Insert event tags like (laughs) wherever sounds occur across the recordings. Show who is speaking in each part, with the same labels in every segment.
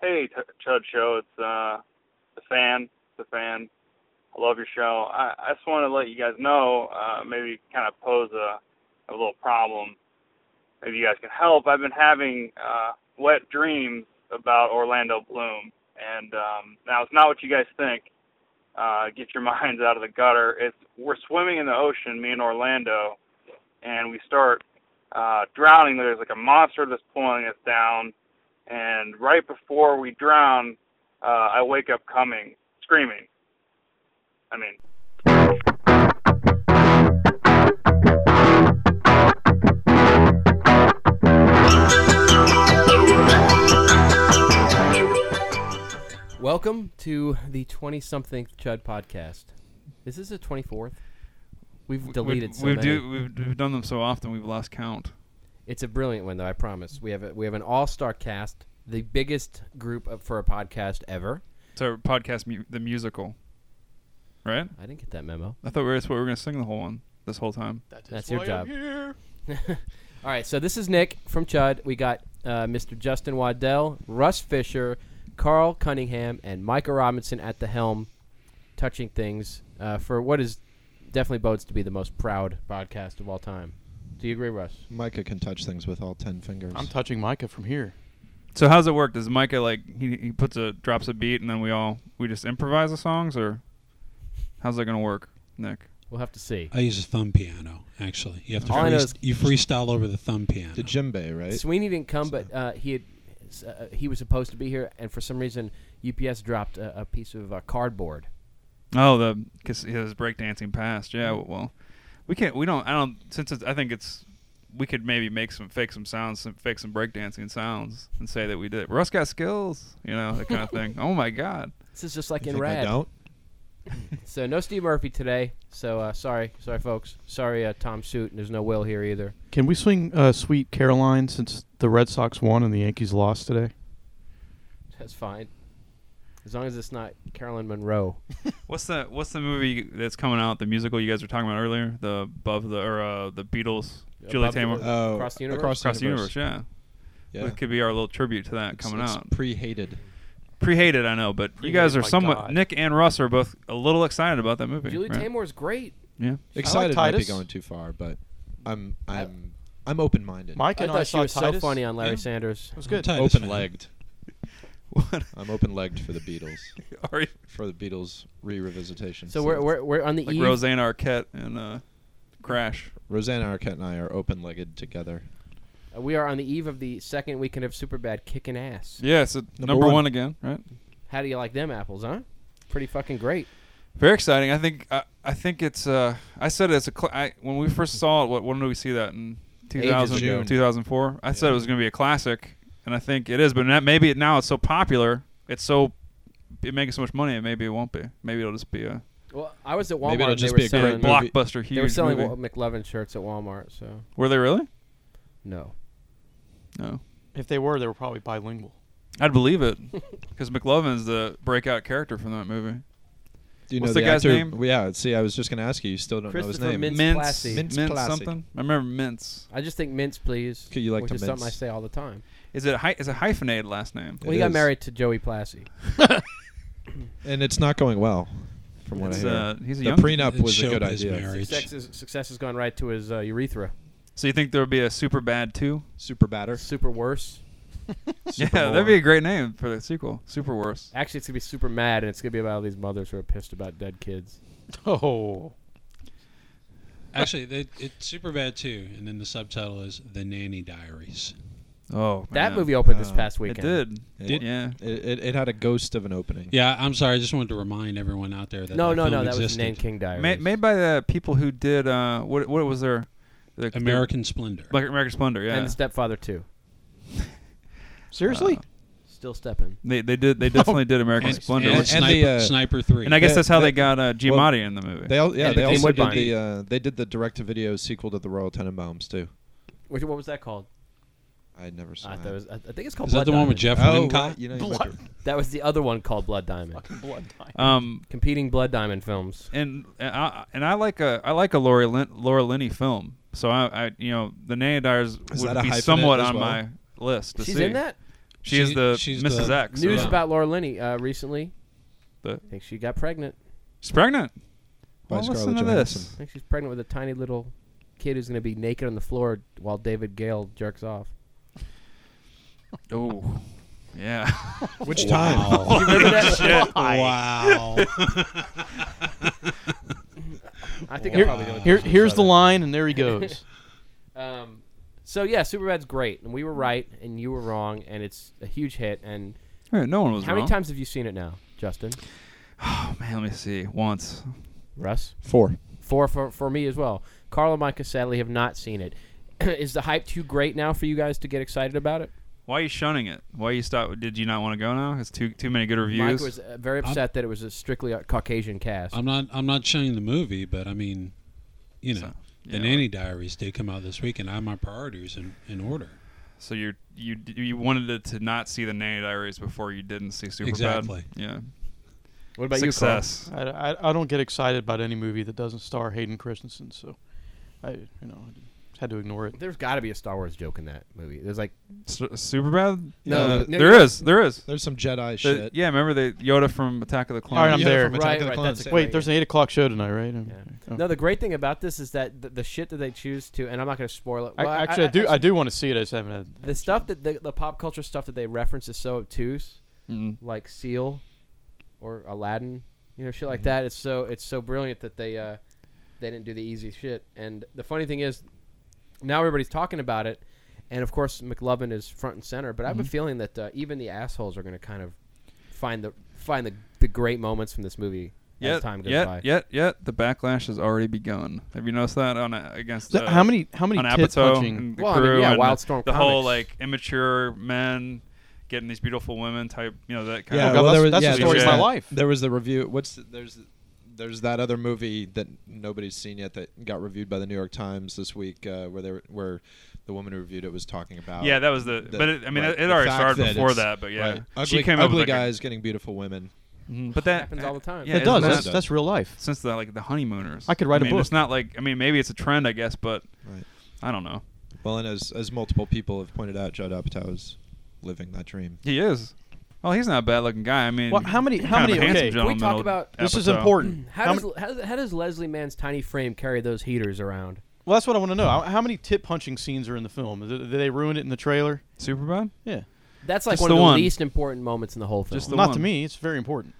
Speaker 1: Hey, T- Chud Show, it's uh, the fan, the fan. I love your show. I, I just want to let you guys know, uh, maybe kind of pose a, a little problem. Maybe you guys can help. I've been having uh, wet dreams about Orlando Bloom, and um, now it's not what you guys think. Uh, get your (laughs) minds out of the gutter. It's we're swimming in the ocean, me and Orlando, and we start uh, drowning. There's like a monster that's pulling us down, and right before we drown, uh, I wake up coming, screaming. I mean,
Speaker 2: Welcome to the 20 something Chud podcast. This is the 24th. We've deleted
Speaker 3: We've,
Speaker 2: so
Speaker 3: we've,
Speaker 2: many.
Speaker 3: do, we've, we've done them so often we've lost count.
Speaker 2: It's a brilliant one, though. I promise. We have a, we have an all star cast, the biggest group of, for a podcast ever.
Speaker 3: It's our podcast, mu- the musical, right?
Speaker 2: I didn't get that memo.
Speaker 3: I thought we were, that's what we were gonna sing the whole one this whole time.
Speaker 4: That is
Speaker 2: That's your
Speaker 4: why
Speaker 2: job.
Speaker 4: I'm here.
Speaker 2: (laughs) All right, so this is Nick from Chud. We got uh, Mr. Justin Waddell, Russ Fisher, Carl Cunningham, and Micah Robinson at the helm, touching things uh, for what is definitely bodes to be the most proud podcast of all time. Do you agree, Russ?
Speaker 5: Micah can touch things with all ten fingers.
Speaker 4: I'm touching Micah from here.
Speaker 3: So how's it work? Does Micah like he, he puts a drops a beat and then we all we just improvise the songs or how's that gonna work, Nick?
Speaker 2: We'll have to see.
Speaker 6: I use a thumb piano. Actually, you have to
Speaker 2: All I know is-
Speaker 6: freest- you freestyle over the thumb piano.
Speaker 5: the djembe, right?
Speaker 2: Sweeney didn't come, but uh, he had s- uh, he was supposed to be here, and for some reason UPS dropped a, a piece of uh, cardboard.
Speaker 3: Oh, the cause his breakdancing past. Yeah, well, we can't. We don't. I don't. Since it's, I think it's, we could maybe make some fake some sounds, some fake some breakdancing sounds, and say that we did. Russ got skills, you know, that
Speaker 2: (laughs)
Speaker 3: kind of thing. Oh my God.
Speaker 2: This is just like
Speaker 5: You
Speaker 2: in
Speaker 5: think I
Speaker 2: Rad.
Speaker 5: don't.
Speaker 2: So no Steve Murphy today. So uh, sorry, sorry folks. Sorry, uh, Tom Suit. And there's no Will here either.
Speaker 4: Can we swing uh, "Sweet Caroline" since the Red Sox won and the Yankees lost today?
Speaker 2: That's fine, as long as it's not Carolyn
Speaker 5: (laughs)
Speaker 2: Monroe.
Speaker 3: What's the What's the movie that's coming out? The musical you guys were talking about earlier, the above the or uh, the Beatles, Julie
Speaker 2: Above the-
Speaker 3: Taymor,
Speaker 2: uh,
Speaker 5: Oh,
Speaker 2: Across the universe?
Speaker 3: Across the Universe. Yeah.
Speaker 5: Yeah.
Speaker 3: It could be our little tribute to that coming
Speaker 5: it's,
Speaker 3: out.
Speaker 5: It's pre-hated.
Speaker 3: Pre-hated, I know, but you
Speaker 4: Pre-hated,
Speaker 3: guys are
Speaker 4: my
Speaker 3: somewhat.
Speaker 4: God.
Speaker 3: Nick and Russ are both a little excited about that movie.
Speaker 2: Julie
Speaker 3: right?
Speaker 2: Taymor's great.
Speaker 3: Yeah. (laughs)
Speaker 5: Excited might be
Speaker 4: Titus.
Speaker 5: going too far, but I'm I'm I'm open-minded.
Speaker 4: Mike
Speaker 2: I
Speaker 4: and I,
Speaker 2: thought she
Speaker 4: saw
Speaker 2: was
Speaker 4: Titus.
Speaker 2: so funny on Larry
Speaker 3: Yeah.
Speaker 2: Sanders.
Speaker 4: It was
Speaker 6: I'm
Speaker 4: good.
Speaker 6: Titus fan.
Speaker 5: open-legged.
Speaker 3: What
Speaker 5: I'm open-legged for the Beatles.
Speaker 3: are you?
Speaker 5: For the Beatles re-revisitation.
Speaker 2: So we're we're, we're on the
Speaker 3: like
Speaker 2: eve.
Speaker 3: Roseanne Arquette and uh, Crash.
Speaker 5: Rosanna Arquette and I are open-legged together.
Speaker 2: uh, we are on the eve of the second weekend of Superbad kicking ass.
Speaker 3: Yeah, it's number,
Speaker 5: Number
Speaker 3: number one.
Speaker 5: one.
Speaker 3: again, right?
Speaker 2: How do you like them apples, huh? Pretty fucking great.
Speaker 3: Very exciting. I think I, I think it's. Uh, I said it's a. Cl- I, when we first saw it, what when did we see that in
Speaker 2: Ages
Speaker 3: 2000,
Speaker 5: ago.
Speaker 3: 2004? I said it was going to be a classic, and I think it is. But not, maybe it, now it's so popular, it's so it making so much money, and maybe it won't be. Maybe it'll just be a
Speaker 2: Well, I was at Walmart.
Speaker 5: Maybe it'll
Speaker 2: and
Speaker 5: just
Speaker 2: they
Speaker 5: be
Speaker 2: were
Speaker 5: a great
Speaker 2: selling-
Speaker 5: movie.
Speaker 3: blockbuster huge
Speaker 2: They were selling
Speaker 3: movie.
Speaker 2: Wa- McLovin shirts at Walmart, so
Speaker 3: were they really?
Speaker 2: no.
Speaker 3: No,
Speaker 4: If they were, they were probably bilingual.
Speaker 3: I'd
Speaker 2: (laughs)
Speaker 3: believe it because McLovin's the breakout character from that movie.
Speaker 5: Do you
Speaker 3: What's
Speaker 5: know
Speaker 3: the guy's
Speaker 5: actor?
Speaker 3: name?
Speaker 5: Yeah. See, I was just going to ask you. You still don't know his
Speaker 2: Christopher
Speaker 5: name.
Speaker 2: Mintz-
Speaker 3: Mince,
Speaker 2: Plasse.
Speaker 3: mince,
Speaker 5: Mince Plasse.
Speaker 3: something. I remember mince.
Speaker 2: I just think mints, please.
Speaker 5: Could you like
Speaker 2: which
Speaker 5: to
Speaker 2: is something I
Speaker 5: mince?
Speaker 2: say all the time.
Speaker 3: Is it hy- is a hyphenated last name?
Speaker 5: It
Speaker 2: well, he got
Speaker 5: is.
Speaker 2: married to Joey Plassey.
Speaker 5: and it's not going well, from what I
Speaker 3: It's,
Speaker 5: hear.
Speaker 3: uh, he's a
Speaker 5: the
Speaker 3: young-
Speaker 5: prenup
Speaker 6: It's
Speaker 5: was a good
Speaker 6: showbiz
Speaker 5: idea.
Speaker 6: marriage.
Speaker 2: Success, is, success has gone right to his uh, urethra.
Speaker 3: So you think there'll be a super bad
Speaker 5: (laughs)
Speaker 3: two?
Speaker 5: Super batter.
Speaker 2: Super worse.
Speaker 5: Super
Speaker 3: yeah,
Speaker 5: moron.
Speaker 3: that'd be a great name for the sequel. Super worse.
Speaker 2: Actually, it's gonna be super mad, and it's gonna be about all these mothers who are pissed about dead kids.
Speaker 4: Oh,
Speaker 6: Actually, they, it's super bad too. And then the subtitle is The Nanny Diaries.
Speaker 3: Oh,
Speaker 2: That
Speaker 3: man.
Speaker 2: movie opened this
Speaker 5: Uh,
Speaker 2: past
Speaker 3: It
Speaker 2: weekend.
Speaker 3: did.
Speaker 5: Did-
Speaker 3: yeah.
Speaker 5: It, it, it had a ghost of an opening.
Speaker 6: Yeah, I'm sorry. I just wanted to remind everyone out there that
Speaker 2: No,
Speaker 6: that
Speaker 2: no,
Speaker 6: film
Speaker 2: no. That was
Speaker 6: existed.
Speaker 2: Nanking Diaries.
Speaker 3: Ma- made by the people who did uh, what? What was their? The, the-
Speaker 6: American Splendor.
Speaker 3: like American Splendor. Yeah.
Speaker 2: and Stepfather Two.
Speaker 4: (laughs) seriously?
Speaker 2: Still stepping.
Speaker 3: they they did
Speaker 5: (laughs)
Speaker 3: they definitely did American
Speaker 6: and,
Speaker 3: Splendor.
Speaker 6: and
Speaker 3: which-
Speaker 5: Oh, and
Speaker 6: Sniper,
Speaker 5: the, uh,
Speaker 6: Sniper Three.
Speaker 3: and I guess
Speaker 5: they-
Speaker 3: that's how they,
Speaker 5: they-
Speaker 3: got uh, Giamatti in the movie.
Speaker 5: They all yeah.
Speaker 2: And
Speaker 5: They
Speaker 2: Jane
Speaker 5: also did
Speaker 2: Woodbine.
Speaker 5: the uh, they did the direct to video sequel to the Royal Tenenbaums too.
Speaker 2: Which, what was that called?
Speaker 5: I never saw
Speaker 2: I,
Speaker 5: that.
Speaker 2: thought it was, I I think it's called.
Speaker 6: is that
Speaker 2: Blood
Speaker 6: the one with
Speaker 2: Diamond.
Speaker 6: Jeff
Speaker 5: oh, (laughs)
Speaker 6: Wincott?
Speaker 5: right, you know, you
Speaker 4: Blood.
Speaker 5: might be-
Speaker 2: (laughs) That was the other one called Blood Diamond.
Speaker 4: Blood time.
Speaker 3: um,
Speaker 2: Competing Blood Diamond films.
Speaker 3: and and I, and I like a I like a Laura Lin, Laura Linney film. So I, I you know the Nanny Diaries
Speaker 5: Is
Speaker 3: would
Speaker 5: that a
Speaker 3: be
Speaker 5: hyphenate
Speaker 3: somewhat
Speaker 5: as
Speaker 3: on
Speaker 5: well?
Speaker 3: my list to
Speaker 2: She's
Speaker 3: see.
Speaker 2: in that.
Speaker 3: She, is
Speaker 6: She-
Speaker 3: the
Speaker 6: she's
Speaker 3: Mrs.
Speaker 6: the-
Speaker 3: X.
Speaker 2: News
Speaker 3: right?
Speaker 2: about Laura Linney uh, recently.
Speaker 3: The-
Speaker 2: I think she got pregnant.
Speaker 3: She's pregnant.
Speaker 5: By
Speaker 3: Well, listen to
Speaker 5: Scarlett Johansson.
Speaker 2: I think she's pregnant with a tiny little kid who's going to be naked on the floor while David Gale jerks off.
Speaker 3: this. Oh, yeah. (laughs)
Speaker 5: Which
Speaker 6: Wow.
Speaker 5: time?
Speaker 2: Remember that?
Speaker 3: Shit.
Speaker 2: (laughs)
Speaker 6: wow.
Speaker 2: I think I
Speaker 4: Here,
Speaker 2: probably know what
Speaker 4: here,
Speaker 2: this is,
Speaker 4: here's the
Speaker 2: Southern.
Speaker 4: line, and there he (laughs) goes.
Speaker 2: Um, so yeah, Superbad's great, and we were right, and you were wrong, and it's a huge hit. And
Speaker 3: Alright, no one was
Speaker 2: how
Speaker 3: wrong.
Speaker 2: many times have you seen it now, Justin?
Speaker 3: Oh man, let me see. Once.
Speaker 2: Russ,
Speaker 5: (laughs) Four.
Speaker 2: four for for me as well. Carl and Micah sadly have not seen it. (clears throat) Is the hype too great now for you guys to get excited about it?
Speaker 3: Why are you shunning it? Why you stop? Did you not want to go now? It's too too many good
Speaker 2: Mike
Speaker 3: reviews.
Speaker 2: was uh, very upset that it was a strictly uh, Caucasian cast.
Speaker 6: I'm not. I'm not showing the movie, but I mean, you know,
Speaker 3: So,
Speaker 6: the
Speaker 3: yeah.
Speaker 6: Nanny Diaries did come out this week, and I have my priorities in, in order.
Speaker 3: so you you you wanted it to not see the Nanny Diaries before you didn't see Superbad.
Speaker 6: Exactly.
Speaker 3: Yeah.
Speaker 2: what about
Speaker 3: Success.
Speaker 4: I, I, I don't get excited about any movie that doesn't star Hayden Christensen, so I you know I just had to ignore it.
Speaker 2: you? Carl? There's got to be a Star Wars joke in that movie. There's like
Speaker 3: Su- Superbad.
Speaker 2: No,
Speaker 3: Uh,
Speaker 2: but- no,
Speaker 3: there
Speaker 2: you-
Speaker 3: is. There is.
Speaker 5: There's some Jedi
Speaker 3: The-
Speaker 5: shit.
Speaker 3: yeah, remember the Yoda from Attack of the Clones?
Speaker 4: All right, I'm
Speaker 5: Yoda
Speaker 4: there.
Speaker 5: from Attack
Speaker 2: Right,
Speaker 5: of the
Speaker 2: right,
Speaker 5: Clones.
Speaker 2: that's a-
Speaker 4: Wait, there's an eight o'clock show tonight, right?
Speaker 2: Yeah.
Speaker 4: Oh.
Speaker 2: no. The great thing about this is that the, the shit that they choose to, and I'm not going to spoil it.
Speaker 4: I,
Speaker 2: Well,
Speaker 4: Oh. actually, I, do. I, do want to see it. I just haven't had.
Speaker 2: the stuff that the, the pop culture stuff that they reference is so obtuse,
Speaker 3: Mm.
Speaker 2: like Seal or Aladdin, you know, shit like
Speaker 4: Mm-hmm.
Speaker 2: that. It's so it's so brilliant that they uh, they didn't do the easy shit. And the funny thing is, now everybody's talking about it, and of course McLovin is front and center. But I
Speaker 4: Mm-hmm.
Speaker 2: have a feeling that uh, even the assholes are going to kind of find the find the, the great moments from this movie
Speaker 3: Yet,
Speaker 2: as time goes
Speaker 3: yet,
Speaker 2: by.
Speaker 3: yet, yet, the backlash has already begun. Have you noticed that on uh, against
Speaker 4: So
Speaker 3: uh,
Speaker 4: how many? How many
Speaker 3: on
Speaker 4: tit
Speaker 3: Apatow
Speaker 4: punching?
Speaker 3: and the
Speaker 2: Well, I mean,
Speaker 3: crew
Speaker 2: yeah,
Speaker 3: and
Speaker 2: Wildstorm
Speaker 3: the, the whole
Speaker 2: Comics.
Speaker 3: like immature men getting these beautiful women type, you know that kind
Speaker 4: Yeah,
Speaker 3: of.
Speaker 4: well,
Speaker 5: there
Speaker 4: that's-
Speaker 5: was-
Speaker 4: that's
Speaker 5: yeah,
Speaker 3: the
Speaker 5: there
Speaker 3: story
Speaker 5: was
Speaker 3: of my
Speaker 5: that-
Speaker 4: life.
Speaker 5: There was the review. What's the, there's there's that other movie that nobody's seen yet that got reviewed by the New York Times this week, uh, where they were, where the woman who reviewed it was talking about.
Speaker 3: Yeah, that was the.
Speaker 5: the-
Speaker 3: but it, I mean,
Speaker 5: right,
Speaker 3: it, it
Speaker 5: the
Speaker 3: already
Speaker 5: fact
Speaker 3: started
Speaker 5: that
Speaker 3: before
Speaker 5: it's-
Speaker 3: that. But yeah,
Speaker 5: right, ugly,
Speaker 3: she came up
Speaker 5: ugly
Speaker 3: with like,
Speaker 5: guys getting beautiful women.
Speaker 3: a- Mhm, but that
Speaker 2: Happens all the time.
Speaker 3: Yeah,
Speaker 4: it does.
Speaker 3: isn't
Speaker 4: That's,
Speaker 3: that-
Speaker 4: that's real life.
Speaker 3: since the like the honeymooners.
Speaker 4: I could write
Speaker 3: I
Speaker 4: a
Speaker 3: mean, It's
Speaker 4: book.
Speaker 3: not like I mean, maybe it's a trend, I guess, but
Speaker 5: Right.
Speaker 3: I don't know.
Speaker 5: Well, and as as multiple people have pointed out, Judd Apatow is living that dream.
Speaker 3: He is. Well, he's not a bad looking guy. I mean,
Speaker 4: Well, how many- how
Speaker 3: kind of
Speaker 4: many-
Speaker 3: a handsome
Speaker 4: okay, can
Speaker 2: we
Speaker 3: gentleman,
Speaker 2: talk
Speaker 3: old
Speaker 2: about-
Speaker 4: This is
Speaker 3: Apatow.
Speaker 4: important.
Speaker 2: How
Speaker 4: How
Speaker 2: does,
Speaker 4: many-
Speaker 2: how, does- how does Leslie Mann's tiny frame carry those heaters around?
Speaker 4: well, that's what I want to know. How, how many tit punching scenes are in the film? Did, did they ruin it in the trailer?
Speaker 3: Superbad.
Speaker 4: Yeah,
Speaker 2: That's like
Speaker 3: Just
Speaker 2: one
Speaker 3: the
Speaker 2: of the
Speaker 3: one.
Speaker 2: least important moments in the whole film.
Speaker 3: Just the
Speaker 4: not to
Speaker 3: one.
Speaker 4: me. It's very important.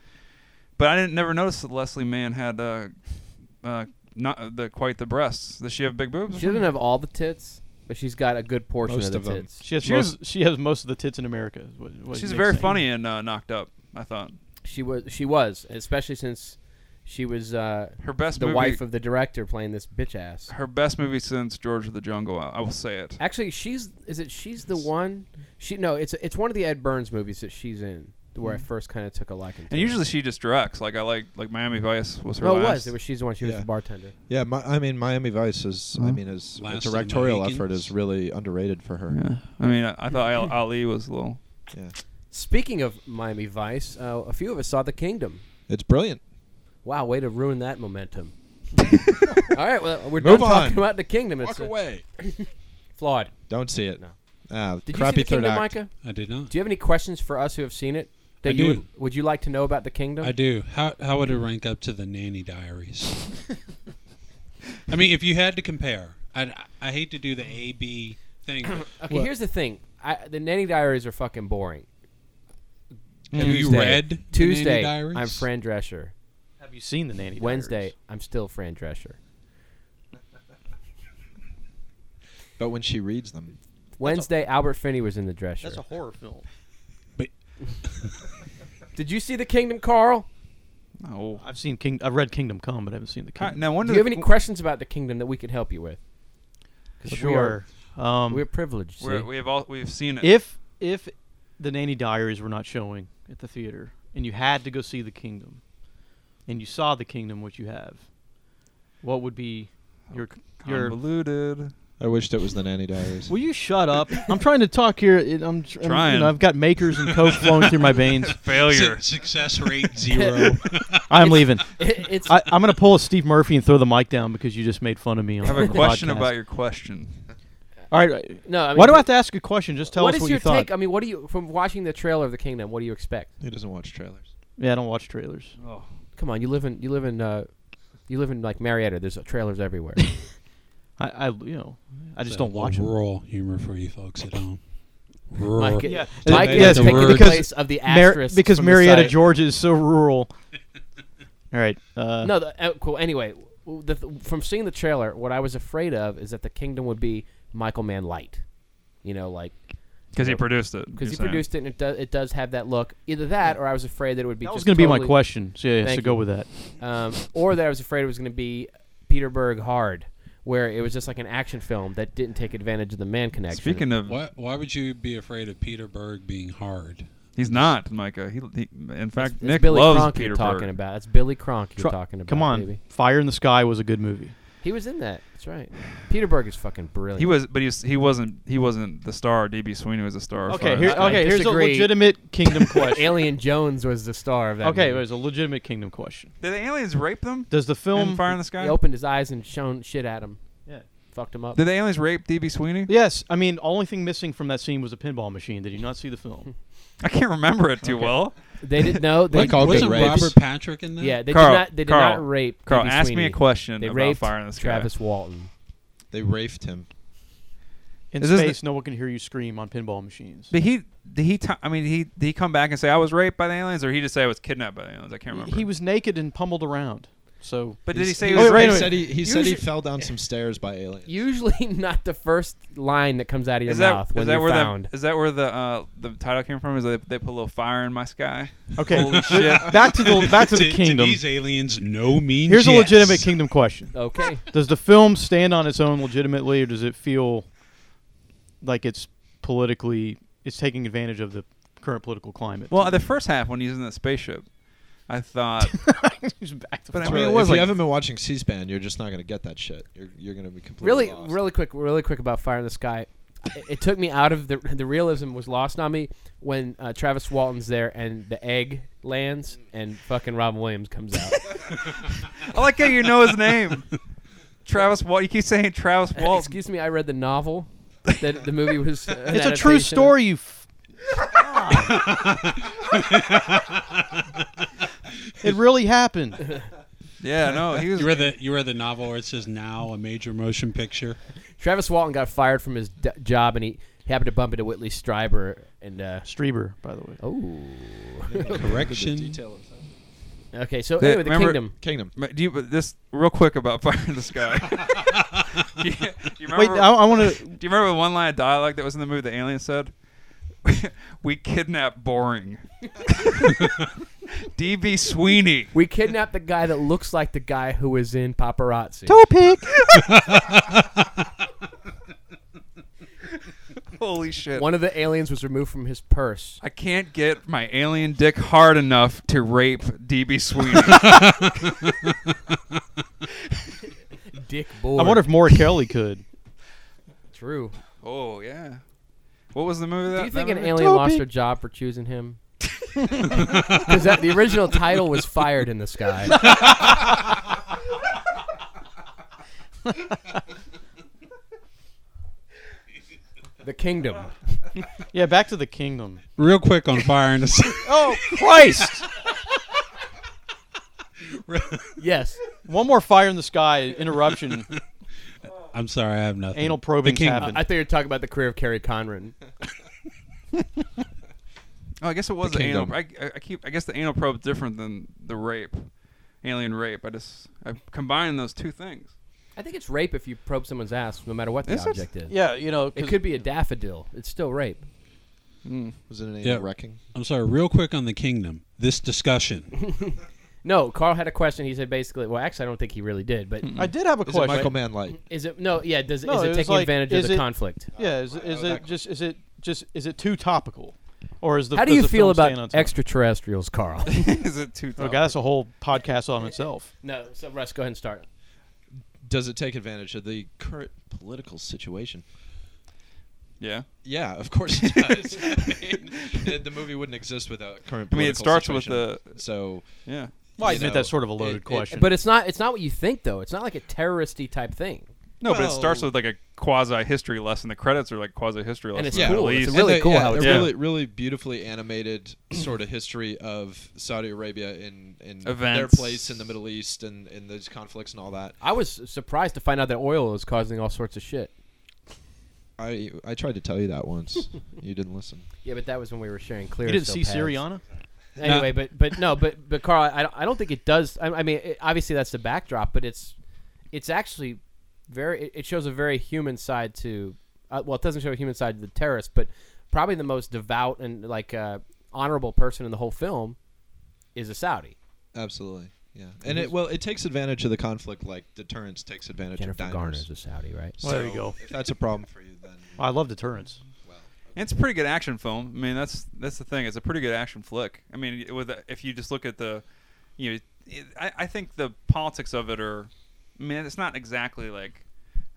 Speaker 3: But I didn't never notice that Leslie Mann had uh, uh, not the quite the breasts. Does she have big boobs?
Speaker 2: she doesn't have all the tits, but she's got a good portion
Speaker 5: Most
Speaker 2: of the
Speaker 5: of 'em.
Speaker 2: tits.
Speaker 4: She has
Speaker 3: She
Speaker 4: most. she has most of the tits in America. is what- what
Speaker 3: She's
Speaker 4: makes
Speaker 3: very
Speaker 4: sense.
Speaker 3: funny and uh, knocked up. I thought
Speaker 2: She was she was, especially since she was uh,
Speaker 3: her best
Speaker 2: the
Speaker 3: movie,
Speaker 2: wife of the director playing this bitch ass.
Speaker 3: her best movie since George of the Jungle. I, I will say it.
Speaker 2: Actually, she's is it she's the one? She no, it's it's one of the Ed Burns movies that she's in where I first kind of took a liking. to
Speaker 3: And
Speaker 2: her.
Speaker 3: usually she just directs. Like I like like Miami Vice was her
Speaker 2: no, Oh, it
Speaker 3: last.
Speaker 2: was it was she's the one. She was
Speaker 5: Yeah.
Speaker 2: the bartender.
Speaker 5: Yeah, my, I mean, Miami Vice is. I mean, his
Speaker 6: Last of the
Speaker 5: directorial effort
Speaker 6: Mohicans.
Speaker 5: is really underrated for her.
Speaker 3: Yeah. I mean, I, I thought Al- Ali was a little.
Speaker 5: yeah.
Speaker 2: Speaking of Miami Vice, uh, a few of us saw The Kingdom.
Speaker 5: It's brilliant.
Speaker 2: Wow, way to ruin that momentum. All right, well, we're
Speaker 5: Move
Speaker 2: done talking
Speaker 5: on.
Speaker 2: about the kingdom. It's uh,
Speaker 5: away.
Speaker 2: flawed.
Speaker 5: Don't see it.
Speaker 2: No.
Speaker 5: Ah,
Speaker 2: Did
Speaker 5: crappy
Speaker 2: you see the
Speaker 5: third
Speaker 2: kingdom,
Speaker 5: act.
Speaker 2: Micah?
Speaker 6: I did not.
Speaker 2: Do you have any questions for us who have seen it? That
Speaker 6: I
Speaker 2: you
Speaker 6: do.
Speaker 2: Would, would you like to know about the kingdom?
Speaker 6: I do. How how would it rank up to the
Speaker 2: (laughs)
Speaker 6: Nanny Diaries? I mean, if you had to compare, I I hate to do the A B thing. but
Speaker 2: (coughs) Okay, here's the thing. I, the Nanny Diaries are fucking boring.
Speaker 6: Have you
Speaker 2: Tuesday.
Speaker 6: read the Nanny
Speaker 2: Tuesday,
Speaker 6: Diaries?
Speaker 2: I'm Fran Drescher.
Speaker 4: Have you seen the nanny?
Speaker 2: Wednesday,
Speaker 4: Diaries?
Speaker 2: I'm still Fran Drescher.
Speaker 5: But when she reads them,
Speaker 2: Wednesday, Albert Finney was in the Drescher.
Speaker 4: That's a horror film.
Speaker 2: Did you see the kingdom, Carl?
Speaker 3: Oh.
Speaker 4: I've seen King. I've read Kingdom Come, but I haven't seen the
Speaker 3: All right,
Speaker 4: Kingdom.
Speaker 3: now, when
Speaker 2: Do you
Speaker 3: did-
Speaker 2: have any questions about the kingdom that we could help you with? 'Cause we are-
Speaker 4: sure. um,
Speaker 2: We're privileged.
Speaker 3: We're,
Speaker 2: see? (laughs)
Speaker 3: we have all we've seen it.
Speaker 4: if if the Nanny Diaries were not showing at the theater, and you had to go see the Kingdom, and you saw the Kingdom, which you have, what would be your your?
Speaker 3: convoluted.
Speaker 5: I wished it was the Nanny Diaries.
Speaker 4: Will you shut up? I'm trying to talk here. It, I'm tr- I'm-
Speaker 3: Trying.
Speaker 4: You know, I've got makers and coke flowing through my veins.
Speaker 3: Failure.
Speaker 2: (laughs)
Speaker 6: Su- success rate zero.
Speaker 4: I'm leaving.
Speaker 2: It- it's
Speaker 4: I, I'm going
Speaker 2: (laughs)
Speaker 4: to pull a Steve Murphy and throw the mic down because you just made fun of me.
Speaker 3: I
Speaker 4: On
Speaker 3: have a
Speaker 4: the
Speaker 3: question
Speaker 4: podcast.
Speaker 3: about your question.
Speaker 4: All right. right.
Speaker 2: No, I mean,
Speaker 4: Why do I have to ask a question? Just tell
Speaker 2: what
Speaker 4: us
Speaker 2: is
Speaker 4: what
Speaker 2: your
Speaker 4: you thought.
Speaker 2: take? I mean, what do you from watching the trailer of the Kingdom? What do you expect?
Speaker 5: He doesn't watch trailers.
Speaker 4: Yeah, I don't watch trailers.
Speaker 3: Oh.
Speaker 2: Come on, you live in you live in uh, you live in like Marietta. There's uh, trailers everywhere.
Speaker 4: I, I you know, I just
Speaker 6: So,
Speaker 4: don't
Speaker 6: a little
Speaker 4: watch 'em.
Speaker 6: rural humor for you folks at home.
Speaker 2: Mike,
Speaker 6: Rural.
Speaker 4: Yeah.
Speaker 2: Mike
Speaker 6: Yeah,
Speaker 2: is
Speaker 6: the
Speaker 2: taking the
Speaker 6: words-
Speaker 2: place of the
Speaker 4: Mar-
Speaker 2: asterisk
Speaker 4: because
Speaker 2: from the
Speaker 4: Marietta,
Speaker 2: site.
Speaker 4: Georgia is so rural. All right. Uh,
Speaker 2: No, the, uh, cool. Anyway, w- the, th- from seeing the trailer, what I was afraid of is that the Kingdom would be Michael Mann light. You know, like
Speaker 3: Because he produced it.
Speaker 2: because
Speaker 3: you're
Speaker 2: he
Speaker 3: saying.
Speaker 2: produced it and it does it does have that look. Either that, or I was afraid that it would be.
Speaker 4: that was
Speaker 2: just
Speaker 4: going to be my
Speaker 2: totally-
Speaker 4: question. So, yeah, so
Speaker 2: Thank
Speaker 4: go
Speaker 2: you.
Speaker 4: with that.
Speaker 2: um, or that I was afraid it was going to be Peter Berg Hard, where it was just like an action film that didn't take advantage of the man connection.
Speaker 3: Speaking of,
Speaker 6: Why, why would you be afraid of Peter Berg being hard?
Speaker 3: he's not Micah. He, he in fact,
Speaker 2: That's
Speaker 3: Nick
Speaker 2: Billy
Speaker 3: loves
Speaker 2: Cronk
Speaker 3: Peter
Speaker 2: you're talking
Speaker 3: Berg.
Speaker 2: about. That's Billy Cronk you're
Speaker 4: Tru-
Speaker 2: talking about.
Speaker 4: Come on,
Speaker 2: baby.
Speaker 4: Fire in the Sky was a good movie.
Speaker 2: he was in that. That's
Speaker 3: (sighs)
Speaker 2: right. Peter Berg is fucking brilliant.
Speaker 3: He was, but he was, he wasn't he wasn't the star. DB Sweeney was a star.
Speaker 4: Okay,
Speaker 3: first.
Speaker 4: here,
Speaker 2: I
Speaker 4: okay. Here's a
Speaker 2: disagree.
Speaker 4: legitimate Kingdom
Speaker 2: (laughs)
Speaker 4: question.
Speaker 2: Alien Jones was the star of that.
Speaker 4: okay,
Speaker 2: movie.
Speaker 4: there's a legitimate Kingdom question.
Speaker 3: Did the aliens rape them?
Speaker 4: Does the
Speaker 3: in
Speaker 4: film?
Speaker 3: Fire in the Sky.
Speaker 2: he opened his eyes and shown shit at him.
Speaker 4: Yeah.
Speaker 2: fucked him up.
Speaker 3: Did the aliens rape DB Sweeney?
Speaker 4: Yes, I mean, only thing missing from that scene was a pinball machine. Did you not see
Speaker 3: (laughs)
Speaker 4: the film?
Speaker 3: I can't remember it too well.
Speaker 2: They didn't
Speaker 3: (laughs)
Speaker 2: know. They,
Speaker 5: Like all good
Speaker 6: Wasn't
Speaker 5: rapes.
Speaker 6: Robert Patrick in that?
Speaker 2: yeah, they
Speaker 3: Carl,
Speaker 2: did not. They did
Speaker 3: Carl,
Speaker 2: not rape.
Speaker 3: Carl,
Speaker 2: Diddy
Speaker 3: ask me
Speaker 2: Sweeney.
Speaker 3: a question
Speaker 2: They
Speaker 3: about
Speaker 2: raped
Speaker 3: Fire in the Sky.
Speaker 2: Travis Walton.
Speaker 5: They rafed him.
Speaker 4: In
Speaker 3: Is this
Speaker 4: space, no one can hear you scream on pinball machines.
Speaker 3: Did he? Did he? T- I mean, he did he come back and say I was raped by the aliens, or he just say I was kidnapped by the aliens? I can't remember.
Speaker 4: He was naked and pummeled around. So
Speaker 3: But did he
Speaker 5: He's-
Speaker 3: say he
Speaker 5: he
Speaker 3: was
Speaker 4: Wait, wait,
Speaker 5: He
Speaker 3: raped?
Speaker 4: wait.
Speaker 5: said he, he said he
Speaker 2: Usually-
Speaker 5: fell down some stairs by aliens.
Speaker 2: Usually (laughs) not the first line that comes out of your
Speaker 3: Is
Speaker 2: mouth
Speaker 3: that,
Speaker 2: when
Speaker 3: is that
Speaker 2: you're
Speaker 3: where
Speaker 2: found.
Speaker 3: the is that where the uh, the title came from? Is they, they put a little fire in my sky?
Speaker 4: okay, (laughs)
Speaker 3: Holy shit!
Speaker 4: back to the
Speaker 3: (laughs)
Speaker 4: back to the kingdom.
Speaker 6: these aliens, no means.
Speaker 4: Here's a
Speaker 6: yes.
Speaker 4: legitimate kingdom question.
Speaker 3: Oh.
Speaker 2: okay.
Speaker 4: Does the film stand on its own legitimately, or does it feel like it's politically it's taking advantage of the current political climate? (laughs)
Speaker 3: Well, the first half when he's in the spaceship, I thought
Speaker 4: He's back to
Speaker 3: But I
Speaker 5: It's
Speaker 3: mean, it
Speaker 4: front.
Speaker 5: really-
Speaker 3: was
Speaker 5: if
Speaker 3: like-
Speaker 5: you haven't been watching C-SPAN, you're just not going to get that shit. You're, you're going to be completely
Speaker 2: really,
Speaker 5: lost.
Speaker 2: really quick, really quick about Fire in the Sky. It, it took me out of the the realism was lost on me when uh, Travis Walton's there and the egg lands and fucking Robin Williams comes
Speaker 4: (laughs)
Speaker 2: out.
Speaker 3: I like how you know his
Speaker 2: (laughs)
Speaker 3: name, Travis Walt. You keep saying Travis Walt.
Speaker 2: Uh, Excuse me, I read the novel. That the movie was. uh, an
Speaker 4: it's a
Speaker 2: adaptation
Speaker 4: true
Speaker 2: of.
Speaker 4: story. You. (laughs) F- it really happened.
Speaker 3: yeah, no, he was.
Speaker 6: You read the you read the novel where it says now a major motion picture.
Speaker 2: Travis Walton got fired from his d- job and he, he happened to bump into Whitley Strieber and uh,
Speaker 4: Streber, by the way. (laughs)
Speaker 2: oh.
Speaker 5: (laughs)
Speaker 6: Correction.
Speaker 2: Okay, so
Speaker 3: The-
Speaker 2: anyway, the
Speaker 3: remember-
Speaker 2: kingdom.
Speaker 5: Kingdom.
Speaker 3: Ma- Do you but this real quick about (laughs) Fire in
Speaker 2: (laughs)
Speaker 3: the Sky? do, you, do you remember,
Speaker 4: Wait, I, I want to.
Speaker 3: do you remember the one line of dialogue that was in the movie the alien said? (laughs) we kidnapped boring. (laughs) DB Sweeney.
Speaker 2: We kidnapped the guy that looks like the guy who was in paparazzi.
Speaker 3: Holy shit.
Speaker 2: One of the aliens was removed from his purse.
Speaker 3: I can't get my alien dick hard enough to rape
Speaker 2: (laughs)
Speaker 3: DB Sweeney.
Speaker 2: Dick boy.
Speaker 4: I wonder if Maura Kelly could.
Speaker 2: True.
Speaker 3: oh yeah. What was the movie that?
Speaker 2: Do you think
Speaker 3: that
Speaker 2: an
Speaker 3: movie?
Speaker 2: alien lost their job for choosing
Speaker 4: (laughs)
Speaker 2: him? Because the original title was "Fired in the Sky." the Kingdom.
Speaker 4: Yeah, back to the kingdom.
Speaker 6: Real quick on Fire in the Sky.
Speaker 4: (laughs) Oh Christ!
Speaker 2: Yes.
Speaker 4: One more fire in the sky interruption.
Speaker 6: (laughs) I'm sorry, I have nothing.
Speaker 4: Anal probing's
Speaker 6: Kingdom.
Speaker 4: happened.
Speaker 2: I thought you were talking about the career of Kerry Conran.
Speaker 3: Oh, I guess it was the,
Speaker 5: The
Speaker 3: anal.
Speaker 5: Kingdom.
Speaker 3: I, I- I keep. I guess the anal probe's different than the rape, alien rape. I just I combined those two (laughs) things.
Speaker 2: I think it's rape if you probe someone's ass, no matter what the
Speaker 3: Is it?
Speaker 2: object is.
Speaker 4: Yeah, you know,
Speaker 2: It could be a daffodil. It's still rape.
Speaker 5: Was it an
Speaker 6: Yeah.
Speaker 5: alien wrecking?
Speaker 6: I'm sorry, real quick on the kingdom.
Speaker 4: (laughs)
Speaker 6: This discussion.
Speaker 2: No, Carl had a question. He said basically, well, actually, I don't think he really did, but
Speaker 4: I did have a
Speaker 5: Is
Speaker 4: question.
Speaker 5: it Michael Mann light?
Speaker 2: is it no? Yeah, does
Speaker 4: No,
Speaker 2: is
Speaker 4: it
Speaker 2: it,
Speaker 4: was
Speaker 2: taking
Speaker 4: like,
Speaker 2: advantage
Speaker 4: is
Speaker 2: of the
Speaker 4: it-
Speaker 2: conflict?
Speaker 4: Yeah, is, is
Speaker 5: that
Speaker 4: it just is it just is it too topical, or is the
Speaker 2: How do
Speaker 4: does
Speaker 2: you
Speaker 4: the
Speaker 2: feel
Speaker 4: film
Speaker 2: about
Speaker 4: stand on top?
Speaker 2: extraterrestrials, Carl?
Speaker 3: Is it too?
Speaker 4: Okay,
Speaker 3: tough?
Speaker 4: that's a whole podcast on itself.
Speaker 2: (laughs) no, so Russ, go ahead and start.
Speaker 5: Does it take advantage of the current political situation?
Speaker 3: Yeah.
Speaker 5: Yeah, of course it does. (laughs) I mean, the, the movie wouldn't exist without current.
Speaker 3: I mean, it
Speaker 5: political
Speaker 3: starts with
Speaker 5: situation.
Speaker 3: the-
Speaker 5: so.
Speaker 3: Yeah.
Speaker 4: Well, I
Speaker 5: you
Speaker 4: admit
Speaker 5: know,
Speaker 4: that's sort of a
Speaker 5: it-
Speaker 4: loaded
Speaker 5: it-
Speaker 4: question.
Speaker 2: But it's not it's not what you think though. It's not like a terroristy type thing.
Speaker 3: No, but it starts
Speaker 6: Well-
Speaker 3: with like a quasi history lesson. The credits are like quasi history lesson.
Speaker 2: And it's
Speaker 3: in the
Speaker 2: cool.
Speaker 3: Middle
Speaker 2: It's
Speaker 3: East.
Speaker 2: really
Speaker 5: And the-
Speaker 2: cool
Speaker 5: yeah,
Speaker 2: how it's
Speaker 5: a
Speaker 3: done.
Speaker 5: really really beautifully animated (clears throat) sort of history of Saudi Arabia in in their
Speaker 3: Events.
Speaker 5: place in the Middle East and in those conflicts and all that.
Speaker 2: I was surprised to find out that oil is causing all sorts of shit.
Speaker 5: I I tried to tell you that once. you didn't listen.
Speaker 2: Yeah, but that was when we were sharing clear.
Speaker 4: You didn't
Speaker 2: as
Speaker 4: see
Speaker 2: though pads.
Speaker 4: Syriana?
Speaker 2: Anyway, but but no, but but Carl, I, don't- I don't think it does. I, I mean, it, obviously that's the backdrop, but it's it's actually very. It, it shows a very human side to. Uh, well, it doesn't show a human side to the terrorist, but probably the most devout and like uh, honorable person in the whole film is a Saudi.
Speaker 5: Absolutely. Yeah. And it well it takes advantage of the conflict like deterrence takes advantage
Speaker 2: Jennifer
Speaker 5: of
Speaker 2: Garner
Speaker 5: diners.
Speaker 2: is a Saudi, right?
Speaker 5: So
Speaker 4: there you go.
Speaker 5: If that's a problem for you then
Speaker 4: I love deterrence.
Speaker 3: And It's a pretty good action film. I mean, that's that's the thing. It's a pretty good action flick. I mean, it- with if you just look at the, you know, it, I, I think the politics of it are. I mean, it's not exactly like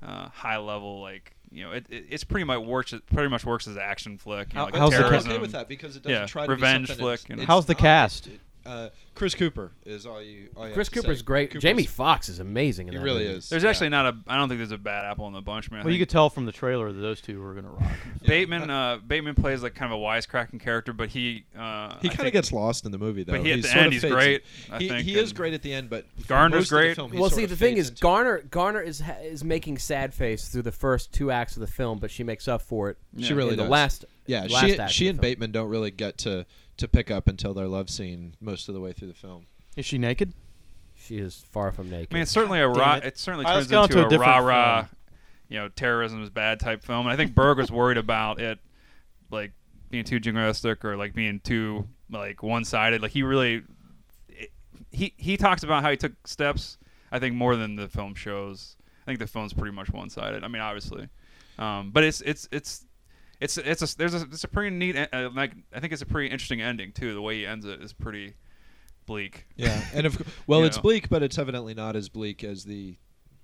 Speaker 3: uh, high level. Like you know, it, it it's pretty much works. Pretty much works as an action flick. You know,
Speaker 4: How-
Speaker 3: like
Speaker 4: how's the
Speaker 5: I'm
Speaker 3: terrorism.
Speaker 5: okay with that because it doesn't
Speaker 3: yeah,
Speaker 5: try to
Speaker 3: revenge
Speaker 5: be something
Speaker 3: flick.
Speaker 5: it's-
Speaker 3: you know.
Speaker 5: it's
Speaker 4: How's the
Speaker 5: not.
Speaker 4: cast?
Speaker 5: It- uh, Chris Cooper is all you. All you
Speaker 2: Chris
Speaker 5: have to
Speaker 2: Cooper's
Speaker 5: say.
Speaker 2: great.
Speaker 5: Cooper's-
Speaker 2: Jamie Foxx is amazing. In
Speaker 5: He
Speaker 2: that
Speaker 5: really
Speaker 2: movie.
Speaker 5: is.
Speaker 3: There's
Speaker 5: Yeah.
Speaker 3: actually not a. I don't think there's a bad apple in the bunch, man. I
Speaker 4: Well, you
Speaker 3: think
Speaker 4: could tell from the trailer that those two were going to rock.
Speaker 3: Bateman. Uh, Bateman plays like kind of a wisecracking character, but he uh,
Speaker 5: He
Speaker 3: I
Speaker 5: kind of
Speaker 3: think
Speaker 5: gets lost in the movie, though.
Speaker 3: But he at
Speaker 5: He
Speaker 3: the
Speaker 5: sort
Speaker 3: end,
Speaker 5: of
Speaker 3: he's
Speaker 5: fades
Speaker 3: great,
Speaker 5: in.
Speaker 3: I
Speaker 5: he,
Speaker 3: think,
Speaker 5: he is
Speaker 3: and-
Speaker 5: great at the end, but for
Speaker 3: Garner's
Speaker 5: most of the
Speaker 3: great.
Speaker 5: film, he
Speaker 2: Well,
Speaker 5: sort
Speaker 2: see,
Speaker 5: of
Speaker 2: the thing
Speaker 5: fades
Speaker 2: is,
Speaker 5: into-
Speaker 2: Garner Garner is ha- is making sad face through the first two acts of the film, but she makes up for it.
Speaker 5: She really
Speaker 2: in the
Speaker 5: does.
Speaker 2: last.
Speaker 5: Yeah,
Speaker 2: last
Speaker 5: she,
Speaker 2: act
Speaker 5: she
Speaker 2: of
Speaker 5: and
Speaker 2: the film.
Speaker 5: Bateman don't really get to to pick up until their love scene most of the way through the film.
Speaker 4: Is she naked?
Speaker 2: She is far from naked.
Speaker 3: I mean, it's certainly a
Speaker 4: damn
Speaker 3: raw.
Speaker 4: it.
Speaker 3: It. certainly
Speaker 4: All right,
Speaker 3: turns
Speaker 4: let's go
Speaker 3: into
Speaker 4: on to a
Speaker 3: a, rah
Speaker 4: different
Speaker 3: rah,
Speaker 4: film.
Speaker 3: you know, terrorism is bad type film. And I think Berg was worried about it, like being too jingoistic or like being too like one sided. Like he really, it, he he talks about how he took steps. I think more than the film shows. I think the film's pretty much one sided. I mean, obviously, um, but it's it's it's. It's it's a there's a it's a pretty neat uh, like I think it's a pretty interesting ending too. The way he ends it is pretty bleak.
Speaker 5: Yeah, and of cou- well,
Speaker 3: You
Speaker 5: it's
Speaker 3: know.
Speaker 5: bleak, but it's evidently not as bleak as the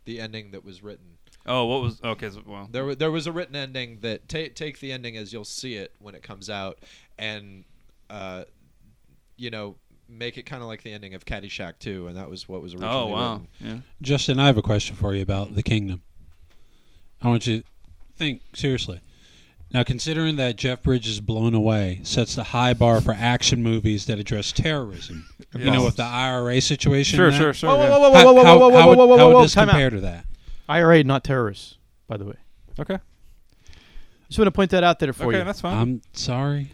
Speaker 5: the ending that was written.
Speaker 3: Oh, what was okay? So, well,
Speaker 5: There, wa- there was a written ending that ta take the ending as you'll see it when it comes out, and uh, you know, make it kind of like the ending of Caddyshack 2, and that was what was originally.
Speaker 3: oh wow,
Speaker 5: written.
Speaker 3: yeah.
Speaker 6: Justin, I have a question for you about the kingdom. I want you to think seriously. Now, considering that Jeff Bridges' Blown Away sets the high bar for action movies that address terrorism, you know, with the IRA situation.
Speaker 3: Sure,
Speaker 6: and that,
Speaker 3: sure, sure.
Speaker 4: Whoa,
Speaker 3: yeah.
Speaker 4: whoa, whoa,
Speaker 6: How,
Speaker 4: whoa, whoa,
Speaker 6: how-
Speaker 4: whoa, whoa,
Speaker 6: how would,
Speaker 4: whoa, whoa,
Speaker 6: how
Speaker 4: whoa,
Speaker 6: would
Speaker 4: whoa,
Speaker 6: this
Speaker 4: time out.
Speaker 6: compare to that?
Speaker 4: IRA, not terrorists, by the way.
Speaker 3: Okay.
Speaker 4: Just want to point that out there for
Speaker 3: okay,
Speaker 4: you.
Speaker 3: that's fine.
Speaker 6: I'm sorry.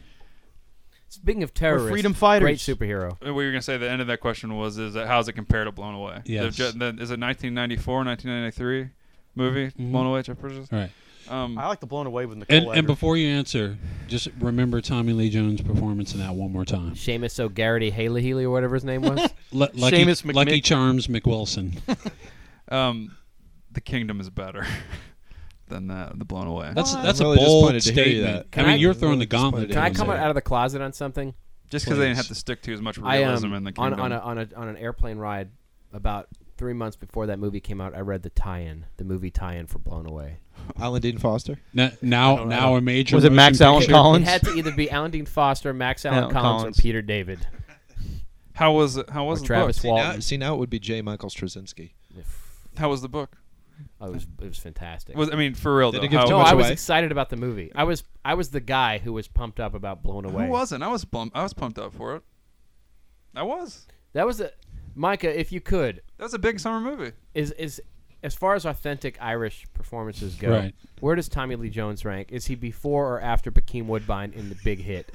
Speaker 2: Speaking of terrorists,
Speaker 4: freedom fighters.
Speaker 2: great superhero.
Speaker 3: Uh, what you were gonna say? The end of that question was: Is it how's it compared to Blown Away? The
Speaker 6: Yes.
Speaker 3: ju- the- is it 1994, 1993 movie Blown Away? Jeff Bridges?
Speaker 6: All right.
Speaker 3: Um,
Speaker 4: I like the blown away with Nicole
Speaker 6: And, and before you answer, just remember Tommy Lee Jones' performance in that one more time.
Speaker 2: Seamus O'Garrity, Haley Healy, or whatever his name
Speaker 5: (laughs)
Speaker 2: was.
Speaker 6: L- Lucky,
Speaker 4: Seamus Mc-
Speaker 6: Lucky Charms McWilson.
Speaker 3: um, the Kingdom is better (laughs) than the the Blown Away.
Speaker 6: That's
Speaker 5: What?
Speaker 6: that's
Speaker 5: I'm
Speaker 6: a
Speaker 5: really
Speaker 6: bold
Speaker 5: disappointed to hear you
Speaker 6: statement.
Speaker 5: that.
Speaker 6: I
Speaker 2: Can
Speaker 6: mean,
Speaker 2: I-
Speaker 6: you're throwing
Speaker 5: really
Speaker 6: the
Speaker 5: disappointed
Speaker 6: gauntlet.
Speaker 5: to
Speaker 2: Can I
Speaker 5: hear
Speaker 6: down
Speaker 2: come
Speaker 6: there.
Speaker 2: out of the closet on something?
Speaker 3: just because they didn't have
Speaker 5: please.
Speaker 3: to stick to as much
Speaker 2: I
Speaker 3: realism
Speaker 2: um,
Speaker 3: in the
Speaker 2: on
Speaker 3: Kingdom.
Speaker 2: on a, on a on an airplane ride about three months before that movie came out. I read the tie-in, the movie tie-in for Blown Away.
Speaker 5: Alan Dean Foster.
Speaker 6: Now, now, now a major
Speaker 4: Was it Max
Speaker 6: motion
Speaker 4: Allen
Speaker 6: picture-
Speaker 4: Collins?
Speaker 2: It had to either be Alan Dean Foster, Max Allen
Speaker 4: Alan
Speaker 2: Collins,
Speaker 4: Collins.
Speaker 2: or Peter David.
Speaker 3: how was it- how
Speaker 2: Or
Speaker 3: was the
Speaker 2: Travis
Speaker 3: book?
Speaker 5: See now,
Speaker 2: Walton.
Speaker 5: see, now it would be J. Michael Straczynski.
Speaker 3: How was the book?
Speaker 2: Oh, it was it was fantastic.
Speaker 3: Was I mean for real
Speaker 5: Did
Speaker 3: though?
Speaker 5: it give
Speaker 3: how,
Speaker 5: too
Speaker 2: no,
Speaker 5: much
Speaker 2: I was
Speaker 5: away?
Speaker 2: excited about the movie. I was I was the guy who was pumped up about Blown Away.
Speaker 3: who wasn't? I was pumped. I was pumped up for it. I was.
Speaker 2: That was a Micah. If you could,
Speaker 3: That was a big summer movie.
Speaker 2: is is as far as authentic Irish performances go,
Speaker 6: Right.
Speaker 2: where does Tommy Lee Jones rank? Is he before or after Bakeem Woodbine in The Big Hit?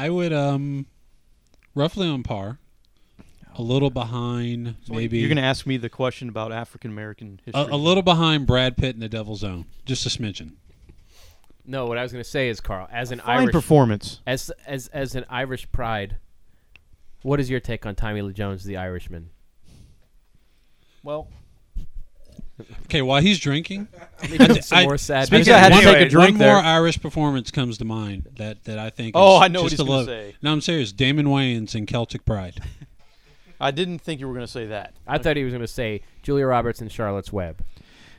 Speaker 6: I would um, roughly on par, a little behind, maybe
Speaker 4: You're going to ask me the question about African American history.
Speaker 6: a, a little behind Brad Pitt in The Devil's Own, just a smidgen.
Speaker 2: No, what I was going to say is Carl, as an
Speaker 4: fine
Speaker 2: Irish
Speaker 4: performance.
Speaker 2: as as as an Irish pride, what is your take on Tommy Lee Jones, the Irishman?
Speaker 4: Well,
Speaker 6: Okay, while he's drinking,
Speaker 2: Some
Speaker 6: (laughs) I-
Speaker 2: more sad.
Speaker 6: speaking
Speaker 4: I
Speaker 6: of
Speaker 4: had to
Speaker 6: one-
Speaker 4: take a drink
Speaker 6: one
Speaker 4: there.
Speaker 6: more Irish performance comes to mind that that I think.
Speaker 4: Oh,
Speaker 6: is
Speaker 4: I know what
Speaker 6: just
Speaker 4: he's
Speaker 6: a
Speaker 4: gonna
Speaker 6: lo-
Speaker 4: say.
Speaker 6: No, I'm serious. Damon Wayans in
Speaker 4: (laughs)
Speaker 6: Celtic Pride.
Speaker 4: I didn't think you were going to say that.
Speaker 2: I thought he was going to say Julia Roberts and Charlotte's Web.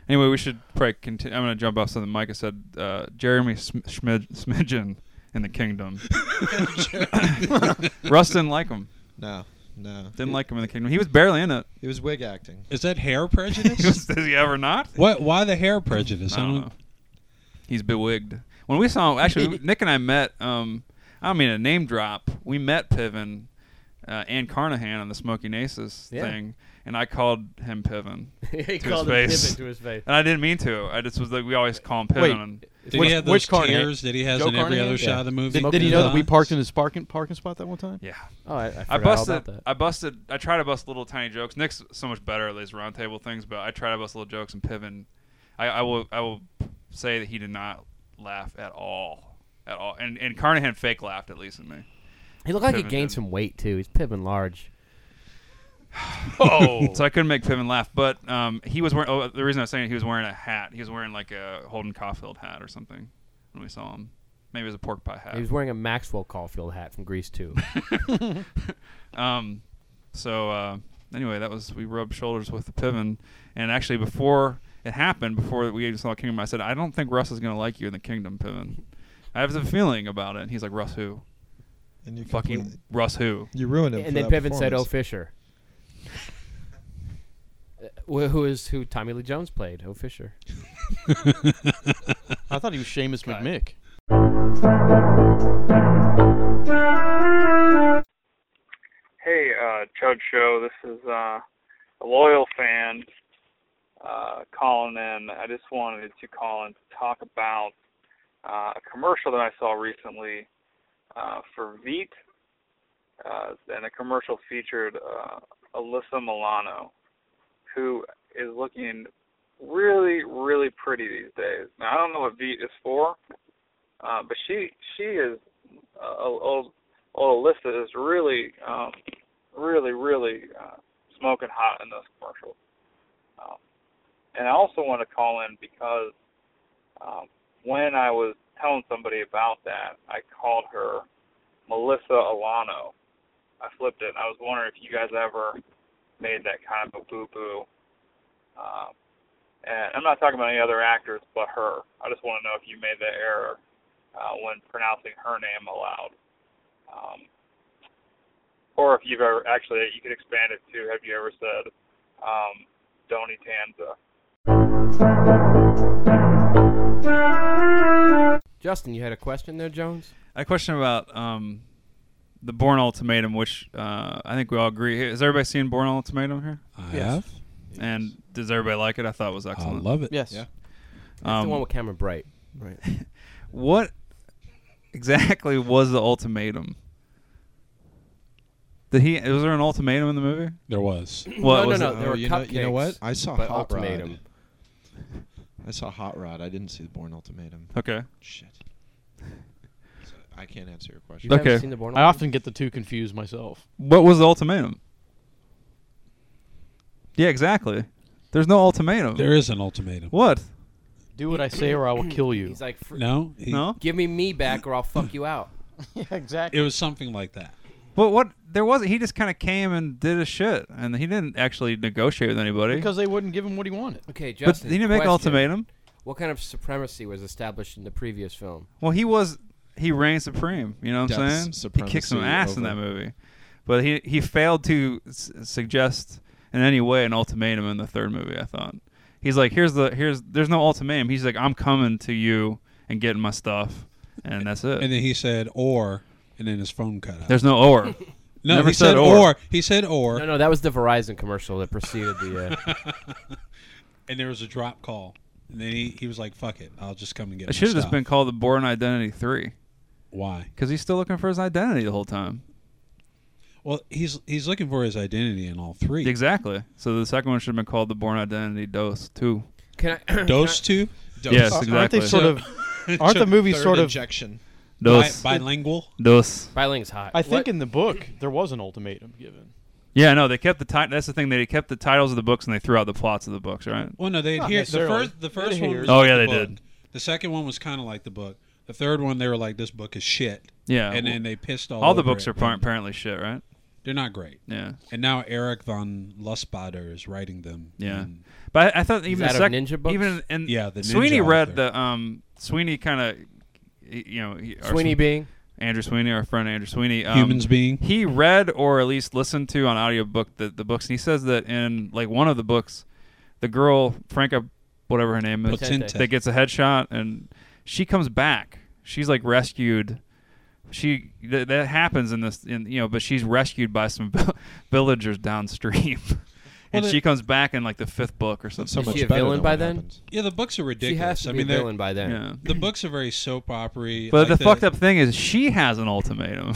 Speaker 3: Anyway, we should probably continue. I'm going to jump off something Micah said. Uh, Jeremy Sm- Schmid- Smidgen in the kingdom. Russ didn't like him.
Speaker 5: No, No,
Speaker 3: Didn't like him in the Kingdom. He was barely in it.
Speaker 5: it was wig acting.
Speaker 6: Is that
Speaker 3: (laughs)
Speaker 6: hair
Speaker 4: (laughs)
Speaker 3: He
Speaker 6: prejudice?
Speaker 3: was, is he ever not?
Speaker 6: what? Why the hair prejudice?
Speaker 3: I don't know. He's bewigged. When we saw actually Nick and I met um I don't mean a name drop. We met Piven uh, and Carnahan on the Smoky Naces
Speaker 2: Yeah.
Speaker 3: thing and I called him Piven.
Speaker 2: (laughs) he
Speaker 3: his
Speaker 2: called him
Speaker 3: face.
Speaker 2: Pippin to his face.
Speaker 3: And I didn't mean to. I just was like we always call him Piven
Speaker 4: Wait.
Speaker 3: and
Speaker 6: Did
Speaker 4: Which-
Speaker 6: he have
Speaker 4: which
Speaker 6: those
Speaker 4: Carnahan?
Speaker 6: tears that he has
Speaker 3: Joe
Speaker 6: in every
Speaker 3: Carnahan?
Speaker 6: other
Speaker 2: Yeah.
Speaker 6: shot of the movie?
Speaker 4: Did,
Speaker 2: Smoking
Speaker 4: did he know that we
Speaker 6: Guns?
Speaker 4: parked in his parking parking spot that one time?
Speaker 3: yeah.
Speaker 2: Oh, I, I forgot
Speaker 3: I
Speaker 2: all
Speaker 3: busted.
Speaker 2: about that.
Speaker 3: I busted. I try to bust little tiny jokes. Nick's so much better at these roundtable things, but I try to bust little jokes and Piven. I, I will. I will say that he did not laugh at all, at all. And and Carnahan fake laughed at least in
Speaker 2: (laughs)
Speaker 3: me.
Speaker 2: He looked like he
Speaker 3: Pippin
Speaker 2: gained
Speaker 3: did.
Speaker 2: some weight too. He's Pippin large.
Speaker 3: Oh, (laughs) so I couldn't make Piven laugh. But um, he was wearing. Oh, the reason I was saying he was wearing a hat. He was wearing like a Holden Caulfield hat or something when we saw him. Maybe it was a pork pie hat.
Speaker 2: He was wearing a Maxwell Caulfield hat from Grease 2.
Speaker 3: Um, so uh, anyway, that was we rubbed shoulders with Piven, and actually before it happened, before we even saw Kingdom, I said I don't think Russ is gonna like you in the Kingdom, Piven. I have a feeling about it. And he's like Russ who?
Speaker 5: And you
Speaker 3: Fucking
Speaker 5: completely-
Speaker 3: Russ who?
Speaker 5: you ruined him.
Speaker 2: and
Speaker 5: for
Speaker 2: then
Speaker 5: that
Speaker 2: Pippin said, "Oh
Speaker 5: performance.
Speaker 2: Fisher." Uh, wh- who is who Tommy Lee Jones played? Oh Fisher.
Speaker 4: I thought he was Seamus McMick.
Speaker 1: Hey, uh, Judge Show, this is uh, a loyal fan uh, calling in. I just wanted to call in to talk about uh, a commercial that I saw recently uh, for Veet, uh, and the commercial featured uh, Alyssa Milano, who is looking really, really pretty these days. Now I don't know what Veet is for, uh, but she she is uh, old old Alyssa is really, um, really, really uh, smoking hot in those commercials. Um, and I also want to call in because um, when I was telling somebody about that, I called her Melissa Alano. I flipped it. And I was wondering if you guys ever made that kind of a boo boo. Um, and I'm not talking about any other actors but her. I just want to know if you made that error uh, when pronouncing her name aloud. Um, or if you've ever, actually, you could expand it to have you ever said um, Donny Tanza?
Speaker 2: Justin, you had a question there, Jones?
Speaker 3: I had a question about um, the Born Ultimatum, which uh, I think we all agree. Has everybody seen Born Ultimatum here?
Speaker 6: I
Speaker 4: Yes.
Speaker 6: have.
Speaker 3: And does everybody like it? I thought it was
Speaker 6: I
Speaker 3: excellent.
Speaker 6: love it.
Speaker 4: Yes.
Speaker 5: Yeah.
Speaker 2: That's the
Speaker 3: Um,
Speaker 2: one with Cameron Bright.
Speaker 4: Right.
Speaker 3: What exactly was the ultimatum? Did he? Was there an ultimatum in the movie?
Speaker 6: There was.
Speaker 3: What
Speaker 2: no,
Speaker 3: was
Speaker 2: no,
Speaker 3: it?
Speaker 2: no. There
Speaker 5: Oh,
Speaker 2: were
Speaker 5: you know,
Speaker 2: cupcakes.
Speaker 5: you know what? I saw
Speaker 2: but
Speaker 5: Hot
Speaker 2: ultimatum.
Speaker 5: Rod. I saw Hot Rod. I didn't see the Born Ultimatum.
Speaker 3: Okay.
Speaker 2: (laughs)
Speaker 5: Shit. So I can't answer your
Speaker 2: You
Speaker 5: question.
Speaker 3: Okay.
Speaker 2: haven't seen the Born
Speaker 4: I
Speaker 2: Ultimatum?
Speaker 4: often get the two confused myself.
Speaker 3: What was the ultimatum? Yeah, exactly. There's no ultimatum.
Speaker 6: There is an ultimatum.
Speaker 3: What?
Speaker 4: Do what I say or I will kill you.
Speaker 2: He's like, "Fr-
Speaker 6: No. He-
Speaker 3: No.
Speaker 2: give me me back or I'll fuck you out.
Speaker 4: (laughs) yeah, exactly.
Speaker 6: It was something like that.
Speaker 3: But what? There wasn't. He just kind of came and did his shit, and he didn't actually negotiate with anybody.
Speaker 4: Because they wouldn't give him what he wanted.
Speaker 2: Okay,
Speaker 3: but
Speaker 2: Justin.
Speaker 3: he didn't make an
Speaker 2: question.
Speaker 3: ultimatum.
Speaker 2: What kind of supremacy was established in the previous film?
Speaker 3: Well, he was he reigned supreme. You know what I'm
Speaker 5: Death's
Speaker 3: saying? He kicked some
Speaker 5: supremacy
Speaker 3: ass in that
Speaker 5: over-
Speaker 3: movie, but he he failed to s- suggest in any way an ultimatum in the third movie. I thought he's like, here's the here's there's no ultimatum. He's like, I'm coming to you and getting my stuff, and that's it.
Speaker 6: And then he said, "Or," and then his phone cut out.
Speaker 3: there's no or.
Speaker 6: no,
Speaker 3: never
Speaker 6: he said,
Speaker 3: said or.
Speaker 6: He said, "Or,"
Speaker 2: No, no, that was the Verizon commercial that preceded the.
Speaker 6: (laughs)
Speaker 2: Uh,
Speaker 6: and there was a drop call. And then he, he was like, "Fuck it, I'll just come and get."
Speaker 3: It
Speaker 6: my
Speaker 3: should have just
Speaker 6: stuff."
Speaker 3: been called the Born Identity Three
Speaker 6: Why?
Speaker 3: because he's still looking for his identity the whole time.
Speaker 6: Well, he's he's looking for his identity in all three.
Speaker 3: Exactly. So the second one should have been called the Born Identity Dose Two.
Speaker 2: can I? (clears throat) can
Speaker 6: Those
Speaker 2: I-
Speaker 6: two
Speaker 5: Dose.
Speaker 3: Yes,
Speaker 5: Uh,
Speaker 4: Aren't they
Speaker 3: Exactly.
Speaker 4: sort of? Aren't
Speaker 6: (laughs)
Speaker 4: the
Speaker 5: Took
Speaker 4: movies
Speaker 5: third
Speaker 4: sort of?
Speaker 5: injection?
Speaker 6: bi-
Speaker 3: Dose.
Speaker 6: bilingual.
Speaker 3: Dose.
Speaker 2: Biling's hot.
Speaker 4: I think
Speaker 2: What-
Speaker 4: in the book there was an ultimatum given.
Speaker 3: Yeah, no, they kept the title. That's the thing. They kept the titles of the books and they threw out the plots of the books, right?
Speaker 6: Well, no, they
Speaker 4: Not
Speaker 6: adhered. The
Speaker 4: necessarily.
Speaker 6: first, the
Speaker 4: They
Speaker 6: first one.
Speaker 4: adhered.
Speaker 6: Was
Speaker 3: Oh,
Speaker 6: like
Speaker 3: yeah,
Speaker 6: the
Speaker 3: they
Speaker 6: book.
Speaker 3: did.
Speaker 6: The second one was kind of like the book. The third one, they were like, "This book is shit,"
Speaker 3: Yeah.
Speaker 6: and
Speaker 3: well,
Speaker 6: then they pissed all.
Speaker 3: all the
Speaker 6: over
Speaker 3: books
Speaker 6: it.
Speaker 3: are par- apparently shit, right?
Speaker 6: They're not great.
Speaker 3: Yeah.
Speaker 6: And now Eric von Lusbader is writing them.
Speaker 3: Yeah.
Speaker 6: And
Speaker 3: But I, I thought even
Speaker 2: Hmm. that
Speaker 3: the
Speaker 2: a
Speaker 3: sec-
Speaker 2: ninja books?
Speaker 3: even and
Speaker 6: Yeah, the ninja
Speaker 3: Sweeney read
Speaker 6: author.
Speaker 3: the um Sweeney kind of you know he, or
Speaker 2: Sweeney
Speaker 3: some-
Speaker 2: being
Speaker 3: Andrew Sweeney, our friend Andrew Sweeney. Um,
Speaker 6: Humans being.
Speaker 3: he read or at least listened to on audiobook the, the books and he says that in like one of the books the girl franca whatever her name is
Speaker 2: Potente.
Speaker 3: that gets a headshot and she comes back she's like rescued she th- that happens in this in you know but she's rescued by some (laughs) villagers downstream and
Speaker 6: Well,
Speaker 3: she comes back in like the fifth book or something
Speaker 5: so
Speaker 2: Is
Speaker 5: much
Speaker 2: she a
Speaker 5: better
Speaker 2: villain
Speaker 5: than
Speaker 2: by
Speaker 5: what
Speaker 2: then?
Speaker 5: happens.
Speaker 6: Yeah, the books are
Speaker 2: She
Speaker 6: ridiculous.
Speaker 2: has to
Speaker 6: I
Speaker 2: be
Speaker 6: mean,
Speaker 2: a
Speaker 6: they're-
Speaker 2: villain by then.
Speaker 3: yeah
Speaker 6: the books are very soap opery.
Speaker 3: but
Speaker 6: like
Speaker 3: the, fucked up thing is she has an ultimatum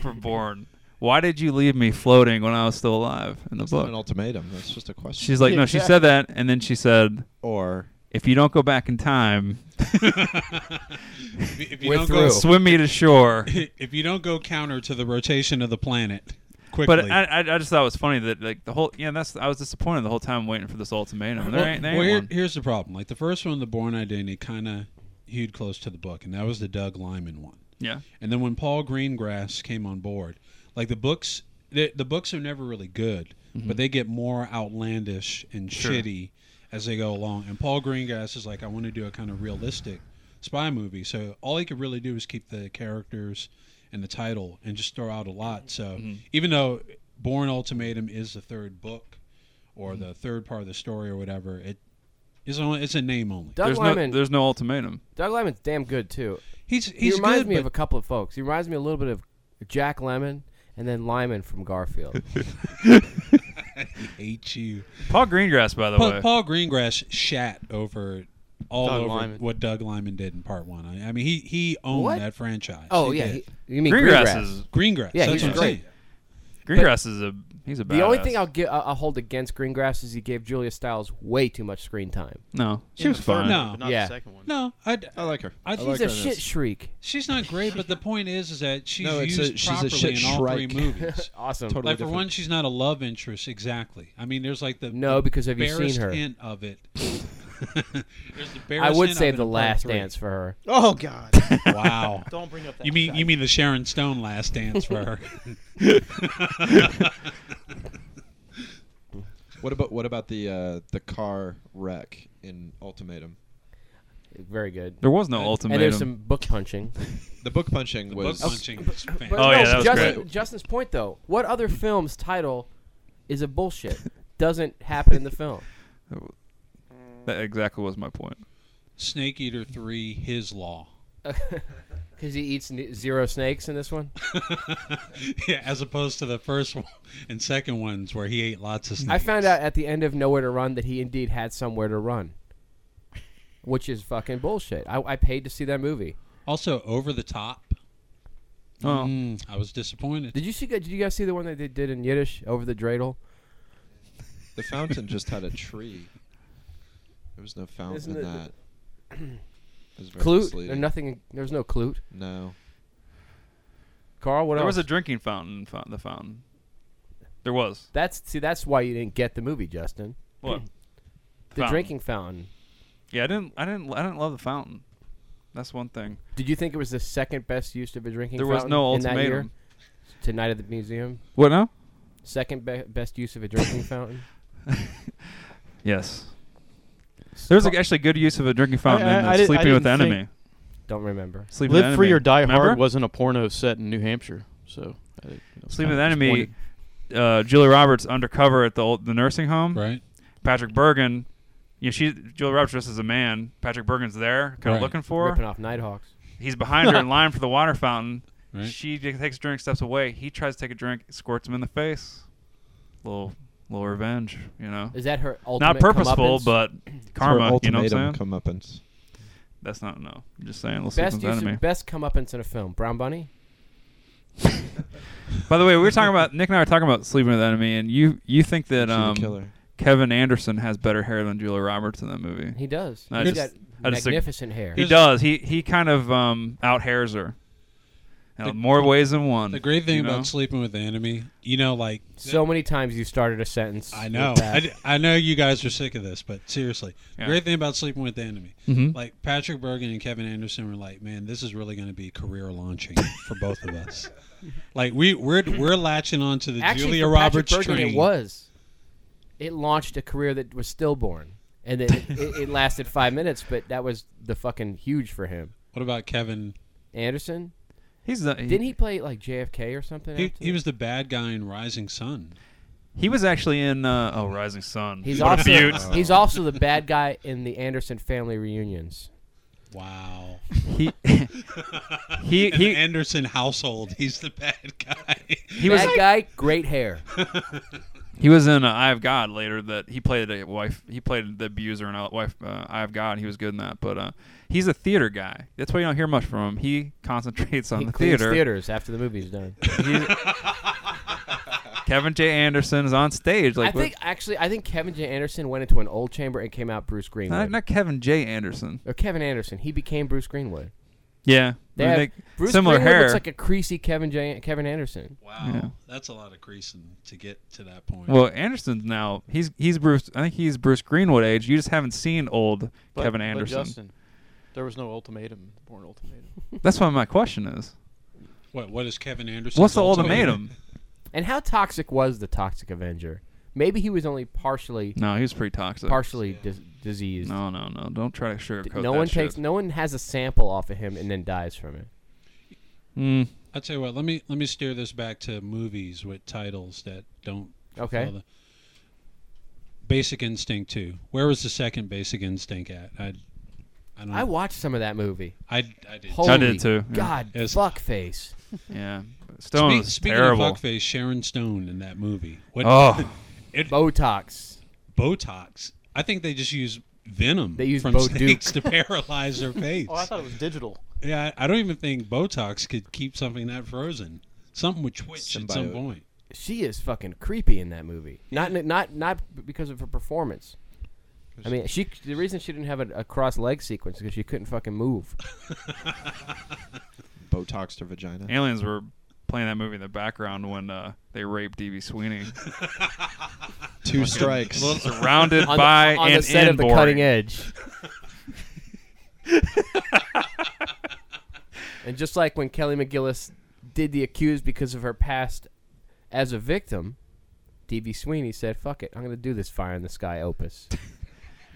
Speaker 3: for born why did you leave me floating when i was still alive in the
Speaker 5: It's not
Speaker 3: book
Speaker 5: an ultimatum. That's just a question.
Speaker 3: She's like, no, she said that, and then she said,
Speaker 5: or (laughs)
Speaker 3: if you don't go back in time,
Speaker 6: If, if you
Speaker 2: We're
Speaker 6: don't
Speaker 2: through.
Speaker 6: go,
Speaker 3: swim me to shore.
Speaker 6: (laughs) if you don't go counter to the rotation of the planet quickly,
Speaker 3: But I, I, I just thought it was funny that like the whole yeah that's I was disappointed the whole time waiting for this ultimatum. There
Speaker 6: well,
Speaker 3: ain't, there
Speaker 6: well,
Speaker 3: ain't
Speaker 6: here-
Speaker 3: one.
Speaker 6: here's the problem. Like the first one, the Born Identity, kind of hewed close to the book, and that was the Doug Lyman one.
Speaker 3: Yeah,
Speaker 6: And then when Paul Greengrass came on board, like the books, the, the books are never really good, but they get more outlandish and
Speaker 3: Sure.
Speaker 6: shitty as they go along. And Paul Greengrass is like, I want to do a kind of realistic spy movie. So all he could really do is keep the characters and the title and just throw out a lot. So even though Born Ultimatum is the third book or the third part of the story or whatever, it is only it's a name only.
Speaker 2: Doug
Speaker 3: there's
Speaker 2: Lyman.
Speaker 3: no there's no ultimatum.
Speaker 2: Doug Lyman's damn good too.
Speaker 6: He's
Speaker 2: He
Speaker 6: he's
Speaker 2: reminds
Speaker 6: good,
Speaker 2: me
Speaker 6: but
Speaker 2: of a couple of folks. He reminds me a little bit of Jack Lemon and then Lyman from
Speaker 6: (laughs)
Speaker 2: Garfield.
Speaker 6: hate you.
Speaker 3: Paul Greengrass, by the
Speaker 6: Paul,
Speaker 3: way,
Speaker 6: Paul Greengrass shat over all
Speaker 4: Doug
Speaker 6: over
Speaker 4: Liman.
Speaker 6: what Doug Lyman did in part one. I, I mean, he he owned
Speaker 2: What?
Speaker 6: that franchise.
Speaker 2: oh
Speaker 6: He
Speaker 2: yeah,
Speaker 6: did.
Speaker 2: he- you mean
Speaker 3: Greengrass,
Speaker 2: Greengrass?
Speaker 3: is
Speaker 6: Greengrass.
Speaker 2: Yeah,
Speaker 6: that's
Speaker 2: he's
Speaker 6: what I'm
Speaker 2: great.
Speaker 6: saying.
Speaker 3: Greengrass is a he's a badass.
Speaker 2: The only thing I'll gi- I'll I'll hold against Greengrass is he gave Julia Stiles way too much screen time.
Speaker 3: no she
Speaker 4: In
Speaker 3: was
Speaker 4: the third
Speaker 2: (laughs)
Speaker 3: fine.
Speaker 4: one,
Speaker 6: No.
Speaker 4: but not
Speaker 2: Yeah.
Speaker 4: the second one.
Speaker 6: No, I,
Speaker 5: I like her.
Speaker 6: I
Speaker 5: I
Speaker 6: She's
Speaker 5: like
Speaker 2: She's a
Speaker 5: her in this.
Speaker 2: shit
Speaker 6: (laughs)
Speaker 2: shriek.
Speaker 6: she's not great, but the point is, is that she's
Speaker 5: No, it's
Speaker 6: used
Speaker 5: a- she's a
Speaker 6: properly
Speaker 5: shit
Speaker 6: in all three
Speaker 5: shrike. (laughs)
Speaker 6: movies.
Speaker 2: Awesome.
Speaker 5: Totally.
Speaker 6: like for
Speaker 5: different.
Speaker 6: one, she's not a love interest exactly. I mean, there's like the
Speaker 2: No,
Speaker 6: the
Speaker 2: because have you seen
Speaker 6: barest
Speaker 2: her?
Speaker 6: hint of it. (laughs) there's the
Speaker 2: I
Speaker 6: barest
Speaker 2: would
Speaker 6: hint
Speaker 2: save
Speaker 6: of it
Speaker 2: the
Speaker 6: in part
Speaker 2: last
Speaker 6: three.
Speaker 2: dance for her.
Speaker 4: Oh (laughs) God!
Speaker 6: Wow.
Speaker 4: Don't bring up that.
Speaker 6: You mean you mean the Sharon Stone last dance for her?
Speaker 2: (laughs)
Speaker 6: (laughs)
Speaker 5: What about what about the uh, the car wreck in Ultimatum?
Speaker 2: Very good.
Speaker 3: There was no
Speaker 6: And
Speaker 2: And there's
Speaker 3: ultimatum.
Speaker 2: some book punching.
Speaker 5: The book punching was
Speaker 6: Book punching is
Speaker 2: But
Speaker 6: fantastic.
Speaker 3: Oh, yeah, that was
Speaker 2: Justin,
Speaker 5: great.
Speaker 2: Justin's point though. What other film's title is a bullshit? Doesn't happen in the film.
Speaker 3: that exactly was my point.
Speaker 6: Snake Eater Three, His Law. (laughs)
Speaker 2: Because he eats n- zero snakes in this one.
Speaker 6: yeah, as opposed to the first one (laughs) and second ones where he ate lots of snakes.
Speaker 2: I found out at the end of Nowhere to Run that he indeed had somewhere to run, which is fucking bullshit. I, I paid to see that movie.
Speaker 6: Also, over the top.
Speaker 3: Oh,
Speaker 6: Mm, I was disappointed.
Speaker 2: Did you see? Did you guys see the one that they did in Yiddish over the dreidel?
Speaker 5: the fountain just had a tree. There was no fountain
Speaker 2: Isn't
Speaker 5: in
Speaker 2: it-
Speaker 5: that.
Speaker 2: (clears throat)
Speaker 5: It was
Speaker 2: Clute?
Speaker 5: very
Speaker 2: There
Speaker 5: misleading.
Speaker 2: nothing. There was no clute.
Speaker 5: No.
Speaker 2: Carl, what
Speaker 3: there
Speaker 2: else?
Speaker 3: was a drinking fountain. fou- The fountain. There was
Speaker 2: that's see. That's why you didn't get the movie, Justin.
Speaker 3: what?
Speaker 2: The
Speaker 3: Hmm. Fountain.
Speaker 2: drinking fountain.
Speaker 3: Yeah, I didn't. I didn't. I didn't love the fountain. That's one thing.
Speaker 2: Did you think it was the second best use of a drinking
Speaker 3: There was
Speaker 2: fountain?
Speaker 3: no
Speaker 2: in that year?
Speaker 3: ultimatum.
Speaker 2: Tonight at the museum.
Speaker 3: What now?
Speaker 2: Second be- best use of a drinking fountain.
Speaker 3: Yes. (coughs) There's like, actually good use of a drinking fountain
Speaker 4: I-
Speaker 3: in
Speaker 4: I
Speaker 3: uh,
Speaker 4: did- I
Speaker 3: sleeping with the
Speaker 4: didn't
Speaker 3: enemy.
Speaker 2: Don't remember.
Speaker 3: Sleeping with
Speaker 4: Live
Speaker 3: the
Speaker 4: Free
Speaker 3: enemy.
Speaker 4: or Die Hard
Speaker 3: Remember?
Speaker 4: wasn't a porno set in New Hampshire, so. I, you know,
Speaker 3: Sleeping
Speaker 4: kinda (laughs)
Speaker 3: with the enemy.
Speaker 4: disappointed.
Speaker 3: Uh, Julia Roberts undercover at the old, the nursing home.
Speaker 6: Right?
Speaker 3: Patrick Bergen, you know, she Julia Roberts dressed as a man. Patrick Bergen's there, kind of
Speaker 6: Right.
Speaker 3: looking for
Speaker 2: Ripping
Speaker 3: her.
Speaker 2: off Nighthawks.
Speaker 3: He's behind her
Speaker 6: (laughs)
Speaker 3: in line for the water fountain.
Speaker 6: Right?
Speaker 3: She j- takes a drink, steps away. He tries to take a drink, squirts him in the face. Little, little revenge, you know.
Speaker 2: Is that her ultimate?
Speaker 3: Not purposeful,
Speaker 2: comeuppance?
Speaker 3: but karma. You know what I'm saying?
Speaker 5: Comeuppance.
Speaker 3: That's not no. I'm just saying. Let's
Speaker 2: best
Speaker 3: sleep with
Speaker 2: use
Speaker 3: the enemy.
Speaker 2: of best comeuppance in a film. Brown Bunny.
Speaker 3: By the way, we were talking about Nick and I were talking about sleeping with the enemy, and you you think that
Speaker 5: She's a
Speaker 3: um,
Speaker 5: killer.
Speaker 3: Kevin Anderson has better hair than Julia Roberts in that movie.
Speaker 2: He does.
Speaker 3: No, I
Speaker 2: He's
Speaker 3: just-
Speaker 2: got
Speaker 3: I just think-
Speaker 2: magnificent hair.
Speaker 3: He does. He he kind of um, out hairs her. In
Speaker 6: The-
Speaker 3: more ways than one.
Speaker 6: The great thing
Speaker 3: you know?
Speaker 6: about sleeping with the enemy, you know, like
Speaker 2: So many times you started a sentence.
Speaker 6: I
Speaker 2: with
Speaker 6: know,
Speaker 2: that.
Speaker 6: I, d- I know you guys are sick of this, but seriously, the
Speaker 3: Yeah.
Speaker 6: great thing about sleeping with the enemy,
Speaker 2: Mm-hmm.
Speaker 3: Mhm.
Speaker 6: like Patrick Bergen and Kevin Anderson were like, man, this is really going to be career launching for both
Speaker 2: (laughs)
Speaker 6: of us. Like we we're we're latching on to the
Speaker 2: Actually,
Speaker 6: Julia
Speaker 2: for Patrick
Speaker 6: Roberts
Speaker 2: Bergen,
Speaker 6: train.
Speaker 2: It was. It launched a career that was stillborn, and then it, it, it lasted five minutes. But that was the fucking huge for him.
Speaker 6: What about Kevin
Speaker 2: Anderson.
Speaker 3: He's the, he,
Speaker 2: Didn't he play like JFK or something?
Speaker 6: He,
Speaker 2: after
Speaker 6: he
Speaker 2: that?
Speaker 6: was the bad guy in Rising Sun.
Speaker 3: he was actually in uh, oh Rising Sun.
Speaker 2: He's
Speaker 3: What a
Speaker 2: also
Speaker 3: beaut.
Speaker 2: he's also the bad guy in the Anderson family reunions.
Speaker 6: Wow.
Speaker 4: (laughs)
Speaker 3: he (laughs) he
Speaker 6: In the
Speaker 3: he
Speaker 6: Anderson household, he's the bad (laughs) guy.
Speaker 3: he was
Speaker 2: bad guy, great
Speaker 3: (laughs)
Speaker 2: hair.
Speaker 3: he was in uh, Eye of God later. That he played a wife. He played the abuser in uh, wife uh, Eye of God. He was good in that. But uh, he's a theater guy. That's why you don't hear much from him. He concentrates on
Speaker 2: he
Speaker 3: the
Speaker 2: cleans
Speaker 3: theater.
Speaker 2: theaters after the movie's done.
Speaker 3: Kevin J. Anderson is on stage. Like
Speaker 2: I
Speaker 3: what-
Speaker 2: think actually, I think Kevin J. Anderson went into an old chamber and came out Bruce Greenwood.
Speaker 3: not, not Kevin J. Anderson.
Speaker 2: or Kevin Anderson, he became Bruce Greenwood.
Speaker 3: Yeah,
Speaker 2: They
Speaker 3: I mean,
Speaker 2: have,
Speaker 3: they-
Speaker 2: Bruce
Speaker 3: similar
Speaker 2: Greenwood
Speaker 3: hair.
Speaker 2: looks like a creasy Kevin J. Kevin Anderson.
Speaker 6: wow.
Speaker 3: Yeah.
Speaker 6: That's a lot of creasing to get to that point.
Speaker 3: well, Anderson's now he's he's Bruce. I think he's Bruce Greenwood age. You just haven't seen old
Speaker 4: But-
Speaker 3: Kevin
Speaker 4: but
Speaker 3: Anderson.
Speaker 4: Justin, there was no ultimatum. Born ultimatum.
Speaker 3: That's what my question is.
Speaker 6: what, what is Kevin Anderson?
Speaker 3: What's the
Speaker 6: (laughs)
Speaker 3: ultimatum?
Speaker 2: And how toxic was the Toxic Avenger? Maybe he was only partially
Speaker 3: No, he was pretty toxic.
Speaker 2: partially dis- diseased.
Speaker 3: No, no, no. Don't try to
Speaker 2: D-
Speaker 3: sugarcoat
Speaker 2: no
Speaker 3: that
Speaker 2: one
Speaker 3: shit.
Speaker 2: takes, no one has a sample off of him and then dies from it.
Speaker 3: Mm.
Speaker 6: I'll tell you what. Let me let me steer this back to movies with titles that don't.
Speaker 2: Okay.
Speaker 6: follow the- Basic Instinct two. Where was the second Basic Instinct at? I, I don't.
Speaker 2: I
Speaker 6: know.
Speaker 2: watched some of that movie.
Speaker 6: I, I did.
Speaker 2: Holy
Speaker 3: did too, yeah.
Speaker 2: God,
Speaker 6: Yes.
Speaker 2: fuck face.
Speaker 3: Yeah. Stone
Speaker 6: Speak,
Speaker 3: was
Speaker 6: speaking
Speaker 3: terrible.
Speaker 6: of fuckface, Sharon Stone in that movie. What (laughs)
Speaker 3: oh,
Speaker 2: Botox.
Speaker 6: Botox? I think they just use venom
Speaker 2: They use
Speaker 6: from
Speaker 2: Bo Duke.
Speaker 6: snakes to (laughs) paralyze their face.
Speaker 4: Oh, I thought it was digital.
Speaker 6: yeah, I I don't even think Botox could keep something that frozen. Something would twitch at some
Speaker 5: Symbiote.
Speaker 6: point.
Speaker 2: She is fucking creepy in that movie. Not not not because of her performance. I mean, she the reason she didn't have a, a cross leg sequence is because she couldn't fucking move.
Speaker 5: Botoxed her vagina.
Speaker 3: aliens were playing that movie in the background when uh, they raped D.B. Sweeney, (laughs)
Speaker 5: Two strikes.
Speaker 3: surrounded
Speaker 2: (laughs) on
Speaker 3: by
Speaker 2: the, on
Speaker 3: an
Speaker 2: the set of the
Speaker 3: inboard.
Speaker 2: cutting edge. (laughs) and just like when Kelly McGillis did the accused because of her past as a victim, D.B. Sweeney said, "Fuck it, I'm going to do this Fire in the Sky opus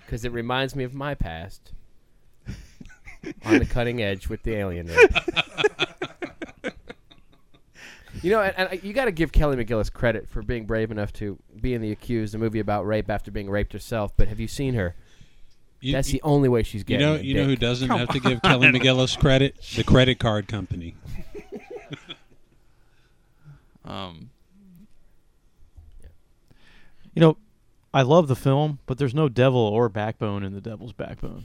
Speaker 2: because it reminds me of my past." on the cutting edge with the alien rape. You know, and, and I- you got to give Kelly McGillis credit for being brave enough to be in The Accused, a movie about rape after being raped herself. But have you seen her?
Speaker 6: You,
Speaker 2: That's
Speaker 6: you,
Speaker 2: the only way she's
Speaker 6: you
Speaker 2: getting.
Speaker 6: know,
Speaker 2: a
Speaker 6: you know who
Speaker 2: dick.
Speaker 6: doesn't have to give Kelly McGillis credit? The credit card company.
Speaker 3: Um,
Speaker 4: You know, I love the film, but there's no devil or backbone in the devil's (laughs) backbone.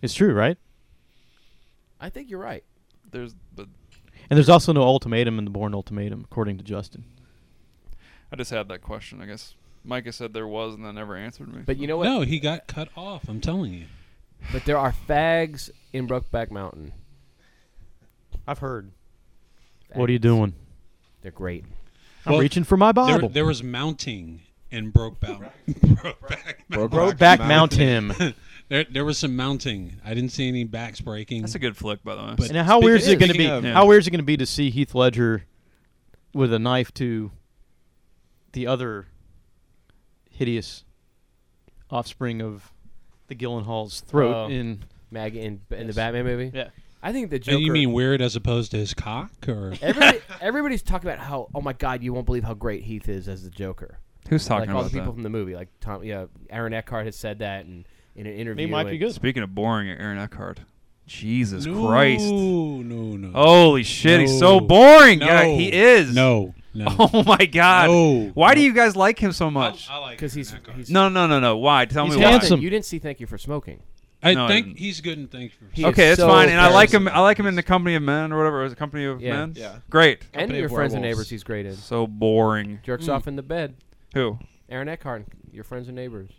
Speaker 4: it's true, right?
Speaker 2: I think you're right.
Speaker 3: there's, but
Speaker 4: And there's also no ultimatum in the Born Ultimatum, according to Justin.
Speaker 3: I just had that question. I guess Micah said there was, and then never answered me.
Speaker 2: But you know what?
Speaker 6: No, he got cut off. I'm telling you.
Speaker 2: But there are fags in Brokeback Mountain.
Speaker 4: I've heard. What are you
Speaker 2: Fags.
Speaker 4: doing?
Speaker 2: They're great.
Speaker 4: I'm
Speaker 6: Well,
Speaker 4: reaching for my
Speaker 6: There,
Speaker 4: Bible.
Speaker 6: there was mounting and broke back. broke back.
Speaker 4: Broke back Mount him.
Speaker 6: (laughs) There, there was some mounting. I didn't see any backs breaking.
Speaker 3: that's a good flick, by the way.
Speaker 6: But-
Speaker 4: And how weird is it
Speaker 6: Speaking-
Speaker 4: going to be?
Speaker 5: speaking of-
Speaker 3: Yeah.
Speaker 4: How weird is it going to be to see Heath Ledger with a knife to the other hideous offspring of the Gyllenhaal's throat
Speaker 2: Oh.
Speaker 4: in
Speaker 2: Maggie in, in the
Speaker 4: Yes.
Speaker 2: Batman movie.
Speaker 4: yeah.
Speaker 2: I think the
Speaker 6: And
Speaker 2: Joker.
Speaker 6: you mean weird as opposed to his cock, or
Speaker 2: (laughs) everybody, everybody's talking about how oh my god, you won't believe how great Heath is as the Joker.
Speaker 3: Who's talking
Speaker 2: like all the
Speaker 3: about
Speaker 2: people
Speaker 3: that?
Speaker 2: from the movie, like Tom, yeah, Aaron Eckhart has said that, and in an interview,
Speaker 4: might be
Speaker 2: and-
Speaker 4: good.
Speaker 3: Speaking of boring, Aaron Eckhart. Jesus
Speaker 6: no,
Speaker 3: Christ!
Speaker 6: No, no,
Speaker 2: Oh,
Speaker 3: Holy shit, he's so
Speaker 6: No.
Speaker 3: boring.
Speaker 6: no.
Speaker 3: Yeah, he is.
Speaker 6: No, no.
Speaker 3: (laughs) Oh my god.
Speaker 6: No.
Speaker 3: Why do you guys like him so much?
Speaker 6: like
Speaker 2: because he's, he's
Speaker 3: No, no, no, no. Why? Tell
Speaker 4: He's
Speaker 3: me why.
Speaker 4: handsome.
Speaker 2: You didn't see Thank You for Smoking.
Speaker 6: I
Speaker 3: No, I
Speaker 6: think
Speaker 3: didn't.
Speaker 6: he's good and thankful.
Speaker 2: He-
Speaker 3: Okay,
Speaker 2: is
Speaker 3: that's
Speaker 2: so
Speaker 3: fine. And I like him.
Speaker 2: charismatic.
Speaker 3: I like him in the company of men or whatever. It was a company of
Speaker 2: Yeah.
Speaker 3: men.
Speaker 5: Yeah.
Speaker 3: Great.
Speaker 2: And
Speaker 5: Company
Speaker 2: your
Speaker 5: of
Speaker 2: friends and
Speaker 5: Werewolves.
Speaker 2: neighbors, he's great in.
Speaker 3: So boring.
Speaker 6: Hmm.
Speaker 2: Jerks off in the bed.
Speaker 3: Who?
Speaker 2: Aaron Eckhart, your friends and neighbors.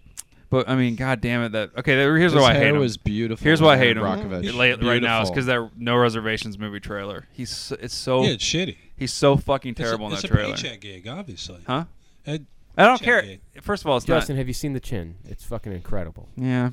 Speaker 3: But I mean, god damn it. That okay. there- Here's
Speaker 5: His
Speaker 3: why I
Speaker 5: hair
Speaker 3: hate him.
Speaker 5: was beautiful.
Speaker 3: Here's why I hate
Speaker 5: Aaron
Speaker 3: him.
Speaker 5: Brockovich.
Speaker 3: Late- right now, it's
Speaker 5: Beautiful.
Speaker 3: because that no reservations movie trailer. He's so, it's so
Speaker 6: yeah, it's shitty.
Speaker 3: he's so fucking
Speaker 6: It's a-
Speaker 3: terrible
Speaker 6: it's
Speaker 3: in
Speaker 6: a
Speaker 3: that trailer.
Speaker 6: paycheck gig, obviously.
Speaker 3: Huh?
Speaker 6: Uh,
Speaker 3: I don't
Speaker 6: Check
Speaker 3: care.
Speaker 6: it.
Speaker 3: First of all, it's
Speaker 2: Justin,
Speaker 3: not.
Speaker 2: have you seen The Chin? It's fucking incredible.
Speaker 3: Yeah.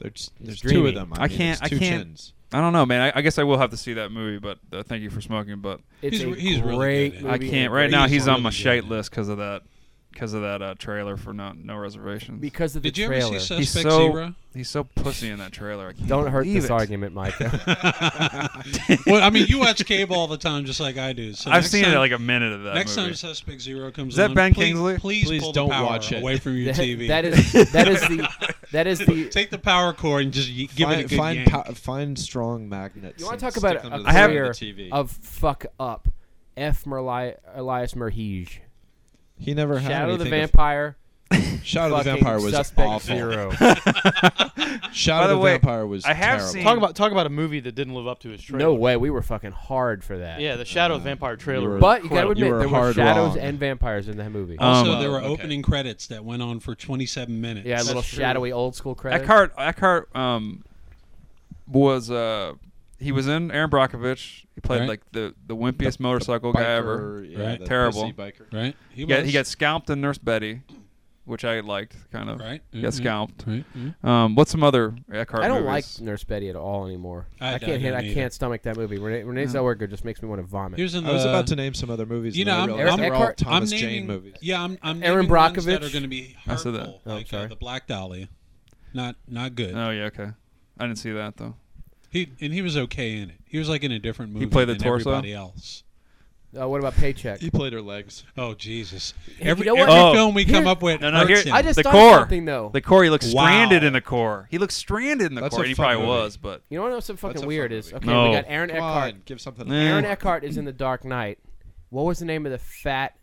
Speaker 5: There's, there's
Speaker 2: dreamy.
Speaker 5: two of them. I,
Speaker 3: I
Speaker 5: mean,
Speaker 3: can't-
Speaker 5: there's
Speaker 3: I
Speaker 5: two
Speaker 3: can't-
Speaker 5: Chins.
Speaker 3: I don't know, man. I, I guess I will have to see that movie. But uh, thank you for smoking. But
Speaker 2: It's
Speaker 6: He's
Speaker 2: a
Speaker 6: re- he's really
Speaker 2: great
Speaker 6: good at it.
Speaker 2: movie
Speaker 3: I
Speaker 2: and a
Speaker 3: can't right
Speaker 2: great
Speaker 3: now.
Speaker 6: he's
Speaker 3: He's
Speaker 2: song.
Speaker 3: on
Speaker 6: really
Speaker 3: my
Speaker 6: good
Speaker 3: shite
Speaker 6: at it.
Speaker 3: list because of that. because of that uh, trailer for no no reservations.
Speaker 2: because of the
Speaker 6: Did you
Speaker 2: trailer.
Speaker 6: ever see
Speaker 3: He's
Speaker 6: Suspect
Speaker 3: so- (laughs)
Speaker 6: Zero?
Speaker 3: He's so pussy in that trailer. I can't
Speaker 2: Don't hurt
Speaker 3: believe
Speaker 2: this
Speaker 3: it. (laughs)
Speaker 2: argument, Mike.
Speaker 6: well, I mean, you watch cable all the time, just like I do. So
Speaker 3: I've
Speaker 6: next
Speaker 3: seen
Speaker 6: time-
Speaker 3: it like a minute of that
Speaker 6: Next
Speaker 3: movie.
Speaker 6: time Suspect Zero comes
Speaker 3: Is that
Speaker 6: on,
Speaker 3: Ben
Speaker 6: please,
Speaker 3: Kingsley?
Speaker 6: Please,
Speaker 5: Please
Speaker 6: pull
Speaker 5: don't
Speaker 6: the power
Speaker 5: watch it.
Speaker 6: away from your
Speaker 2: That-
Speaker 6: (laughs) TV.
Speaker 2: that is that is the that is the.
Speaker 6: take the power cord and just y- give
Speaker 5: find,
Speaker 6: it a good
Speaker 5: find,
Speaker 6: yank.
Speaker 5: pow- find strong magnets.
Speaker 2: You wanna
Speaker 5: and
Speaker 2: talk
Speaker 5: stick
Speaker 2: about
Speaker 5: them
Speaker 2: a
Speaker 5: to the
Speaker 3: I have-
Speaker 5: side of
Speaker 2: career
Speaker 5: the TV.
Speaker 2: of fuck up? F. Merli- Elias Merhige.
Speaker 5: He never had
Speaker 2: Shadow of the
Speaker 5: anything to-
Speaker 2: Vampire.
Speaker 5: Shadow of the
Speaker 2: fucking
Speaker 5: Vampire was
Speaker 2: Suspect
Speaker 5: awful.
Speaker 2: Zero.
Speaker 5: Shadow
Speaker 3: By
Speaker 5: of
Speaker 3: the
Speaker 5: the
Speaker 3: way,
Speaker 5: Vampire was
Speaker 3: I have
Speaker 5: terrible.
Speaker 3: seen-
Speaker 4: Talk about talk about a movie that didn't live up to its trailer.
Speaker 2: no way. We were fucking hard for that.
Speaker 4: Yeah, the Shadow of the Vampire trailer. was
Speaker 2: But you gotta
Speaker 4: incredible.
Speaker 2: admit,
Speaker 5: You were
Speaker 2: there were
Speaker 5: hard
Speaker 2: shadows
Speaker 5: wrong.
Speaker 2: and vampires in that movie.
Speaker 3: Um,
Speaker 6: Also,
Speaker 5: Oh,
Speaker 6: there were
Speaker 5: okay.
Speaker 6: opening credits that went on for 27 minutes.
Speaker 2: yeah, a little
Speaker 4: true.
Speaker 2: shadowy old school credits.
Speaker 3: Eckhart Eckhart um was uh he was in Aaron Brockovich. He played
Speaker 6: Right.
Speaker 3: like the the wimpiest motorcycle guy ever.
Speaker 5: Biker, yeah,
Speaker 6: Right.
Speaker 5: the
Speaker 3: Terrible.
Speaker 5: pussy biker.
Speaker 6: right. He,
Speaker 3: He got,
Speaker 6: was.
Speaker 3: he got scalped in Nurse Betty, which I liked kind of.
Speaker 6: right.
Speaker 3: He got
Speaker 6: Mhm.
Speaker 3: scalped.
Speaker 6: Right. mhm.
Speaker 3: Um, what's some other Eckhart
Speaker 2: I don't like
Speaker 3: movies?
Speaker 2: Nurse Betty at all anymore.
Speaker 6: I- I
Speaker 2: I, can't. hit-
Speaker 6: don't
Speaker 2: I,
Speaker 6: either.
Speaker 2: can't stomach that movie. Renee, Renee Zellweger just makes me want to vomit.
Speaker 6: He was in the.
Speaker 5: I was about to name some other movies.
Speaker 6: You
Speaker 5: and
Speaker 6: know,
Speaker 5: I
Speaker 6: I'm-
Speaker 5: realized
Speaker 2: I'm-
Speaker 5: they're all
Speaker 2: Eckhart-
Speaker 6: I'm
Speaker 5: Thomas
Speaker 6: naming,
Speaker 5: Jane movies.
Speaker 6: Yeah, I'm. I'm
Speaker 2: Aaron
Speaker 6: naming ones that
Speaker 2: Brockovich?
Speaker 6: are going to be
Speaker 3: I
Speaker 6: hurtful,
Speaker 3: said that.
Speaker 2: Oh,
Speaker 6: like uh,
Speaker 2: sorry.
Speaker 6: the Black Dahlia. Not not good.
Speaker 3: Oh yeah, okay. I didn't see that though.
Speaker 6: He and he was okay in it. He was like in a different movie.
Speaker 3: played the
Speaker 6: than
Speaker 3: torso?
Speaker 6: Everybody else.
Speaker 2: Uh, what about Paycheck?
Speaker 5: He played her legs.
Speaker 6: Oh Jesus! Every,
Speaker 2: you know what?
Speaker 6: every
Speaker 3: Oh.
Speaker 6: film we come
Speaker 2: Here-
Speaker 6: up with
Speaker 3: No, no,
Speaker 6: hurts
Speaker 3: here-
Speaker 6: him.
Speaker 2: I just
Speaker 3: The
Speaker 2: thought
Speaker 3: core.
Speaker 2: of something though.
Speaker 3: The core, he looked
Speaker 6: Wow.
Speaker 3: stranded in the core. He looked stranded in the
Speaker 5: That's
Speaker 3: core.
Speaker 5: a
Speaker 3: and He
Speaker 5: fun
Speaker 3: probably
Speaker 5: movie.
Speaker 3: was, but
Speaker 2: you know what else so
Speaker 5: a
Speaker 2: fucking
Speaker 5: fun
Speaker 2: weird
Speaker 5: movie.
Speaker 2: is? Okay,
Speaker 3: No.
Speaker 2: we got Aaron
Speaker 5: Come
Speaker 2: Eckhart.
Speaker 5: on, give something.
Speaker 3: Eh.
Speaker 5: (clears throat)
Speaker 2: Aaron Eckhart is in The Dark Knight. What was the name of the fat,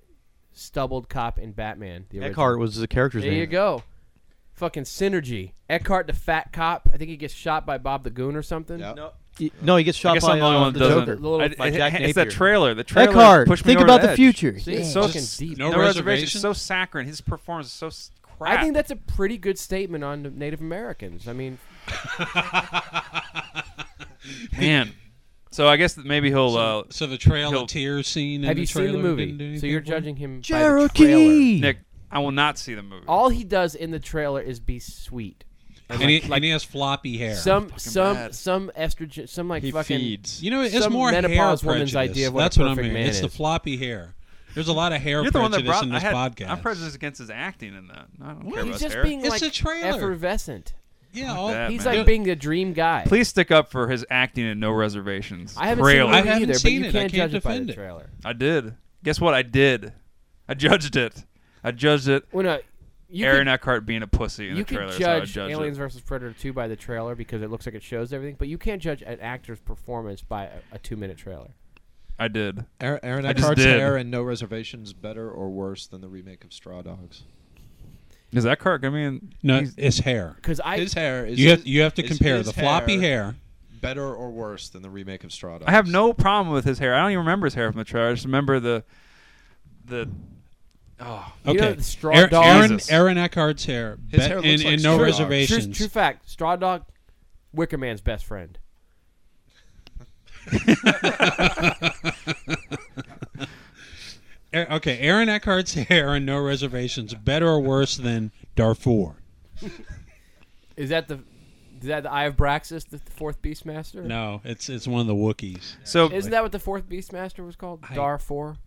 Speaker 2: stubbled cop in Batman? The original?
Speaker 4: Eckhart was the character's
Speaker 2: There
Speaker 4: name.
Speaker 2: you go. Fucking synergy. Eckhart the fat cop. I think he gets shot by Bob the Goon or something.
Speaker 5: Yep.
Speaker 4: Y- No, he gets
Speaker 3: I
Speaker 4: shot
Speaker 3: guess
Speaker 4: by
Speaker 3: I'm the only
Speaker 4: uh,
Speaker 3: one that
Speaker 4: the
Speaker 3: doesn't.
Speaker 4: Joker.
Speaker 2: The little-
Speaker 3: I-
Speaker 2: by
Speaker 3: it-
Speaker 2: Jack
Speaker 3: it's that
Speaker 2: Napier.
Speaker 3: trailer. The trailer
Speaker 4: Eckhart,
Speaker 3: pushed me
Speaker 4: think
Speaker 3: over
Speaker 4: about
Speaker 3: the,
Speaker 4: the
Speaker 3: edge.
Speaker 4: future.
Speaker 2: See, it's
Speaker 3: So
Speaker 2: fucking
Speaker 3: s-
Speaker 2: deep.
Speaker 6: No
Speaker 3: No, reservation.
Speaker 6: reservations?
Speaker 3: So saccharine. His performance is so s- crap.
Speaker 2: I think that's a pretty good statement on Native Americans. I mean,
Speaker 3: man. So I guess that maybe he'll. Uh,
Speaker 6: So the trail
Speaker 3: He'll-
Speaker 6: of tears scene. in
Speaker 2: have you seen the
Speaker 6: trailer didn't do
Speaker 2: movie? So
Speaker 6: anything
Speaker 2: you're
Speaker 6: for him?
Speaker 2: judging him by the trailer.
Speaker 4: Cherokee.
Speaker 3: Nick, I will not see the movie.
Speaker 2: All he does in the trailer is be sweet.
Speaker 6: And he, and he has floppy hair.
Speaker 2: Some some
Speaker 3: bad.
Speaker 2: some estrogen. Some like
Speaker 5: He
Speaker 2: fucking.
Speaker 5: feeds.
Speaker 6: you know, it's
Speaker 2: some
Speaker 6: more hair
Speaker 2: menopause woman's
Speaker 6: prejudice.
Speaker 2: idea of what a
Speaker 6: That's what I'm
Speaker 2: perfect
Speaker 6: hearing.
Speaker 2: man
Speaker 6: It's the
Speaker 2: is.
Speaker 6: floppy hair. There's a lot of hair
Speaker 3: You're the one
Speaker 6: prejudice
Speaker 3: that brought.
Speaker 6: in
Speaker 3: I
Speaker 6: this
Speaker 3: had,
Speaker 6: podcast.
Speaker 3: I'm prejudiced against his acting in that. I don't care
Speaker 2: He's
Speaker 3: about
Speaker 2: just
Speaker 3: hair.
Speaker 2: being
Speaker 6: It's
Speaker 2: like
Speaker 6: a trailer.
Speaker 2: effervescent.
Speaker 6: yeah, oh, all,
Speaker 3: that,
Speaker 2: He's
Speaker 3: man.
Speaker 2: like being the dream guy.
Speaker 3: Please stick up for his acting in No Reservations.
Speaker 2: I haven't
Speaker 3: Trailer.
Speaker 2: seen the
Speaker 6: I
Speaker 2: movie
Speaker 6: haven't
Speaker 2: either,
Speaker 6: seen
Speaker 2: but you
Speaker 6: it. I
Speaker 2: can't,
Speaker 6: can't
Speaker 2: judge it by
Speaker 6: defend
Speaker 2: the
Speaker 6: it.
Speaker 2: trailer.
Speaker 3: I did. Guess what? I did. I judged it. I judged it.
Speaker 2: Well, no, you
Speaker 3: Aaron
Speaker 2: could,
Speaker 3: Eckhart being a pussy in
Speaker 2: you
Speaker 3: the trailer.
Speaker 2: could
Speaker 3: so I
Speaker 2: judge
Speaker 3: judged
Speaker 2: Aliens
Speaker 3: it.
Speaker 2: vs Predator 2 by the trailer because it looks like it shows everything, but you can't judge an actor's performance by a, a two-minute trailer.
Speaker 3: I did.
Speaker 5: Aaron, Aaron
Speaker 3: I just
Speaker 5: Eckhart's
Speaker 3: did.
Speaker 5: hair and No Reservations better or worse than the remake of Straw Dogs.
Speaker 3: Is Eckhart gonna be in?
Speaker 6: No,
Speaker 3: he's-
Speaker 6: it's hair.
Speaker 2: Because I
Speaker 5: His hair is.
Speaker 6: You have you have to
Speaker 5: is
Speaker 6: compare
Speaker 5: his
Speaker 6: the floppy hair.
Speaker 5: better or worse than the remake of Straw Dogs.
Speaker 3: I have no problem with his hair. I don't even remember his hair from the trailer. I just remember the the oh
Speaker 2: You
Speaker 6: Okay.
Speaker 2: know, the straw
Speaker 6: Aaron,
Speaker 2: dog-
Speaker 6: Aaron,
Speaker 3: Jesus.
Speaker 6: Aaron Eckhart's hair.
Speaker 5: His
Speaker 6: bet-
Speaker 5: hair looks
Speaker 6: and,
Speaker 5: like
Speaker 6: and no
Speaker 5: straw dogs.
Speaker 2: true,
Speaker 6: reservations.
Speaker 2: true fact, Straw Dog, Wicker Man's best friend.
Speaker 6: (laughs) A- Eh, okay, Aaron Eckhart's hair and no reservations. Better or worse than Darfur?
Speaker 2: Is that the is that the Eye of Braxis, the fourth Beastmaster?
Speaker 6: No, it's it's one of the Wookiees.
Speaker 3: so
Speaker 2: Isn't that what the fourth Beastmaster was called?
Speaker 6: I-
Speaker 2: Dar Four.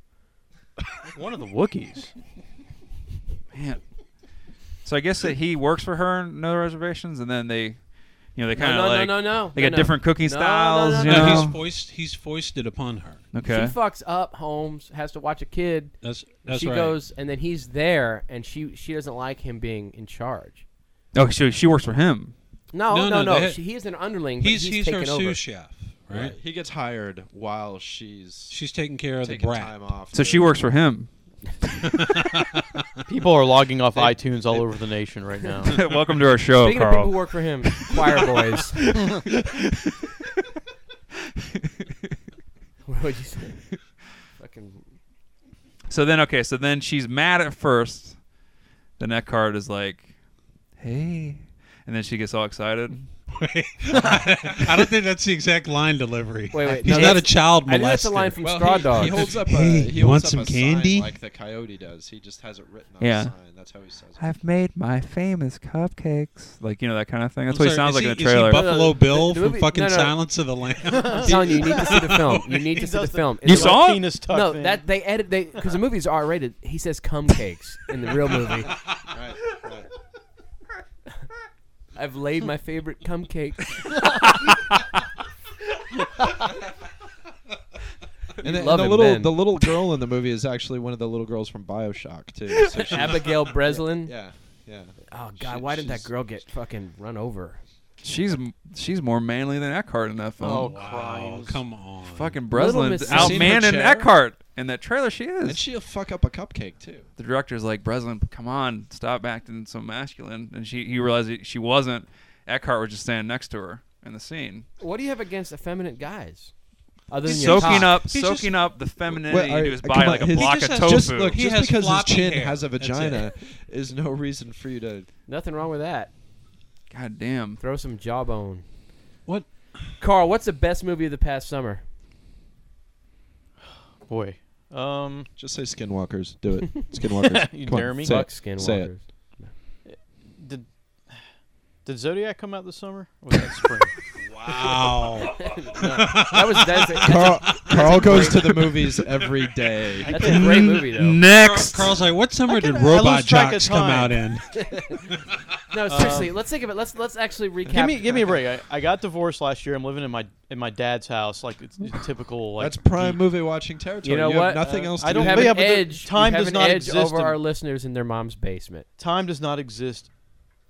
Speaker 4: One of the Wookiees.
Speaker 3: man. So I guess that he works for her in No Reservations, and then they, you know, they
Speaker 2: No,
Speaker 3: kind of
Speaker 2: no,
Speaker 3: like
Speaker 2: no, no, no.
Speaker 3: they
Speaker 2: no,
Speaker 3: got
Speaker 2: no.
Speaker 3: different cooking
Speaker 2: No, no,
Speaker 3: styles.
Speaker 2: no,
Speaker 3: you
Speaker 2: no.
Speaker 6: No,
Speaker 3: know?
Speaker 6: he's foist, he's foisted upon her.
Speaker 3: okay.
Speaker 2: She fucks up Holmes, has to watch a kid.
Speaker 6: That's that's
Speaker 2: she
Speaker 6: right.
Speaker 2: goes, and then he's there, and she she doesn't like him being in charge.
Speaker 3: Oh, so she works for him.
Speaker 2: No,
Speaker 6: No,
Speaker 2: no,
Speaker 6: no,
Speaker 2: no.
Speaker 6: they-
Speaker 2: She, he's an underling. but
Speaker 6: he's he's, her
Speaker 2: taken over.
Speaker 6: sous chef, right?
Speaker 5: Right. He gets hired while she's
Speaker 6: She's taking care of the
Speaker 5: taking
Speaker 6: brat.
Speaker 5: time off.
Speaker 3: So
Speaker 5: to-
Speaker 3: she works for him. (laughs)
Speaker 4: People are logging off iTunes all over the nation right (laughs) now.
Speaker 3: Welcome to our show,
Speaker 2: Speaking of people
Speaker 3: Carl.
Speaker 2: who work for
Speaker 6: (laughs)
Speaker 2: him, choir boys. (laughs) what would you say? Fucking.
Speaker 3: so then, okay, so then she's mad at first. Then Eckhart is like, "Hey," and then she gets all excited.
Speaker 6: Wait, (laughs) I don't think that's the exact line delivery.
Speaker 2: Wait, wait,
Speaker 6: He's
Speaker 2: no,
Speaker 6: not a
Speaker 2: that's-
Speaker 6: child
Speaker 2: I
Speaker 6: molester.
Speaker 2: know that's a line from
Speaker 5: Well,
Speaker 2: Straw
Speaker 5: he,
Speaker 2: Dog.
Speaker 5: he holds up a
Speaker 6: Hey,
Speaker 5: he
Speaker 6: you
Speaker 5: holds
Speaker 6: want
Speaker 5: up
Speaker 6: some
Speaker 5: a
Speaker 6: candy?
Speaker 5: sign like the coyote does. He just has it written on
Speaker 3: Yeah.
Speaker 5: a sign. That's how he says it.
Speaker 3: I've made my famous cupcakes. Like you know that kind of thing. That's
Speaker 6: I'm
Speaker 3: what he
Speaker 6: sorry,
Speaker 3: sounds
Speaker 6: is
Speaker 3: like in the
Speaker 6: is
Speaker 3: trailer.
Speaker 2: Buff- No, no,
Speaker 6: Buffalo Bill
Speaker 2: the
Speaker 6: from
Speaker 2: movie-
Speaker 6: fucking
Speaker 2: no, no.
Speaker 6: Silence of the Lambs.
Speaker 2: I'm telling you, you need to see the film. You need to see the film.
Speaker 3: You
Speaker 2: It's
Speaker 3: saw
Speaker 2: like-
Speaker 3: it?
Speaker 4: Penis tuck
Speaker 2: No,
Speaker 4: thing.
Speaker 2: that they edit they because the movie's R rated. He says cum cakes in the real movie.
Speaker 5: Right,
Speaker 3: (laughs)
Speaker 5: right.
Speaker 2: I've laid my favorite cum cake.
Speaker 5: And the, and
Speaker 2: love
Speaker 5: the
Speaker 2: him
Speaker 5: little
Speaker 2: then.
Speaker 5: the little girl in the movie is actually one of the little girls from BioShock too.
Speaker 3: (laughs)
Speaker 5: So she,
Speaker 2: Abigail Breslin.
Speaker 5: yeah, yeah.
Speaker 2: Oh God,
Speaker 5: She-
Speaker 2: why didn't that
Speaker 5: she's-
Speaker 2: girl get fucking run over?
Speaker 3: she's she's more manly than Eckhart in that film.
Speaker 6: wow, come on.
Speaker 3: Fucking
Speaker 2: Oh, Little
Speaker 3: Breslin
Speaker 2: Miss-
Speaker 3: out
Speaker 5: Seen her
Speaker 3: manning
Speaker 5: chair?
Speaker 3: Eckhart in that trailer. She
Speaker 5: And
Speaker 3: is.
Speaker 5: she'll fuck up a cupcake too.
Speaker 3: the director's like, Breslin, come on, stop acting so masculine. And she he realized that she wasn't. Eckhart was just standing next to her in the scene,
Speaker 2: What do you have against effeminate guys? Other than your
Speaker 3: soaking
Speaker 2: cock?
Speaker 3: up,
Speaker 6: He's
Speaker 3: soaking
Speaker 6: just-
Speaker 3: up the femininity
Speaker 5: I-
Speaker 3: to his
Speaker 5: I-
Speaker 3: body
Speaker 5: come on,
Speaker 3: like a
Speaker 5: his-
Speaker 3: block
Speaker 6: He just
Speaker 3: of
Speaker 6: has-
Speaker 3: tofu.
Speaker 5: Just look,
Speaker 6: He
Speaker 5: just
Speaker 6: has
Speaker 5: because his
Speaker 6: floppy
Speaker 5: chin
Speaker 6: hair.
Speaker 5: has a
Speaker 6: That's it.
Speaker 5: vagina is no reason for you to.
Speaker 2: Nothing wrong with that.
Speaker 3: God damn.
Speaker 2: Throw some jawbone.
Speaker 6: What?
Speaker 2: Carl, what's the best movie of the past summer?
Speaker 4: Boy. Um,
Speaker 5: Just say Skinwalkers. Do it.
Speaker 2: (laughs)
Speaker 5: Skinwalkers.
Speaker 4: You
Speaker 5: Come on,
Speaker 4: dare me?
Speaker 5: say it.
Speaker 2: Fuck
Speaker 5: Say
Speaker 2: Skinwalkers.
Speaker 5: it.
Speaker 4: did did Zodiac come out this summer? Or was that (laughs) spring?
Speaker 6: (laughs) Wow.
Speaker 2: (laughs) That was that's a, that's
Speaker 5: Carl, Carl
Speaker 3: (laughs)
Speaker 5: goes to the movies every day.
Speaker 2: a, (laughs) that's a great movie though.
Speaker 3: Next.
Speaker 6: Carl's like, what summer did
Speaker 4: I lose
Speaker 6: Robot
Speaker 4: track of
Speaker 6: Jocks come
Speaker 4: time.
Speaker 6: out in?
Speaker 2: No, seriously, let's think of it. Let's let's actually recap.
Speaker 4: Um, give me give me a break. I, I got divorced last year. I'm living in my in my dad's house. Like it's, it's typical. Like
Speaker 5: That's prime movie watching territory.
Speaker 2: You know what?
Speaker 5: Have nothing
Speaker 4: Uh,
Speaker 5: else. To
Speaker 4: I
Speaker 2: You
Speaker 4: don't-
Speaker 5: do.
Speaker 2: have
Speaker 4: Yeah,
Speaker 2: an
Speaker 4: but the
Speaker 2: edge.
Speaker 4: time
Speaker 2: you have
Speaker 4: does
Speaker 2: an
Speaker 4: not
Speaker 2: edge
Speaker 4: exist
Speaker 2: over
Speaker 4: in-
Speaker 2: our listeners in their mom's basement.
Speaker 4: time does not exist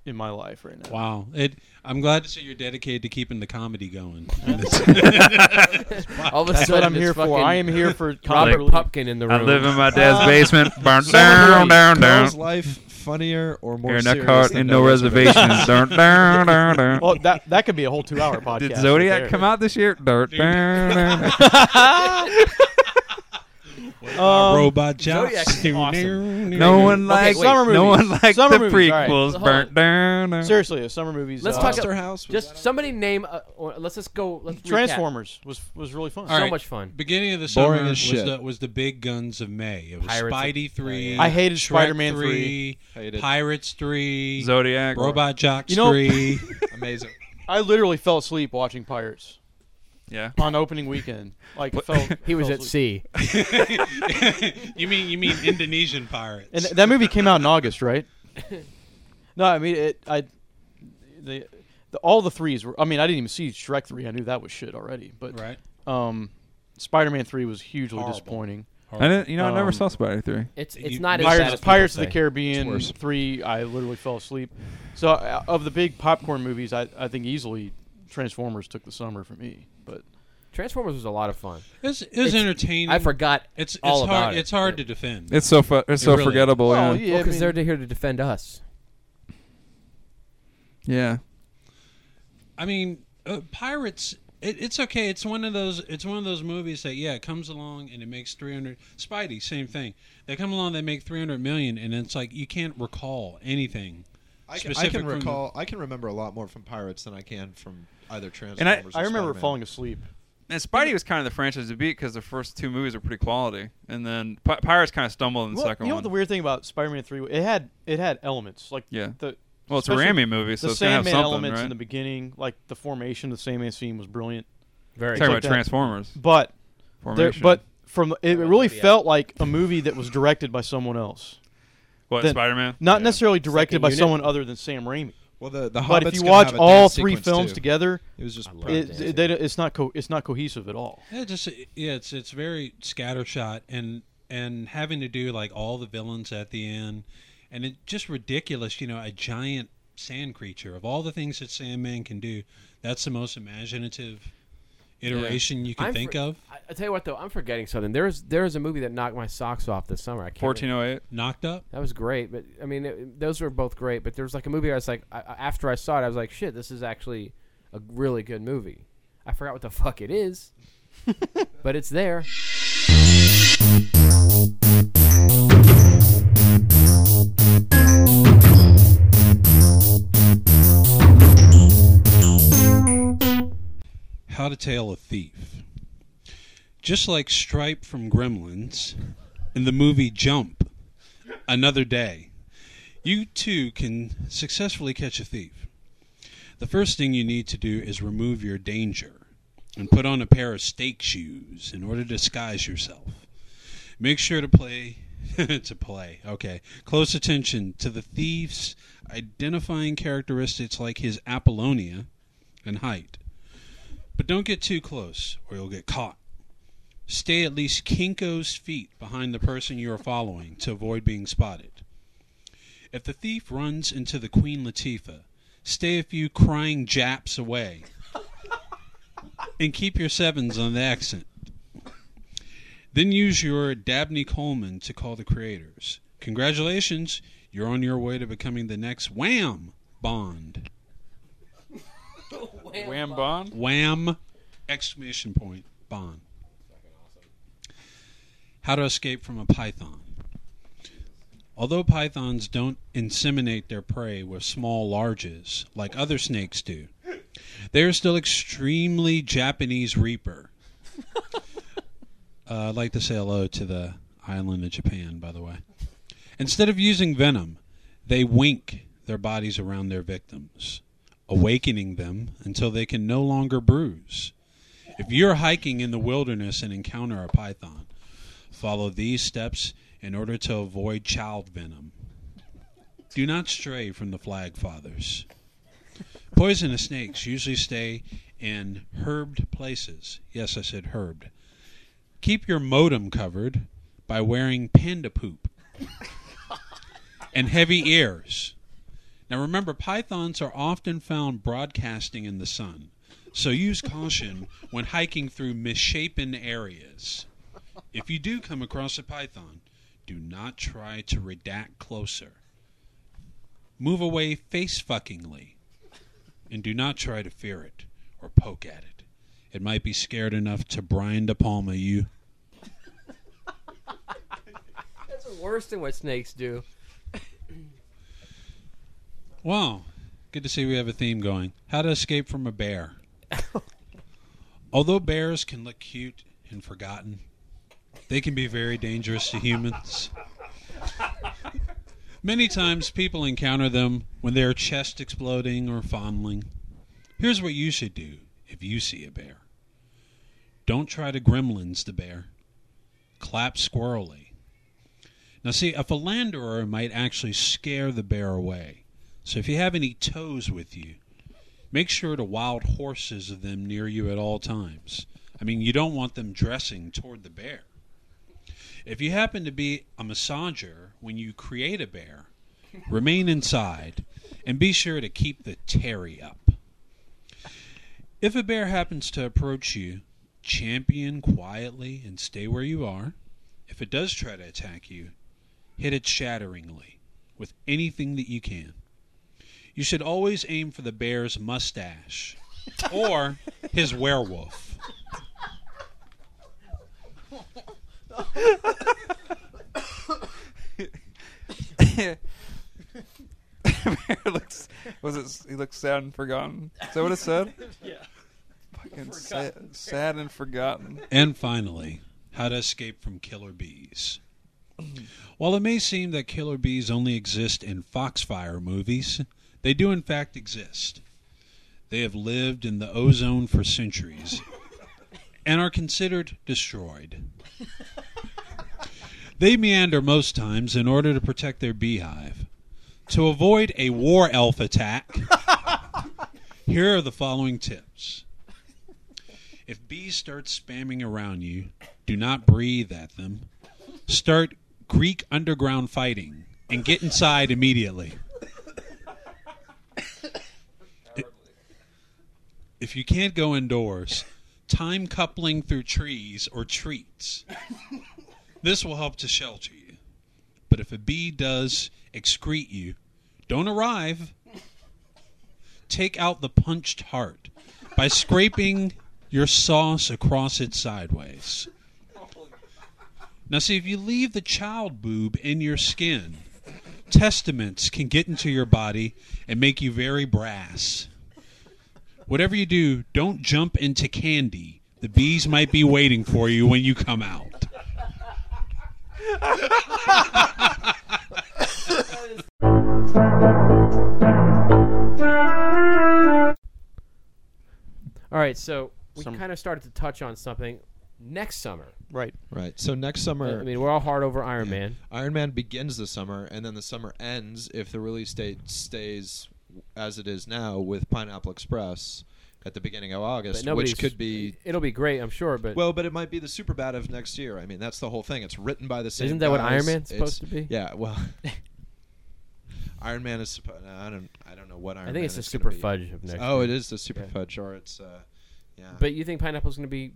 Speaker 4: in my life right now.
Speaker 6: Wow. It. I'm glad to see you're dedicated to keeping the comedy going.
Speaker 2: All of a
Speaker 4: That's
Speaker 2: sudden,
Speaker 4: what
Speaker 2: it's
Speaker 4: I'm here for.
Speaker 2: fucking
Speaker 4: I am here for
Speaker 2: Robert
Speaker 4: comedy.
Speaker 2: Pupkin in the room.
Speaker 3: I live in my dad's basement. Burn
Speaker 5: Celebrate
Speaker 3: down, down, down.
Speaker 5: Carl's life funnier or more
Speaker 3: Aaron
Speaker 5: serious
Speaker 3: Eckhart
Speaker 5: than
Speaker 3: and no
Speaker 5: (laughs)
Speaker 3: reservations. Dun, dun, dun,
Speaker 4: (laughs)
Speaker 3: dun.
Speaker 4: Well, Oh, that that could be a whole two hour podcast.
Speaker 3: Did
Speaker 4: right
Speaker 3: Zodiac
Speaker 4: there.
Speaker 3: come out this year? Dirt. Dun,
Speaker 4: Um,
Speaker 6: Robot
Speaker 2: Zodiac's
Speaker 6: Jocks.
Speaker 2: awesome.
Speaker 3: no one likes.
Speaker 2: wait. Summer
Speaker 3: no one
Speaker 4: movies.
Speaker 3: likes
Speaker 4: Summer
Speaker 3: the
Speaker 4: movies, all right.
Speaker 3: prequels.
Speaker 2: Hold
Speaker 3: Burnt
Speaker 2: on.
Speaker 3: down. down.
Speaker 4: Seriously, the summer movies.
Speaker 2: Let's
Speaker 4: uh,
Speaker 2: talk
Speaker 5: Monster House. was
Speaker 2: Just somebody name. A, or let's just go. Let's recap.
Speaker 4: Transformers was was really fun.
Speaker 2: So
Speaker 6: All right.
Speaker 2: much fun.
Speaker 6: (laughs) Beginning of the
Speaker 5: Boring
Speaker 6: summer
Speaker 5: as
Speaker 6: was
Speaker 5: shit.
Speaker 6: the, was the big guns of May. It was
Speaker 2: Pirates of-
Speaker 6: Spidey three.
Speaker 4: I hated
Speaker 6: Shrek
Speaker 4: Spider-Man
Speaker 6: three.
Speaker 5: Hated.
Speaker 6: Pirates three.
Speaker 3: Zodiac.
Speaker 6: Robot Jocks
Speaker 4: You know-
Speaker 6: three. (laughs)
Speaker 5: that amazing.
Speaker 4: I literally fell asleep watching Pirates
Speaker 3: Yeah.
Speaker 4: on opening weekend. Like fell, (laughs)
Speaker 2: He was
Speaker 4: fell
Speaker 2: at
Speaker 4: asleep.
Speaker 2: sea.
Speaker 6: you mean you mean Indonesian pirates?
Speaker 4: And th- that movie came out in August, right? (laughs) no, I mean it. I the, the all the threes were. I mean, I didn't even see Shrek three. I knew that was shit already. But
Speaker 6: right.
Speaker 4: um, Spider Man three was hugely
Speaker 6: Horrible.
Speaker 4: disappointing.
Speaker 3: I didn't. You know, I never
Speaker 4: Um,
Speaker 3: saw Spider Three.
Speaker 2: It's it's
Speaker 6: You-
Speaker 2: not as bad
Speaker 4: Pirates,
Speaker 2: as
Speaker 4: Pirates of the
Speaker 2: people say.
Speaker 4: Caribbean
Speaker 5: It's worse.
Speaker 4: three. I literally fell asleep. So uh, of the big popcorn movies, I, I think easily Transformers took the summer for me. But
Speaker 2: Transformers was a lot of fun.
Speaker 6: It's, it was
Speaker 2: It's-
Speaker 6: entertaining.
Speaker 2: I forgot.
Speaker 6: It's it's
Speaker 2: all
Speaker 6: hard.
Speaker 2: about it.
Speaker 6: It's hard to defend.
Speaker 3: It's so fu- it's
Speaker 6: It
Speaker 3: so
Speaker 6: really-
Speaker 3: forgettable.
Speaker 4: Well,
Speaker 3: yeah.
Speaker 4: yeah, I
Speaker 2: because
Speaker 4: mean-
Speaker 2: they're here to defend us.
Speaker 3: Yeah.
Speaker 6: I mean, uh, pirates. It, it's okay. It's one of those. It's one of those movies that yeah, it comes along and it makes three hundred. Spidey, same thing. They come along, they make three hundred million, and it's like you can't recall anything.
Speaker 5: I can, I
Speaker 6: specific
Speaker 5: can
Speaker 6: from the-
Speaker 5: recall. I can remember a lot more from Pirates than I can from either Transformers.
Speaker 3: I-
Speaker 5: or
Speaker 4: I remember
Speaker 5: Spider-Man.
Speaker 4: falling asleep.
Speaker 3: And Spidey was kind of the franchise to beat because the first two movies were pretty quality, and then Pi Pirates kind of stumbled in the
Speaker 4: Well,
Speaker 3: second
Speaker 4: you know
Speaker 3: one.
Speaker 4: what the weird thing about Spider Man three? It had it had elements like
Speaker 3: Yeah.
Speaker 4: the
Speaker 3: well, it's a
Speaker 4: especially
Speaker 3: Raimi movie, so
Speaker 4: the
Speaker 3: it's gonna have
Speaker 4: Sandman
Speaker 3: something,
Speaker 4: elements
Speaker 3: right?
Speaker 4: in the beginning, like the formation of the Sandman scene was brilliant.
Speaker 2: Very.
Speaker 3: Talking
Speaker 4: like
Speaker 3: about
Speaker 4: that.
Speaker 3: Transformers
Speaker 4: But there,
Speaker 3: formation.
Speaker 4: but from it really felt like a movie that was directed by someone else,
Speaker 3: what
Speaker 4: then-
Speaker 3: Spider-Man?
Speaker 4: not
Speaker 3: Yeah.
Speaker 4: necessarily directed
Speaker 2: Second
Speaker 4: by
Speaker 2: unit?
Speaker 4: someone other than Sam Raimi.
Speaker 5: Well, the the
Speaker 4: But
Speaker 5: Hobbit's
Speaker 4: if you
Speaker 5: gonna
Speaker 4: watch
Speaker 5: have a
Speaker 4: all
Speaker 5: dance
Speaker 4: three
Speaker 5: sequence,
Speaker 4: films
Speaker 5: too.
Speaker 4: together,
Speaker 5: it was just
Speaker 2: love
Speaker 4: it,
Speaker 2: Right.
Speaker 4: it- they don't- it's not co- it's not cohesive at all.
Speaker 6: Yeah, just yeah, it's it's very scattershot and and having to do like all the villains at the end, and it just ridiculous. You know, a giant sand creature of all the things that Sandman can do, that's the most imaginative iteration you can
Speaker 2: I'm
Speaker 6: think
Speaker 2: for-
Speaker 6: of.
Speaker 2: I, I tell you what though, I'm forgetting something. There's there's a movie that knocked my socks off this summer. I can't. remember-
Speaker 3: 1408.
Speaker 4: (laughs)
Speaker 6: Knocked up.
Speaker 2: That was great, but I mean, it, those were both great. But there was like a movie I was like, I, I- after I saw it, I was like, shit, this is actually a really good movie. I forgot what the (laughs) fuck it
Speaker 5: (laughs)
Speaker 2: is, but it's there.
Speaker 6: tale of thief. Just like Stripe from Gremlins in the movie Jump, Another Day, you too can successfully catch a thief. The first thing you need to do is remove your danger and put on a pair of stake shoes in order to disguise yourself. Make sure to play (laughs) to play. Okay. Close attention to the thief's identifying characteristics like his apollonia and height. But don't get too close or you'll get caught. Stay at least Kinko's feet behind the person you are following to avoid being spotted. If the thief runs into the Queen Latifah, stay a few crying japs away and keep your sevens on the accent. Then use your Dabney Coleman to call the creators. Congratulations, you're on your way to becoming the next Wham Bond.
Speaker 3: Wham (laughs) Bond.
Speaker 6: Wham! Exclamation point. Bond. How to escape from a python. Although pythons don't inseminate their prey with small larges like other snakes do, they are still extremely Japanese (laughs) reaper. Uh, I'd like to say hello to the island of Japan, by the way. Instead of using venom, they wink their bodies around their victims awakening them until they can no longer bruise. If you're hiking in the wilderness and encounter a python, follow these steps in order to avoid child venom. Do not stray from the flag fathers. Poisonous snakes usually stay in herbed places. Yes, I said herbed. Keep your modem covered by wearing panda poop and heavy ears. Now remember, pythons are often found broadcasting in the sun, so use caution when hiking through misshapen areas. If you do come across a python, do not try to redact closer. Move away face fuckingly, and do not try to fear it or poke at it. It might be scared enough to Brian De Palma you.
Speaker 2: That's worse than what snakes do.
Speaker 6: Wow. Good to see we have a theme going. How to escape from a bear. Although bears can look cute and forgotten, they can be very dangerous to humans. Many times people encounter them when they are chest exploding or fondling. Here's what you should do if you see a bear don't try to gremlins the bear, clap squirrely. Now, see, a philanderer might actually scare the bear away. So if you have any toes with you, make sure to wild horses of them near you at all times. I mean, you don't want them dressing toward the bear. If you happen to be a massager when you create a bear, remain inside and be sure to keep the terry up. If a bear happens to approach you, champion quietly and stay where you are. If it does try to attack you, hit it shatteringly with anything that you can. You should always aim for the bear's mustache or his werewolf.
Speaker 3: looks, was it? He looks sad and forgotten. Is that what it said?
Speaker 4: (laughs) Yeah. (laughs)
Speaker 3: Fucking sad, sad and forgotten.
Speaker 6: And finally, how to escape from killer bees. While it may seem that killer bees only exist in Foxfire movies, they do in fact exist. They have lived in the ozone for centuries and are considered destroyed. They meander most times in order to protect their beehive. To avoid a war elf attack, here are the following tips. If bees start spamming around you, do not breathe at them. Start Greek underground fighting and get inside immediately. If you can't go indoors, time coupling through trees or treats. This will help to shelter you. But if a bee does excrete you, don't arrive. Take out the punched heart by scraping your sauce across it sideways. Now, see, if you leave the child boob in your skin, testaments can get into your body and make you very brass. Whatever you do, don't jump into candy. The bees might be waiting for you when you come out.
Speaker 2: All right, so we
Speaker 4: Some-
Speaker 2: kind of started to touch on something next summer.
Speaker 4: Right.
Speaker 5: Right. So next
Speaker 2: I-
Speaker 5: summer,
Speaker 2: I mean, we're all hard over Iron Man.
Speaker 5: Iron Man begins the summer, and then the summer ends if the release date stays as it is now with Pineapple Express at the beginning of August,
Speaker 2: nobody's-
Speaker 5: which could be.
Speaker 2: It'll be great, I'm sure, but
Speaker 5: Well, but it might be the super bad of next year. I mean, that's the whole thing. It's written by the same.
Speaker 2: Isn't that what
Speaker 5: guys.
Speaker 2: Iron Man's
Speaker 5: It's-
Speaker 2: supposed to be? (laughs)
Speaker 5: Yeah. Well, (laughs) Iron Man is supposed. I don't. I don't know what Iron.
Speaker 2: I
Speaker 5: Man
Speaker 2: think it's the
Speaker 5: is
Speaker 2: super
Speaker 5: gonna be.
Speaker 2: fudge of next.
Speaker 5: Oh,
Speaker 2: year.
Speaker 5: it is the super
Speaker 2: Yeah.
Speaker 5: fudge, or it's. Uh, yeah.
Speaker 2: But you think pineapple's going to be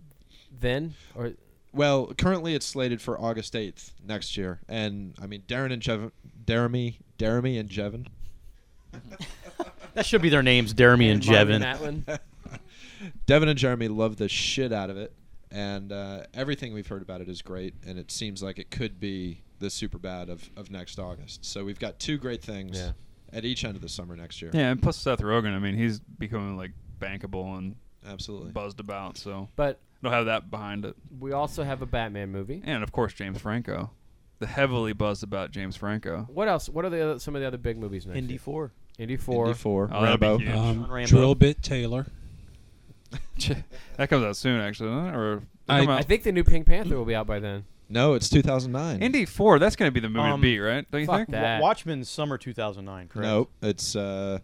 Speaker 2: then or
Speaker 5: Well, currently it's slated for August 8th next year. And I mean, Darren and Jevon, Jeremy, Jeremy and Jevon.
Speaker 4: That should be their names, Jeremy and, Jevin.
Speaker 2: Marvin
Speaker 5: (laughs)
Speaker 2: Atlin?
Speaker 5: Devin and Jeremy love the shit out of it. And uh, everything we've heard about it is great. And it seems like it could be the super bad of, of next August. So we've got two great things
Speaker 2: Yeah.
Speaker 5: at each end of the summer next year.
Speaker 3: Yeah, and plus Seth Rogen. I mean, he's becoming like bankable and
Speaker 5: Absolutely.
Speaker 3: buzzed about, so
Speaker 2: But
Speaker 3: it'll have that behind it.
Speaker 2: we also have a Batman movie.
Speaker 3: And of course, James Franco, the heavily buzzed about James Franco.
Speaker 2: What else? What are the other, some of the other big movies next?
Speaker 4: Indy
Speaker 2: year?
Speaker 4: 4.
Speaker 2: Indy Four.
Speaker 5: Indy 4,
Speaker 3: Oh, that'd be
Speaker 5: Rambo.
Speaker 3: huge.
Speaker 6: Um,
Speaker 4: Rambo.
Speaker 6: Drill Bit Taylor.
Speaker 3: That comes out soon, actually. doesn't it? Or
Speaker 6: I-
Speaker 3: come out-
Speaker 2: I think the new Pink Panther will be out by
Speaker 4: (clears throat)
Speaker 2: then.
Speaker 5: No, it's 2009.
Speaker 3: Indy Four. That's going to be the movie
Speaker 4: Um,
Speaker 3: to beat, right? Don't you
Speaker 2: fuck
Speaker 3: think?
Speaker 2: that.
Speaker 4: Wa- Watchmen, summer 2009, correct?
Speaker 5: Nope. It's, uh,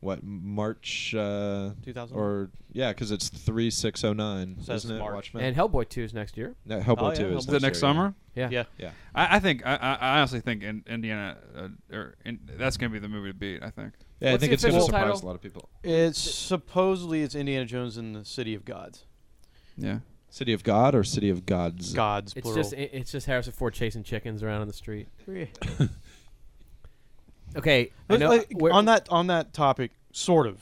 Speaker 5: what, March? Uh,
Speaker 4: 2000?
Speaker 5: Or, yeah, because it's 3609.
Speaker 4: So that's
Speaker 5: isn't it?
Speaker 4: March.
Speaker 5: Watchmen?
Speaker 2: And Hellboy Two is next year.
Speaker 5: No, Hellboy
Speaker 4: Oh, yeah,
Speaker 5: 2
Speaker 4: Hellboy
Speaker 5: is
Speaker 3: Is it next
Speaker 5: year, yeah.
Speaker 3: summer?
Speaker 4: Yeah.
Speaker 5: Yeah.
Speaker 3: I, I think I, I I honestly think in Indiana uh, or in, that's going to be the movie to beat. I think.
Speaker 5: Yeah, I
Speaker 2: What's
Speaker 5: think
Speaker 2: the
Speaker 5: it's going to
Speaker 2: official
Speaker 5: surprise
Speaker 2: title?
Speaker 5: a lot of people.
Speaker 4: It's supposedly it's Indiana Jones and the City of Gods.
Speaker 3: Yeah.
Speaker 5: City of God or City of Gods?
Speaker 4: Gods,
Speaker 2: It's
Speaker 4: plural.
Speaker 2: just it- it's just Harrison Ford chasing chickens around on the street. (coughs) Okay, I know.
Speaker 4: Like,
Speaker 2: we're-
Speaker 4: on that on that topic, sort of.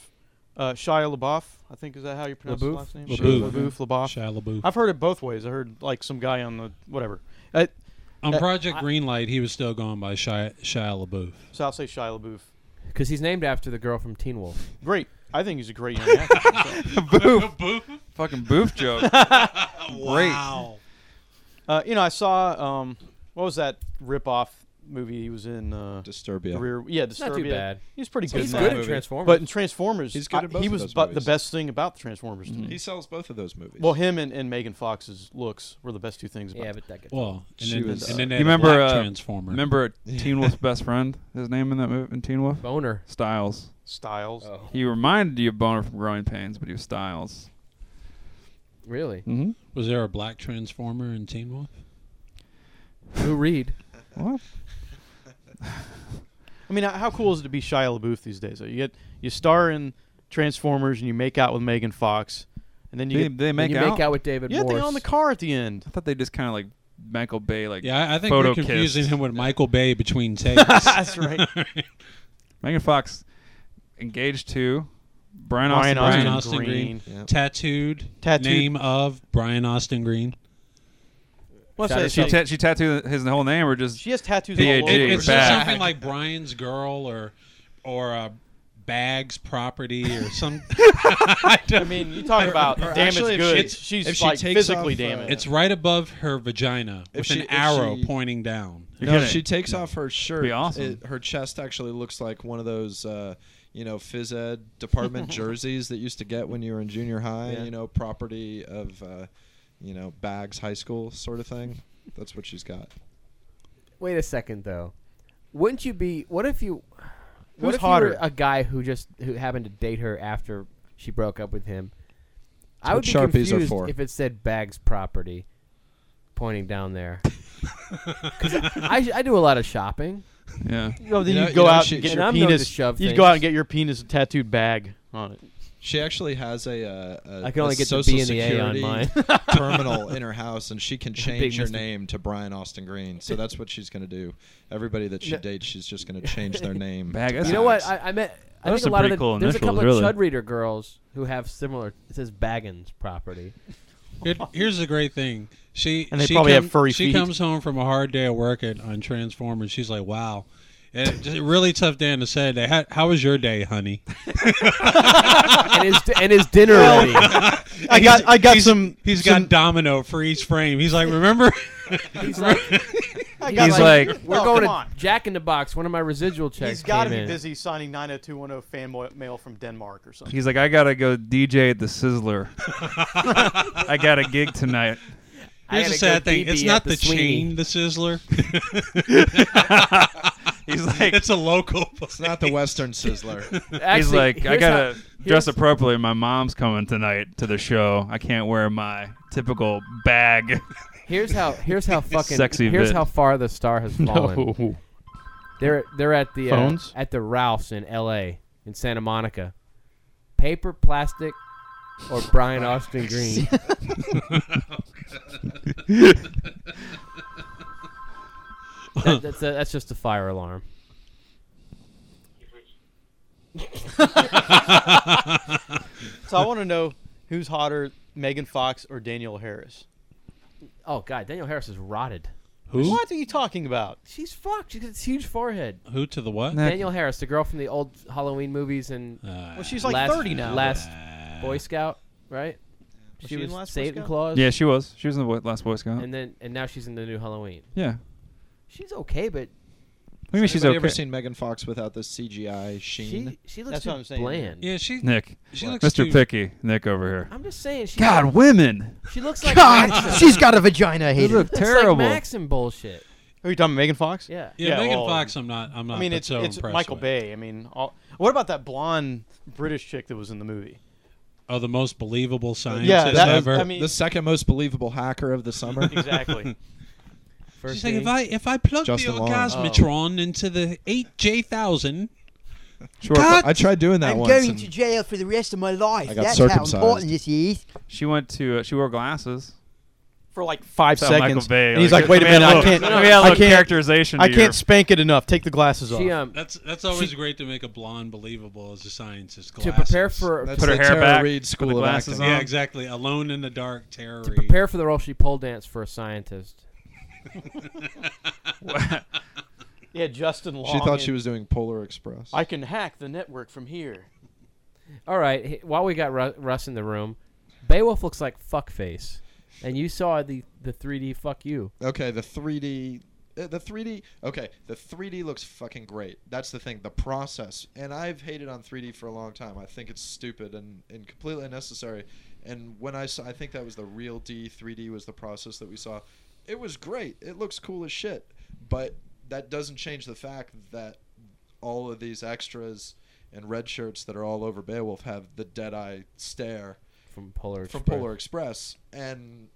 Speaker 4: Uh, Shia LaBeouf, I think is that how you pronounce
Speaker 2: LaBeouf?
Speaker 4: his last name?
Speaker 6: LaBeouf.
Speaker 4: LaBeouf. LaBeouf.
Speaker 6: Shia LaBeouf.
Speaker 4: I've heard it both ways. I heard like some guy on the whatever. Uh,
Speaker 6: On
Speaker 4: uh,
Speaker 6: Project
Speaker 4: I-
Speaker 6: Greenlight, he was still gone by Shia, Shia LaBeouf.
Speaker 4: so I'll say Shia LaBeouf.
Speaker 2: Because he's named after the girl from Teen Wolf.
Speaker 4: Great. I think he's a great young actor. So,
Speaker 3: (laughs) boof. Fucking boof joke. Wow.
Speaker 4: uh, you know, I saw um, what was that ripoff movie he was in? Uh,
Speaker 5: Disturbia.
Speaker 4: Career, yeah, Disturbia.
Speaker 2: not too bad.
Speaker 4: He's pretty good.
Speaker 2: He's
Speaker 4: in
Speaker 2: good
Speaker 4: that.
Speaker 2: at
Speaker 5: movie.
Speaker 2: Transformers.
Speaker 4: But in Transformers,
Speaker 5: He's good
Speaker 4: I-
Speaker 5: at both
Speaker 4: he
Speaker 5: of
Speaker 4: was
Speaker 5: those
Speaker 4: but the
Speaker 5: movies. Mm-hmm.
Speaker 4: best thing about Transformers to me.
Speaker 5: He sells both of those movies.
Speaker 4: Well, him and, and Megan Fox's looks were the best two things about
Speaker 2: yeah,
Speaker 4: it.
Speaker 2: but that gets
Speaker 6: Well, and
Speaker 5: She
Speaker 6: then,
Speaker 5: was,
Speaker 6: and
Speaker 5: uh,
Speaker 6: then they
Speaker 3: You
Speaker 6: had a
Speaker 3: remember,
Speaker 6: Black
Speaker 3: uh,
Speaker 6: Transformer.
Speaker 3: Remember Teen Wolf's best friend? His name in that movie in Teen Wolf?
Speaker 2: boner.
Speaker 3: Styles.
Speaker 4: Styles.
Speaker 5: oh.
Speaker 3: He reminded you of Boner from Growing Pains, but he was Styles.
Speaker 2: really?
Speaker 3: Mm-hmm.
Speaker 6: was there a Black Transformer in Teen Wolf?
Speaker 2: Who read?
Speaker 3: What?
Speaker 4: I mean, how cool is it to be Shia LaBeouf these days? You get you star in Transformers and you make out with Megan Fox, and then you
Speaker 3: They,
Speaker 4: get,
Speaker 3: they make
Speaker 2: you
Speaker 3: out.
Speaker 2: make out with David
Speaker 4: yeah, they
Speaker 2: Morse.
Speaker 4: own the car at the end.
Speaker 3: I thought they just kind of like Michael Bay, like
Speaker 6: Yeah, I, I think
Speaker 3: photo
Speaker 6: we're confusing
Speaker 3: kissed.
Speaker 6: him with Michael
Speaker 5: (laughs)
Speaker 6: Bay between takes.
Speaker 4: That's right.
Speaker 3: Megan Fox engaged to Brian Austin.
Speaker 4: Brian Austin,
Speaker 6: Brian Austin
Speaker 4: Green.
Speaker 6: Green.
Speaker 5: yeah.
Speaker 6: (laughs) tattooed,
Speaker 4: Tattooed.
Speaker 6: name of Brian Austin Green.
Speaker 4: What's
Speaker 2: Shout
Speaker 4: that?
Speaker 2: out
Speaker 3: She,
Speaker 4: She,
Speaker 3: ta- she tattooed his whole name, or just
Speaker 4: she has tattoos
Speaker 3: Yeah,
Speaker 4: all
Speaker 3: it-
Speaker 4: over.
Speaker 3: Big
Speaker 6: it's
Speaker 4: her.
Speaker 3: bag.
Speaker 6: something like Brian's girl or or uh, Bags property
Speaker 5: (laughs)
Speaker 6: or some. (laughs)
Speaker 4: I mean, you talk about
Speaker 5: or
Speaker 4: damaged
Speaker 5: actually, if she-
Speaker 4: goods. She's
Speaker 5: if she
Speaker 4: like
Speaker 5: takes
Speaker 4: physically
Speaker 5: off, uh,
Speaker 4: damaged.
Speaker 6: it's right above her vagina
Speaker 5: If
Speaker 6: with
Speaker 5: she-
Speaker 6: an
Speaker 5: if
Speaker 6: arrow
Speaker 5: she-
Speaker 6: pointing down.
Speaker 3: You're
Speaker 5: no,
Speaker 6: (laughs)
Speaker 3: kidding.
Speaker 5: if she takes off her shirt.
Speaker 3: Be awesome.
Speaker 5: it- her chest actually looks like one of those, uh, you know, phys ed
Speaker 2: (laughs)
Speaker 5: department jerseys that you used to get when you were in junior high.
Speaker 4: Yeah.
Speaker 5: You know, property of, uh, you know, Bags High School sort of thing. That's what she's got.
Speaker 2: Wait a second, though. Wouldn't you be? What if you? What
Speaker 4: Who's
Speaker 2: if
Speaker 4: hotter?
Speaker 2: you were a guy who just who happened to date her after she broke up with him? I
Speaker 5: what
Speaker 2: would be
Speaker 5: Sharpies are
Speaker 2: confused
Speaker 5: for.
Speaker 2: if it said bags property, pointing down there. Because I, I do a lot of
Speaker 5: (laughs)
Speaker 2: shopping.
Speaker 3: yeah.
Speaker 4: No, then
Speaker 5: You know-
Speaker 4: you go
Speaker 5: you know,
Speaker 4: out
Speaker 5: she-
Speaker 4: and get
Speaker 5: she-
Speaker 4: your
Speaker 2: And I'm known to
Speaker 4: penis.
Speaker 2: shove
Speaker 4: you go out and
Speaker 2: things.
Speaker 4: get your penis tattooed bag on it.
Speaker 5: She actually has a. Uh, a
Speaker 2: I can only
Speaker 5: a
Speaker 2: get the
Speaker 5: social
Speaker 2: B and the A on
Speaker 5: security
Speaker 2: mine.
Speaker 5: (laughs) terminal in her house, and
Speaker 2: (laughs)
Speaker 5: she can change her
Speaker 2: Mr.
Speaker 5: name to Brian Austin Green. So that's what she's going to do. Everybody that she
Speaker 2: No.
Speaker 5: dates, she's just going to
Speaker 2: (laughs)
Speaker 5: change their name.
Speaker 3: Bag- that's
Speaker 2: You know what? I, I met. I
Speaker 3: Those
Speaker 2: think a
Speaker 3: are
Speaker 2: lot of
Speaker 3: pretty
Speaker 2: the,
Speaker 3: cool
Speaker 2: there's a
Speaker 3: initials,
Speaker 2: couple
Speaker 3: really.
Speaker 2: of Chud Reader girls who have similar. It says Baggins
Speaker 5: (laughs)
Speaker 2: property.
Speaker 6: Here- here's the great thing. She
Speaker 4: And they
Speaker 6: she
Speaker 4: probably have
Speaker 6: come-
Speaker 4: furry
Speaker 6: She
Speaker 4: feet.
Speaker 6: comes home from a hard day of work at, on Transformers. She's like, "Wow, And just a really tough Dan to say today. How, how was your day, honey?
Speaker 2: and his and his dinner ready.
Speaker 5: (laughs)
Speaker 4: I got I got some.
Speaker 6: He's
Speaker 4: some,
Speaker 6: got domino for each frame. He's like,
Speaker 4: (laughs)
Speaker 6: (laughs) remember?
Speaker 2: He's like,
Speaker 4: I got
Speaker 2: he's
Speaker 4: like,
Speaker 2: like, we're
Speaker 4: oh,
Speaker 2: going
Speaker 4: come
Speaker 2: to
Speaker 4: on.
Speaker 2: Jack in the Box. One of my residual checks.
Speaker 4: He's got to
Speaker 2: came
Speaker 4: be
Speaker 2: in.
Speaker 4: busy signing 90210 fan mo- mail from Denmark or something.
Speaker 3: He's like, I gotta go DJ at the Sizzler. I got a gig tonight.
Speaker 2: I
Speaker 6: Here's the
Speaker 2: gotta go
Speaker 6: sad thing. It's
Speaker 2: BB
Speaker 6: not
Speaker 2: at
Speaker 6: the, chain,
Speaker 2: Sweeney.
Speaker 6: the Sizzler.
Speaker 4: (laughs)
Speaker 3: He's like,
Speaker 6: it's a local. (laughs)
Speaker 5: It's not the Western
Speaker 3: (laughs)
Speaker 5: Sizzler.
Speaker 3: he's
Speaker 2: Actually,
Speaker 3: like, I
Speaker 2: here's
Speaker 3: gotta
Speaker 2: how-
Speaker 3: dress
Speaker 2: here's-
Speaker 3: appropriately. My mom's coming tonight to the show. I can't wear my typical bag.
Speaker 2: Here's how here's
Speaker 3: (laughs)
Speaker 2: how fucking
Speaker 3: Sexy
Speaker 2: here's
Speaker 3: bit.
Speaker 2: how far the star
Speaker 3: (laughs)
Speaker 2: has fallen. They're they're at the uh,
Speaker 4: Phones?
Speaker 2: at the Ralphs in L.A. in Santa Monica. Paper, plastic, or Brian
Speaker 3: (laughs)
Speaker 2: Austin Green.
Speaker 3: Oh,
Speaker 2: That- that's a, that's just a fire alarm.
Speaker 4: So I want to know who's hotter, Megan Fox or Daniel Harris?
Speaker 2: Oh God, Daniel Harris is rotted.
Speaker 6: Who?
Speaker 4: What are you talking about?
Speaker 2: She's fucked. She's got this huge forehead.
Speaker 6: Who to the what? Uh,
Speaker 3: That-
Speaker 2: Daniel Harris, the girl from the old Halloween movies and
Speaker 4: Well, she's like
Speaker 2: last,
Speaker 4: 30 now.
Speaker 2: Last Boy Scout, right? she,
Speaker 4: she in
Speaker 2: was
Speaker 4: Last Boy
Speaker 2: Satan
Speaker 4: Scout?
Speaker 2: Claus.
Speaker 3: yeah, she was. She was in the Boy- last Boy Scout.
Speaker 2: and then and now she's in the new Halloween.
Speaker 3: yeah.
Speaker 2: She's okay, but
Speaker 3: What do you mean she's
Speaker 5: Anybody
Speaker 3: okay?
Speaker 5: ever seen Megan Fox without the CGI sheen?
Speaker 2: she she looks
Speaker 4: That's what I'm
Speaker 2: too
Speaker 4: saying.
Speaker 2: bland.
Speaker 6: Yeah, she.
Speaker 3: Nick,
Speaker 6: She looks
Speaker 3: Mr.
Speaker 6: too-
Speaker 3: Picky, Nick over here.
Speaker 2: I'm just saying she
Speaker 3: God, women.
Speaker 2: she looks like
Speaker 7: God,
Speaker 2: Maxim.
Speaker 7: she's got a vagina. I
Speaker 3: You
Speaker 7: hate it.
Speaker 3: look
Speaker 2: Looks
Speaker 3: terrible.
Speaker 2: like Maxim bullshit.
Speaker 4: Who are you talking about, Megan Fox?
Speaker 2: Yeah.
Speaker 6: Yeah,
Speaker 4: Yeah,
Speaker 6: Megan
Speaker 4: well,
Speaker 6: Fox. I'm not. I'm not.
Speaker 4: I mean,
Speaker 6: but
Speaker 4: it's,
Speaker 6: so
Speaker 4: it's
Speaker 6: impressed
Speaker 4: Michael
Speaker 6: with.
Speaker 4: Bay. I mean, all, what about that blonde British chick that was in the (laughs) movie?
Speaker 6: Oh, the most believable scientist
Speaker 4: yeah, that,
Speaker 6: ever.
Speaker 4: I mean,
Speaker 5: The second most believable hacker of
Speaker 3: (laughs)
Speaker 5: the summer.
Speaker 4: exactly.
Speaker 2: First
Speaker 6: She's like,
Speaker 2: thing-
Speaker 6: if I if I plug the
Speaker 5: Justin Long.
Speaker 6: orgasmatron into the eight J thousand,
Speaker 3: Sure,
Speaker 6: God!
Speaker 5: I tried doing that
Speaker 7: I'm
Speaker 5: once.
Speaker 7: going
Speaker 5: and
Speaker 7: to jail for the rest of my life.
Speaker 5: I got
Speaker 7: That's
Speaker 5: circumcised.
Speaker 7: how important this is.
Speaker 3: She went to. Uh, she wore glasses.
Speaker 4: For like five
Speaker 3: That's how
Speaker 4: seconds.
Speaker 3: Michael Bay.
Speaker 4: and he's like, wait a
Speaker 3: let me add
Speaker 4: minute, I
Speaker 3: little-
Speaker 4: can't.
Speaker 3: Let me add a
Speaker 4: I
Speaker 3: little
Speaker 4: can't,
Speaker 3: characterization.
Speaker 4: I
Speaker 3: to
Speaker 4: can't spank it enough. Take the glasses off.
Speaker 2: she um
Speaker 6: that's that's always great to make a blonde believable as a scientist.
Speaker 2: to
Speaker 6: Glasses.
Speaker 2: prepare for
Speaker 5: That's
Speaker 3: Put
Speaker 5: the
Speaker 3: her hair
Speaker 5: Tara
Speaker 3: back,
Speaker 5: Reid
Speaker 3: put the
Speaker 5: School of
Speaker 3: glasses
Speaker 5: Acting.
Speaker 3: on.
Speaker 6: yeah, exactly. Alone in the dark, terror.
Speaker 2: to prepare for the role she pole danced for a scientist.
Speaker 3: (laughs) your,
Speaker 4: yeah, Justin Long.
Speaker 5: She thought
Speaker 4: and-
Speaker 5: she was doing Polar Express.
Speaker 4: I can hack the network from here.
Speaker 2: All right, h- while we got Ru- Russ in the room, Beowulf looks like fuckface. And you saw the the 3D fuck you.
Speaker 5: okay, the 3D. uh, The 3D, okay, the 3D looks fucking great. That's the thing, the process. And I've hated on 3D for a long time. I think it's stupid and, and completely unnecessary. And when I saw, I think that was the real D, 3D was the process that we saw. It was great. It looks cool as shit. But that doesn't change the fact that all of these extras and red shirts that are all over Beowulf have the dead eye stare
Speaker 2: from Polar
Speaker 5: from
Speaker 2: Express.
Speaker 5: Polar Express, and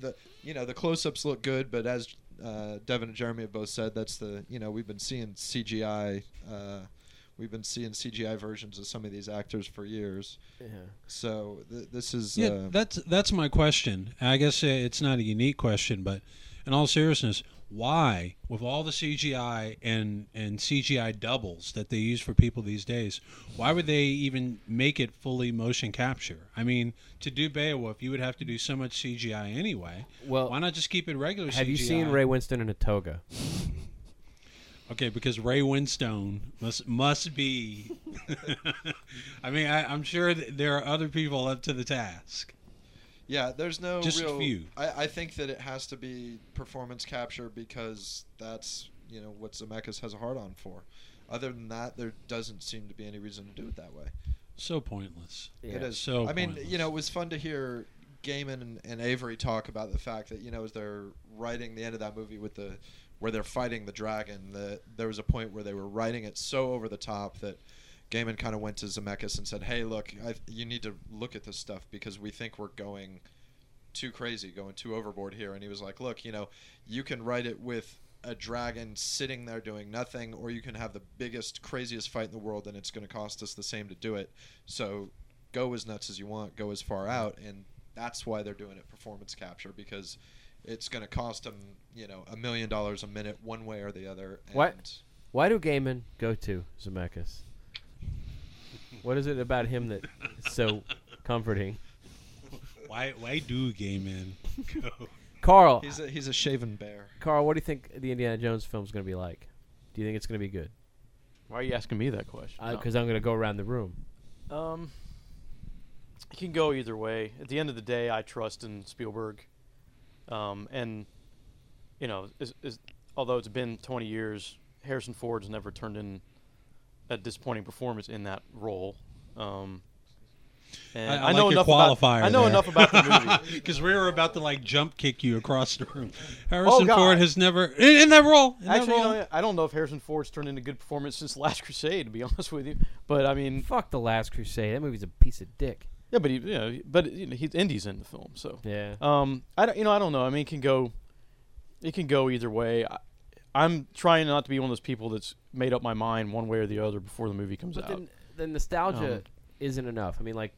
Speaker 5: the you know the close-ups look good, but as uh, Devin and Jeremy have both said, that's the you know we've been seeing CGI, uh, we've been seeing CGI versions of some of these actors for years.
Speaker 2: Yeah.
Speaker 5: So th- this is
Speaker 6: Yeah,
Speaker 5: uh,
Speaker 6: that's that's my question. I guess uh, it's not a unique question, but in all seriousness, why, with all the CGI and and CGI doubles that they use for people these days, why would they even make it fully motion capture? I mean, to do Beowulf, you would have to do so much CGI anyway.
Speaker 2: Well,
Speaker 6: Why not just keep it regular?
Speaker 2: have you
Speaker 6: CGI?
Speaker 2: seen Ray Winston in a toga?
Speaker 6: Okay, because Ray Winstone must must be. (laughs) I mean, I, I'm sure that there are other people up to the task.
Speaker 5: yeah. There's no
Speaker 6: Just a
Speaker 5: real.
Speaker 6: few.
Speaker 5: I, I think that it has to be performance capture because that's you know what Zemeckis has a hard on for. Other than that, there doesn't seem to be any reason to do it that way.
Speaker 6: So pointless.
Speaker 5: It
Speaker 2: Yeah.
Speaker 5: is.
Speaker 6: So
Speaker 5: I mean,
Speaker 6: pointless.
Speaker 5: you know, it was fun to hear Gaiman and, and Avery talk about the fact that you know, as they're writing the end of that movie with the where they're fighting the dragon, that there was a point where they were writing it so over the top that Gaiman kind of went to Zemeckis and said, "Hey, look, i you need to look at this stuff because we think we're going too crazy, going too overboard here." And he was like, "Look, you know, you can write it with." A dragon sitting there doing nothing, or you can have the biggest, craziest fight in the world, and it's going to cost us the same to do it. So go as nuts as you want, go as far out, and that's why they're doing it performance capture because it's going to cost them, you know, a million dollars a minute one way or the other. And
Speaker 2: What? Why do gay men go to Zemeckis? What is it about him that is so comforting?
Speaker 6: Why why do gay men go?
Speaker 2: Carl,
Speaker 5: He's a, he's a shaven bear.
Speaker 2: Carl, what do you think the Indiana Jones film is going to be like? Do you think it's going to be good?
Speaker 4: Why are you asking me that question? No.
Speaker 2: Because I'm going to go around the room.
Speaker 4: Um, it can go either way. At the end of the day, I trust in Spielberg. Um, and you know, is, is although it's been 20 years, Harrison Ford's never turned in a disappointing performance in that role. Um, and
Speaker 6: I,
Speaker 4: I,
Speaker 6: I like
Speaker 4: know
Speaker 6: your
Speaker 4: enough
Speaker 6: qualifier.
Speaker 4: about I know
Speaker 6: there.
Speaker 4: enough about the
Speaker 6: (laughs)
Speaker 4: movie.
Speaker 6: because we were about to like jump kick you across the
Speaker 4: (laughs)
Speaker 6: room. Harrison
Speaker 4: Oh, God.
Speaker 6: Ford has never in, in that role. In
Speaker 4: Actually,
Speaker 6: that
Speaker 4: you
Speaker 6: role.
Speaker 4: know, I don't know if Harrison Ford's turned in a good performance since Last Crusade, to be (laughs) honest with you. But I mean,
Speaker 2: Fuck the Last Crusade. That movie's a piece of dick.
Speaker 4: yeah, but he, you know, but you know, he's Indy's in the film, so
Speaker 2: Yeah.
Speaker 4: Um, I don't, you know, I don't know. I mean, it can go, it can go either way. I, I'm trying not to be one of those people that's made up my mind one way or the other before the movie comes
Speaker 2: But
Speaker 4: out.
Speaker 2: then, the nostalgia
Speaker 4: Um,
Speaker 2: isn't enough. I mean, like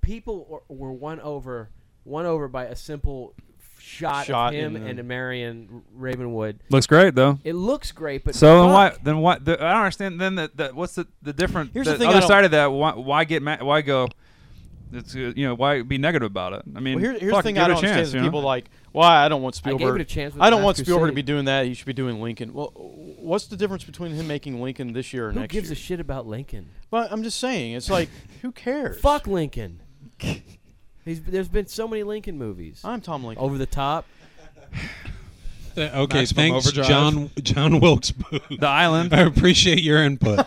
Speaker 2: people were- were won over, won over by a simple f- shot,
Speaker 4: Shot
Speaker 2: of him
Speaker 4: in the-
Speaker 2: and Marion R- Ravenwood.
Speaker 3: Looks great though.
Speaker 2: It looks great, but
Speaker 3: So then why
Speaker 2: fuck.
Speaker 3: then why the, I don't understand then the, the what's the the different
Speaker 4: Here's
Speaker 3: the,
Speaker 4: the thing I
Speaker 3: other
Speaker 4: don't-
Speaker 3: side of that why why get mad why go it's uh, you know why be negative about it I mean
Speaker 4: well, here, here's the
Speaker 3: fuck,
Speaker 4: thing
Speaker 3: give
Speaker 4: I
Speaker 3: it
Speaker 4: don't
Speaker 3: a chance,
Speaker 4: understand
Speaker 3: you
Speaker 4: is
Speaker 3: know? (laughs)
Speaker 4: people like, why I don't want
Speaker 2: I gave
Speaker 4: Spielberg.
Speaker 2: it a chance with
Speaker 4: I don't
Speaker 2: Last
Speaker 4: want Spielberg to
Speaker 2: Crusade.
Speaker 4: be doing that. He should be doing Lincoln. Well, what's the difference between him making Lincoln this year or
Speaker 2: Who
Speaker 4: next
Speaker 2: gives
Speaker 4: year?
Speaker 2: a shit about Lincoln?
Speaker 4: But I'm just saying, it's like, who cares?
Speaker 2: Fuck
Speaker 4: (laughs)
Speaker 2: Lincoln. He's, there's been so many Lincoln movies.
Speaker 4: I'm Tom Lincoln.
Speaker 2: Over the top.
Speaker 6: Uh, okay,
Speaker 5: Maximum
Speaker 6: thanks,
Speaker 5: Overdrive.
Speaker 6: John John Wilkes Booth.
Speaker 3: the island
Speaker 6: (laughs) I appreciate your input.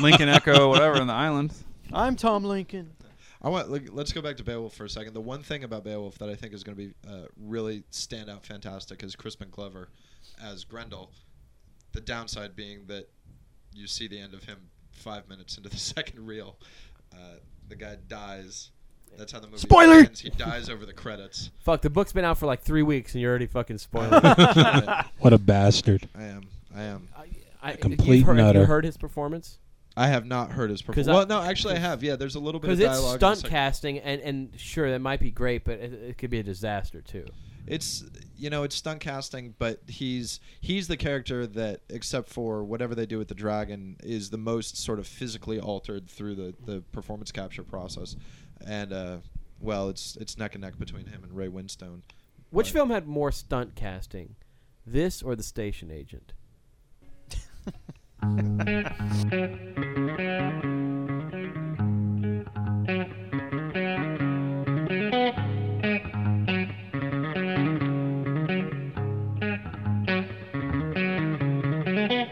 Speaker 3: Lincoln Echo whatever
Speaker 4: (laughs)
Speaker 3: in the island
Speaker 4: I'm Tom Lincoln.
Speaker 5: I want. Look, let's go back to Beowulf for a second. The one thing about Beowulf that I think is going to be uh, really stand out fantastic is Crispin Glover as Grendel. The downside being that you see the end of him five minutes into the (laughs) second reel. Uh, the guy dies. That's how the movie
Speaker 4: Spoiler!
Speaker 5: ends. He dies over the credits.
Speaker 2: Fuck, the book's been out for like three weeks and you're already fucking
Speaker 4: (laughs)
Speaker 2: spoiling it.
Speaker 6: what a bastard!
Speaker 5: Uh, I am. I am.
Speaker 2: I, you've
Speaker 6: complete
Speaker 2: heard, have
Speaker 6: nutter.
Speaker 2: You heard his performance?
Speaker 5: I have not heard his
Speaker 2: 'Cause
Speaker 5: performance.
Speaker 2: I-
Speaker 5: Well, no, actually, I have. Yeah, there's a little bit of
Speaker 2: Because
Speaker 5: dialogue.
Speaker 2: it's
Speaker 5: in the
Speaker 2: stunt
Speaker 5: second-
Speaker 2: casting, and, and sure, that might be great, but it, it could be a disaster too.
Speaker 5: it's you know it's stunt casting but he's he's the character that except for whatever they do with the dragon is the most sort of physically altered through the the performance capture process and uh well it's it's neck and neck between him and ray winstone
Speaker 2: Which
Speaker 5: Right.
Speaker 2: film had more stunt casting, this or The Station Agent?
Speaker 6: We're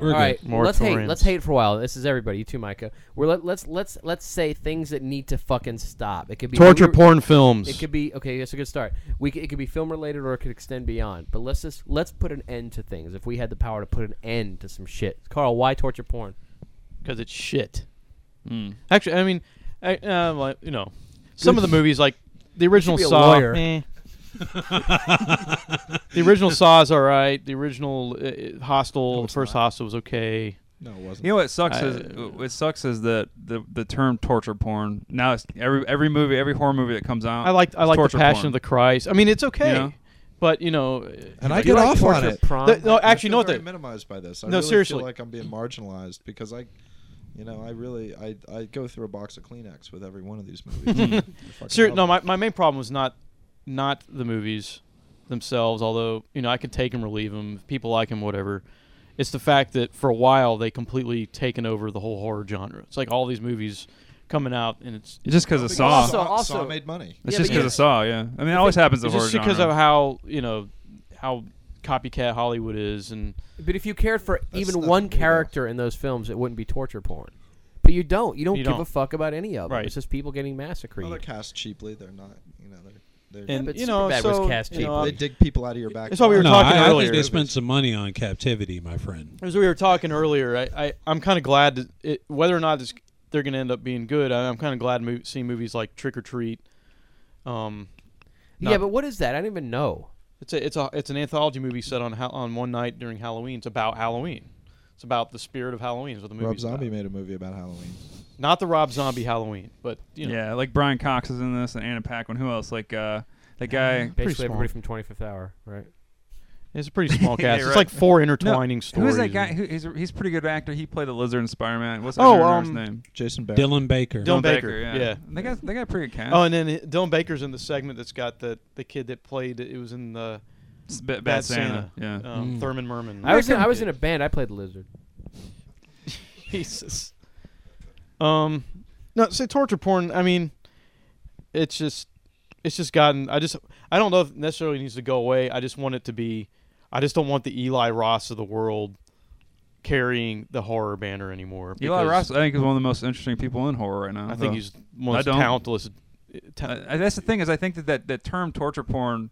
Speaker 2: All right,
Speaker 4: Moratoriums.
Speaker 2: let's hate. Let's hate for a while. This is everybody. You too, Micah. We're let, let's let's let's say things that need to fucking stop. It could be
Speaker 4: Torture
Speaker 2: we were-
Speaker 4: porn films.
Speaker 2: It could be okay. That's a good start. We c- it could be film related or it could extend beyond. But let's just let's put an end to things. If we had the power to put an end to some shit, Carl, why torture porn?
Speaker 4: because it's shit.
Speaker 3: Hmm.
Speaker 4: Actually, I mean, I, uh, like, you know, some of the movies like the original
Speaker 2: be a
Speaker 4: Saw.
Speaker 2: lawyer. (laughs)
Speaker 4: eh. the original Saw is all right. The original uh, Hostel, the first Hostel was okay.
Speaker 5: no it wasn't
Speaker 3: you know what sucks is
Speaker 4: I-
Speaker 3: it sucks is that the the term torture porn now it's every every movie every horror movie that comes out
Speaker 4: I like I
Speaker 3: is
Speaker 4: like the
Speaker 3: torture
Speaker 4: Passion
Speaker 3: porn.
Speaker 4: of the Christ. I mean, it's okay,
Speaker 3: Yeah.
Speaker 4: but you know,
Speaker 5: and
Speaker 4: uh,
Speaker 5: i
Speaker 2: Do you
Speaker 5: get
Speaker 2: like
Speaker 5: off on
Speaker 2: torture
Speaker 5: it
Speaker 2: Porn?
Speaker 4: the- no,
Speaker 5: I feel
Speaker 4: actually, you know what?
Speaker 5: very
Speaker 4: the-
Speaker 5: minimized by this i
Speaker 4: No,
Speaker 5: really
Speaker 4: seriously.
Speaker 5: feel like i'm being marginalized because i you know i really i i go through a box of kleenex with every one of these movies
Speaker 4: Ser- no, my, my main problem was not not the movies themselves, although you know I could take them or leave them. People like them, whatever. It's the fact that for a while they completely taken over the whole horror genre. It's like all these movies coming out, and it's
Speaker 3: just because of Saw
Speaker 2: also-
Speaker 5: saw
Speaker 2: also-
Speaker 5: made money
Speaker 3: it's
Speaker 2: Yeah,
Speaker 3: just
Speaker 2: but
Speaker 3: because
Speaker 2: you-
Speaker 3: of Saw yeah I mean it always happens to
Speaker 4: it's
Speaker 3: horror
Speaker 4: just because
Speaker 3: genre.
Speaker 4: of how you know how copycat Hollywood is, and
Speaker 2: But if you cared for even
Speaker 5: not
Speaker 2: one
Speaker 5: for me, though.
Speaker 2: character in those films, it wouldn't be torture porn. But you don't. You don't
Speaker 4: You
Speaker 2: give
Speaker 4: don't.
Speaker 2: a fuck about any of them.
Speaker 4: Right.
Speaker 2: It's just people getting massacred.
Speaker 5: Well, they're cast cheaply. They're not, you know, they're, they're
Speaker 4: and
Speaker 2: but
Speaker 4: you know
Speaker 2: Superbad was
Speaker 4: so
Speaker 2: cast
Speaker 4: you know,
Speaker 2: cheaply.
Speaker 5: they
Speaker 4: I'm-
Speaker 5: dig people out of your back.
Speaker 4: It's all Um, we were
Speaker 6: no,
Speaker 4: talking
Speaker 6: I, I
Speaker 4: earlier.
Speaker 6: think they spent some money on captivity, my friend.
Speaker 4: As we were talking earlier, I, I I'm kind of glad that it, whether or not it's, they're going to end up being good. I, I'm kind of glad mo- seeing movies like Trick or Treat. Um,
Speaker 2: yeah,
Speaker 4: not-
Speaker 2: but what is that? I don't even know.
Speaker 4: it's a it's a it's an anthology movie set on ha- on one night during Halloween. It's about Halloween. It's about the spirit of Halloween. Is what the movie.
Speaker 5: Rob Zombie made a movie about Halloween.
Speaker 4: Not the Rob Zombie Halloween, but you know.
Speaker 3: yeah like Brian Cox is in this and Anna Paquin who else like uh that guy
Speaker 2: Basically,
Speaker 4: small.
Speaker 2: everybody from Twenty Fifth Hour, right?
Speaker 4: It's a pretty small cast.
Speaker 3: You're
Speaker 4: It's like
Speaker 3: right.
Speaker 4: four intertwining stories.
Speaker 3: Who is that guy?
Speaker 4: and-
Speaker 3: Who, he's a, he's a pretty good actor. He played the lizard in Spider Man. What's that
Speaker 4: Oh,
Speaker 3: actor's
Speaker 4: um,
Speaker 3: name?
Speaker 5: Jason Barry.
Speaker 6: Dylan Baker.
Speaker 4: Dylan Baker, yeah.
Speaker 3: They got they got a pretty good cast.
Speaker 4: Oh, and then uh, Dylan Baker's in the segment that's got the the kid that played. It was in the
Speaker 3: It's Ba- Bad,
Speaker 4: Bad
Speaker 3: Santa.
Speaker 4: Santa.
Speaker 3: Yeah.
Speaker 4: um,
Speaker 6: Mm.
Speaker 4: Thurman Merman.
Speaker 2: I was in, I was in a band. I played the lizard.
Speaker 4: (laughs) Jesus. Um, no, say torture porn. I mean, it's just, it's just gotten. I just, I don't know if it necessarily needs to go away. I just want it to be. I just don't want the Eli Ross of the world carrying the horror banner anymore.
Speaker 3: Eli
Speaker 4: because
Speaker 3: Ross, I think, is one of the most interesting people in horror right now.
Speaker 4: I think
Speaker 3: though.
Speaker 4: he's most
Speaker 3: I don't.
Speaker 4: talentless. ta-
Speaker 3: Uh, that's the thing is, I think that that, that term torture porn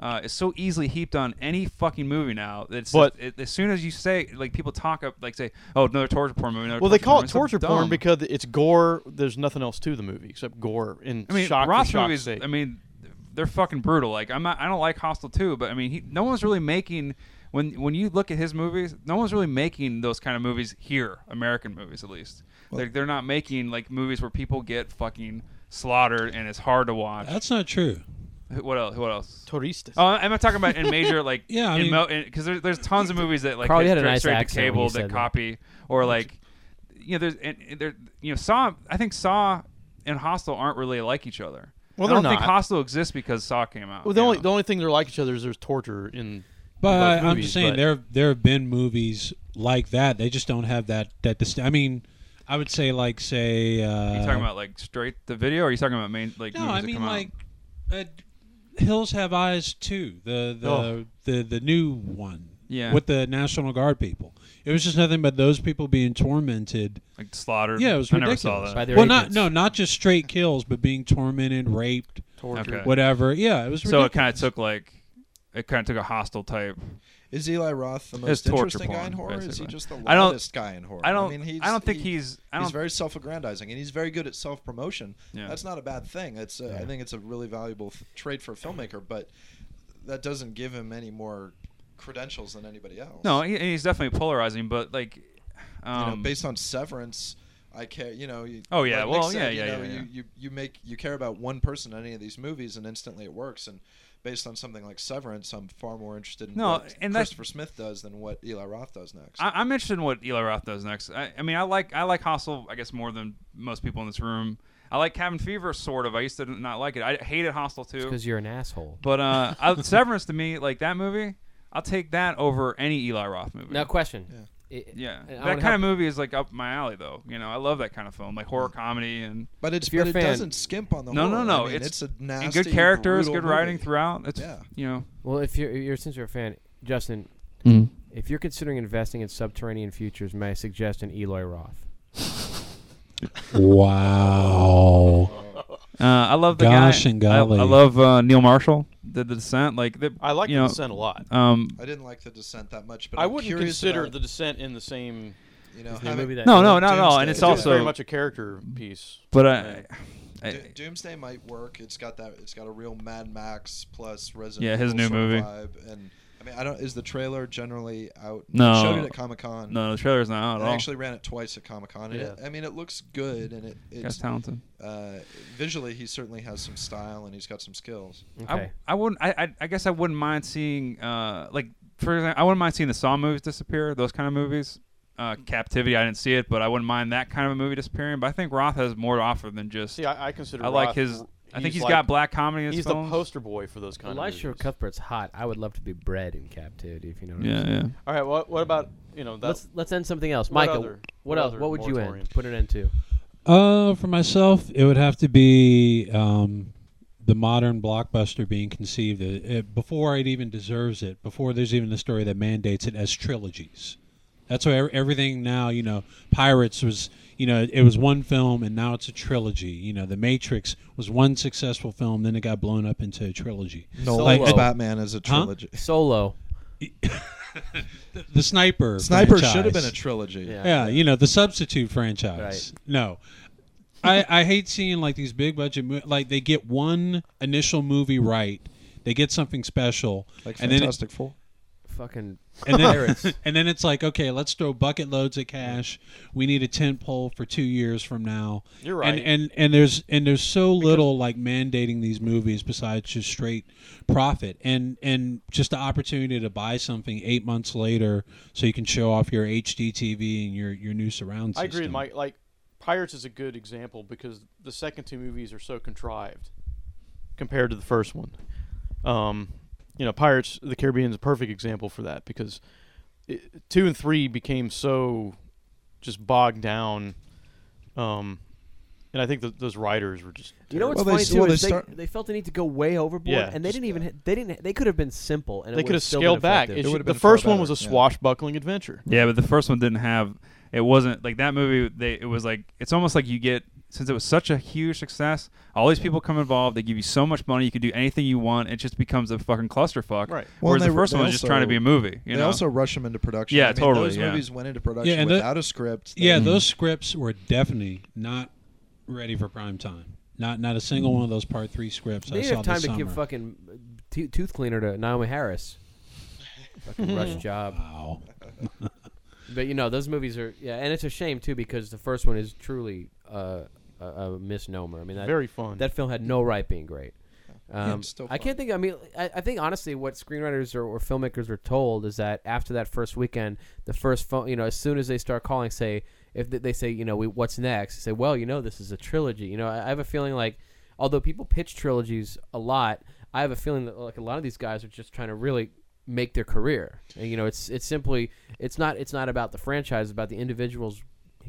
Speaker 3: uh, is so easily heaped on any fucking movie now. That it's
Speaker 4: But-
Speaker 3: it, as soon as you say like people talk up like say oh another torture porn movie. another
Speaker 4: well, they
Speaker 3: torture porn.
Speaker 4: call it
Speaker 3: It's so
Speaker 4: torture
Speaker 3: dumb.
Speaker 4: porn because it's gore. There's nothing else to the movie except gore and
Speaker 3: I mean
Speaker 4: shock
Speaker 3: Ross
Speaker 4: for shock's
Speaker 3: movies.
Speaker 4: sake.
Speaker 3: I mean they're fucking brutal. Like I'm not I don't like Hostel too, but I mean he, no one's really making. When, when you look at his movies, no one's really making those kind of movies here, American movies at least. Like they're not making like movies where people get fucking slaughtered and it's hard to watch.
Speaker 6: That's not true.
Speaker 3: Who- what else? What else?
Speaker 4: Touristas.
Speaker 3: Oh, I'm not talking about in major like
Speaker 6: (laughs) Yeah, I
Speaker 3: in
Speaker 6: mean-
Speaker 3: mo- because there's there's tons of movies that like
Speaker 2: Carl, you
Speaker 3: hit
Speaker 2: had a
Speaker 3: straight,
Speaker 2: nice
Speaker 3: straight
Speaker 2: accent when
Speaker 3: to cable
Speaker 2: you
Speaker 3: that
Speaker 2: said that.
Speaker 3: copy or like you know there's and, and there you know Saw I think Saw and Hostel aren't really like each other.
Speaker 4: Well,
Speaker 3: I don't
Speaker 4: they're
Speaker 3: think
Speaker 4: not.
Speaker 3: Hostel exists because Saw came out.
Speaker 4: well, the
Speaker 3: you
Speaker 4: only
Speaker 3: know?
Speaker 4: the only thing they're like each other is there's torture in.
Speaker 6: But
Speaker 4: both
Speaker 6: I'm
Speaker 4: movies,
Speaker 6: just saying
Speaker 4: but-
Speaker 6: there there have been movies like that. They just don't have that that. Dist- I mean, I would say like say. Uh,
Speaker 3: are you talking about like straight to video? Or are you talking about main like
Speaker 6: No,
Speaker 3: movies
Speaker 6: I
Speaker 3: that
Speaker 6: mean
Speaker 3: come out?
Speaker 6: like uh, Hills Have Eyes too. The the
Speaker 4: Oh.
Speaker 6: the the new one.
Speaker 3: Yeah.
Speaker 6: With the National Guard people, it was just nothing but those people being tormented.
Speaker 3: like slaughtered.
Speaker 6: Yeah, it was
Speaker 3: I
Speaker 6: ridiculous.
Speaker 3: never saw
Speaker 2: By
Speaker 3: that.
Speaker 2: their
Speaker 6: well,
Speaker 2: agents.
Speaker 6: not no, not just straight kills, but being tormented, raped,
Speaker 3: Okay.
Speaker 6: whatever. Yeah, it was.
Speaker 3: So
Speaker 6: Ridiculous.
Speaker 3: it kind of took like it kind of took a Hostile type.
Speaker 5: Is Eli Roth the
Speaker 3: It's
Speaker 5: most
Speaker 3: torture
Speaker 5: interesting guy
Speaker 3: porn,
Speaker 5: in horror? Is he
Speaker 3: basically.
Speaker 5: just the
Speaker 3: I don't-
Speaker 5: loudest guy in horror?
Speaker 3: I don't. I,
Speaker 5: mean, he's,
Speaker 3: don't think
Speaker 5: he-
Speaker 3: he's. I don't.
Speaker 5: he's very self-aggrandizing, and he's very good at self-promotion.
Speaker 3: Yeah.
Speaker 5: That's not a bad thing. It's uh, I think it's a really valuable f- trait for a filmmaker, but that doesn't give him any more credentials than anybody else.
Speaker 3: no, he, he's definitely polarizing, but like.
Speaker 5: you
Speaker 3: Um,
Speaker 5: know, based on Severance, I care. You know. You,
Speaker 3: Oh, yeah,
Speaker 5: like Nick
Speaker 3: well,
Speaker 5: said,
Speaker 3: yeah,
Speaker 5: you
Speaker 3: yeah,
Speaker 5: know,
Speaker 3: yeah, yeah.
Speaker 5: You, you you make you care about one person in any of these movies, and instantly it works. And based on something like Severance, I'm far more interested in
Speaker 3: No,
Speaker 5: what
Speaker 3: and that's-
Speaker 5: Christopher Smith does than what Eli Roth does next.
Speaker 3: I, I'm interested in what Eli Roth does next. I, I mean, I like I like Hostel, I guess, more than most people in this room. I like Cabin Fever, sort of. I used to not like it. I hated Hostel too.
Speaker 2: Because you're an asshole.
Speaker 3: But uh, I, Severance to me, like that movie, I'll take that over any Eli Roth movie.
Speaker 2: Now, question. I- I
Speaker 3: yeah,
Speaker 2: wanna
Speaker 3: that kind
Speaker 2: help-
Speaker 3: of movie is like up my alley, though. You know, I love that kind of film, like horror comedy and
Speaker 5: but it's
Speaker 2: if you're
Speaker 5: but it
Speaker 2: a fan-
Speaker 5: doesn't skimp on the
Speaker 3: no,
Speaker 5: horror.
Speaker 3: no,
Speaker 5: I
Speaker 3: no.
Speaker 5: mean,
Speaker 3: it's,
Speaker 5: a nasty,
Speaker 3: and good characters,
Speaker 5: brutal
Speaker 3: good writing
Speaker 5: movie.
Speaker 3: throughout. It's
Speaker 5: Yeah.
Speaker 3: you know,
Speaker 2: Well, if you're, you're since you're a fan, Justin,
Speaker 4: Mm.
Speaker 2: if you're considering investing in subterranean futures, may I suggest an Eloy Roth?
Speaker 6: wow.
Speaker 3: uh, I love the
Speaker 6: Gosh
Speaker 3: guy.
Speaker 6: and
Speaker 3: I-
Speaker 6: golly.
Speaker 3: I, love uh, Neil Marshall, the, the Descent. Like the,
Speaker 4: I like
Speaker 3: you
Speaker 4: the
Speaker 3: know,
Speaker 4: descent a lot.
Speaker 3: Um,
Speaker 5: I didn't like the Descent that much, but
Speaker 4: I
Speaker 5: I'm
Speaker 4: wouldn't
Speaker 5: curious
Speaker 4: consider
Speaker 5: about,
Speaker 4: the descent in the same.
Speaker 5: you know
Speaker 2: The movie
Speaker 5: having,
Speaker 2: that-
Speaker 3: no, no,
Speaker 5: like
Speaker 3: not at all. And it's
Speaker 5: Doomsday. It's
Speaker 4: It's
Speaker 3: also
Speaker 4: very much a character piece.
Speaker 3: But I, I,
Speaker 5: Do- Doomsday might work. It's got that. It's got a real Mad Max plus Resident.
Speaker 3: Yeah, his
Speaker 5: Evil
Speaker 3: new
Speaker 5: sort of
Speaker 3: movie.
Speaker 5: Vibe. And I mean, I don't. Is the trailer generally out?
Speaker 3: No.
Speaker 5: They showed it at Comic Con.
Speaker 3: no, the trailer's not out
Speaker 5: And
Speaker 3: at
Speaker 5: I
Speaker 3: all.
Speaker 5: actually ran it twice at Comic Con. and it- I mean, it looks good, and it
Speaker 3: Guy's
Speaker 5: it's,
Speaker 3: talented.
Speaker 5: uh, visually he certainly has some style, and he's got some skills.
Speaker 2: Okay.
Speaker 3: I, I wouldn't. I, I, I guess I wouldn't mind seeing, uh, like for example, I wouldn't mind seeing the Saw movies disappear. Those kind of movies. Uh, Captivity. I didn't see it, but I wouldn't mind that kind of a movie disappearing. But I think Roth has more to offer than just.
Speaker 4: See, I, I consider.
Speaker 3: I like
Speaker 4: Roth-
Speaker 3: his. I think
Speaker 4: he's
Speaker 3: he's
Speaker 4: like-
Speaker 3: got black comedy. In his
Speaker 4: He's
Speaker 3: films.
Speaker 4: the poster boy for those kind
Speaker 2: Elisha
Speaker 4: of movies.
Speaker 2: Cuthbert's hot. I would love to be bred in captivity, if you know what I'm
Speaker 3: Yeah,
Speaker 2: saying.
Speaker 3: yeah.
Speaker 4: All right. What, what about you know that?
Speaker 2: Let's let's end something else,
Speaker 4: What
Speaker 2: Michael.
Speaker 4: other-
Speaker 2: what
Speaker 4: what
Speaker 2: else?
Speaker 4: other
Speaker 2: What would you
Speaker 4: moratorium?
Speaker 2: end? Put an end to.
Speaker 6: Uh, for myself, it would have to be um, the modern blockbuster being conceived uh, uh, before it even deserves it, before there's even a story that mandates it as trilogies. That's why ev- everything now, you know, Pirates was, you know, it was one film and now it's a trilogy. You know, The Matrix was one successful film, then it got blown up into a trilogy.
Speaker 5: No,
Speaker 6: Like, uh,
Speaker 5: Batman is a
Speaker 6: Huh?
Speaker 5: trilogy.
Speaker 2: Solo.
Speaker 6: the Sniper.
Speaker 5: (laughs) Sniper should have
Speaker 6: franchise.
Speaker 5: been a trilogy.
Speaker 6: Yeah, you know the substitute franchise. No, I I hate seeing like these big budget mo- like they get one initial movie right, they get something special,
Speaker 5: Like
Speaker 6: and then
Speaker 5: Fantastic Four.
Speaker 2: fucking
Speaker 6: and (laughs) then, (laughs)
Speaker 2: Pirates.
Speaker 6: and then it's like, okay, let's throw bucket loads of cash. We need a tent pole for two years from now.
Speaker 4: You're right.
Speaker 6: And and and there's and there's so little like mandating these movies besides just straight profit and and just the opportunity to buy something eight months later so you can show off your HD TV and your your new surround
Speaker 4: I
Speaker 6: system.
Speaker 4: agree with Mike. Like Pirates is a good example because the second two movies are so contrived compared to the first one. Um, you know, Pirates of the Caribbean is a perfect example for that because it, two and three became so just bogged down. Um, and I think th- those writers were just
Speaker 2: You know what's
Speaker 5: Well, they
Speaker 2: funny
Speaker 5: s-
Speaker 2: too
Speaker 5: well,
Speaker 2: is
Speaker 5: they
Speaker 2: they,
Speaker 5: start-
Speaker 2: they felt the need to go way overboard,
Speaker 4: Yeah,
Speaker 2: and they
Speaker 4: just-
Speaker 2: didn't even they didn't they could have been simple and
Speaker 4: they
Speaker 2: could have
Speaker 4: scaled back. It
Speaker 5: It
Speaker 4: should-
Speaker 5: would've
Speaker 4: the
Speaker 5: been far
Speaker 4: first one was
Speaker 5: better,
Speaker 4: a
Speaker 5: yeah.
Speaker 4: swashbuckling adventure.
Speaker 3: Yeah, but the first one didn't have. It wasn't like that movie. They it was like it's almost like you get since it was such a huge success. All these people come involved. They give you so much money. You can do anything you want. It just becomes a fucking clusterfuck.
Speaker 4: Right.
Speaker 5: Well,
Speaker 3: Whereas
Speaker 5: and
Speaker 3: the
Speaker 5: they-
Speaker 3: first
Speaker 5: they
Speaker 3: one was just
Speaker 5: also-
Speaker 3: trying to be a movie. You
Speaker 5: they
Speaker 3: know.
Speaker 5: also rush them into production.
Speaker 3: Yeah,
Speaker 5: I mean,
Speaker 3: totally,
Speaker 5: Those
Speaker 3: yeah.
Speaker 5: movies went into production
Speaker 6: and the-
Speaker 5: without a script. They-
Speaker 6: Yeah, those scripts were definitely not ready for prime time. Not not a single one of those part three scripts
Speaker 2: They
Speaker 6: I
Speaker 2: didn't
Speaker 6: saw
Speaker 2: have time
Speaker 6: this
Speaker 2: to
Speaker 6: summer.
Speaker 2: give fucking to- tooth cleaner to Naomi Harris. fucking rush job.
Speaker 6: wow.
Speaker 2: But you know those movies are yeah, and it's a shame too because the first one is truly uh, a, a misnomer. I mean that
Speaker 4: Very fun.
Speaker 2: that film had no right being great. Um,
Speaker 5: it's still
Speaker 2: I can't think. I mean, I, I think honestly, what screenwriters or, or filmmakers are told is that after that first weekend, the first phone, you know, as soon as they start calling, say if th- they say, you know, we, what's next? Say, well, you know, this is a trilogy. You know, I, I have a feeling like, although people pitch trilogies a lot, I have a feeling that like a lot of these guys are just trying to really make their career. And, you know, it's it's simply it's not it's not about the franchise, it's about the individuals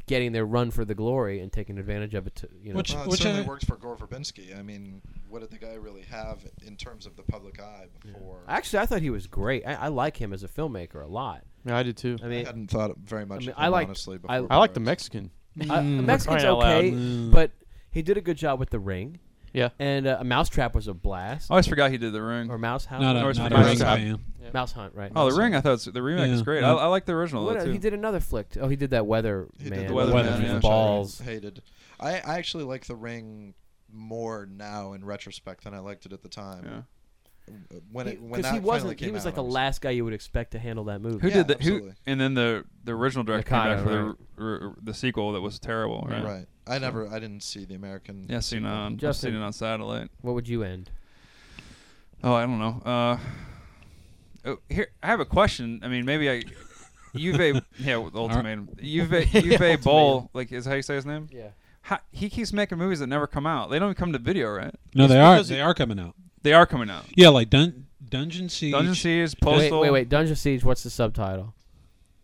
Speaker 2: getting their run for the glory and taking advantage of it. To, you know,
Speaker 6: Which-
Speaker 5: Well, it
Speaker 6: which
Speaker 5: certainly
Speaker 6: I-
Speaker 5: works for Gore Verbinski. I mean, what did the guy really have in terms of the public eye before?
Speaker 2: Actually, I thought he was great. I, I like him as a filmmaker a lot.
Speaker 4: yeah, I did too.
Speaker 2: I
Speaker 5: I
Speaker 2: mean,
Speaker 5: hadn't thought very much.
Speaker 2: I mean,
Speaker 5: of him,
Speaker 2: I liked-
Speaker 5: honestly.
Speaker 2: I-
Speaker 5: Before
Speaker 4: I like the
Speaker 5: Pirates.
Speaker 4: Mexican.
Speaker 2: I- the Uh, Mexican's
Speaker 4: crying out loud.
Speaker 2: okay,
Speaker 6: Mm.
Speaker 2: but he did a good job with the ring.
Speaker 4: Yeah.
Speaker 2: And uh, Mousetrap was a blast.
Speaker 3: I always forgot he did the ring.
Speaker 2: or Mouse Hunt.
Speaker 6: Not
Speaker 3: North
Speaker 6: a, not a
Speaker 3: Carolina
Speaker 6: ring
Speaker 3: side.
Speaker 6: fan.
Speaker 2: Mouse Hunt, right?
Speaker 3: Oh, the ring! I thought was, the remake
Speaker 6: Yeah.
Speaker 3: is great.
Speaker 6: Yeah.
Speaker 3: I, I like the original
Speaker 2: What,
Speaker 3: though,
Speaker 2: uh,
Speaker 3: too.
Speaker 2: he did another flick. t- Oh, he did that Weather
Speaker 5: He
Speaker 2: Man.
Speaker 5: did the
Speaker 3: Weather
Speaker 5: Weather
Speaker 3: Man,
Speaker 5: Man,
Speaker 3: yeah.
Speaker 5: which I
Speaker 2: balls.
Speaker 5: hated. I, I actually like the ring more now in retrospect than I liked it at the time.
Speaker 3: Yeah.
Speaker 5: When it when
Speaker 2: Because
Speaker 5: that
Speaker 2: he,
Speaker 5: finally
Speaker 2: wasn't.
Speaker 5: came
Speaker 2: He was
Speaker 5: out,
Speaker 2: like
Speaker 5: I
Speaker 2: the last guy you would expect to handle that movie.
Speaker 3: Who
Speaker 5: Yeah,
Speaker 3: did the
Speaker 5: absolutely.
Speaker 3: who? And then the the original director came
Speaker 2: Nakata,
Speaker 3: back for the, r- r- the sequel that was terrible. Right.
Speaker 5: Right. I never. I didn't see the American.
Speaker 3: Yeah, seen it on. I've
Speaker 2: Justin.
Speaker 3: seen it on satellite.
Speaker 2: What would you end?
Speaker 3: Oh, I don't know. Uh, oh, here I have a question. I mean, maybe I. Juve, yeah, with the ultimatum. Juve, Juve Bowl, like is how you say his name.
Speaker 2: Yeah.
Speaker 3: How, he keeps making movies that never come out. They don't even come to video, right?
Speaker 6: No,
Speaker 4: It's
Speaker 6: they are.
Speaker 4: because
Speaker 6: They
Speaker 4: it-
Speaker 6: are coming out.
Speaker 3: They are coming out.
Speaker 6: Yeah, like Dun- Dungeon Siege.
Speaker 3: Dungeon Siege,
Speaker 2: Wait,
Speaker 3: Postal.
Speaker 2: wait, wait. Dungeon Siege. What's the subtitle?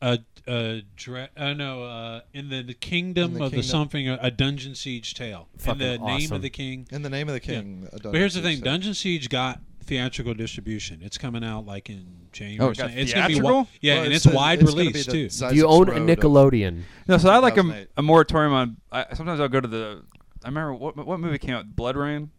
Speaker 6: Uh, uh, dre- uh, no, uh, in the, the kingdom
Speaker 5: In the
Speaker 6: of the
Speaker 5: kingdom.
Speaker 6: something, a, a Dungeon Siege tale.
Speaker 2: Fucking
Speaker 6: and the name
Speaker 2: awesome.
Speaker 6: of the king.
Speaker 5: In the name of the king. a Dungeon
Speaker 6: But here's the
Speaker 5: Siege
Speaker 6: thing:
Speaker 5: set.
Speaker 6: Dungeon Siege got theatrical distribution. It's coming out like in January.
Speaker 3: Oh,
Speaker 6: or
Speaker 3: it got
Speaker 6: something. it's gonna be wi-
Speaker 3: theatrical?
Speaker 6: yeah,
Speaker 5: Well,
Speaker 6: and it's,
Speaker 5: the-
Speaker 6: wide
Speaker 5: it's gonna be
Speaker 6: release
Speaker 5: the
Speaker 6: too.
Speaker 5: Zizek's
Speaker 2: Do you own a
Speaker 5: Road of-
Speaker 2: Nickelodeon?
Speaker 3: No, so I like a,
Speaker 5: 2008.
Speaker 3: a moratorium on. I, sometimes I'll go to the. I remember what what movie came out? Blood Rain.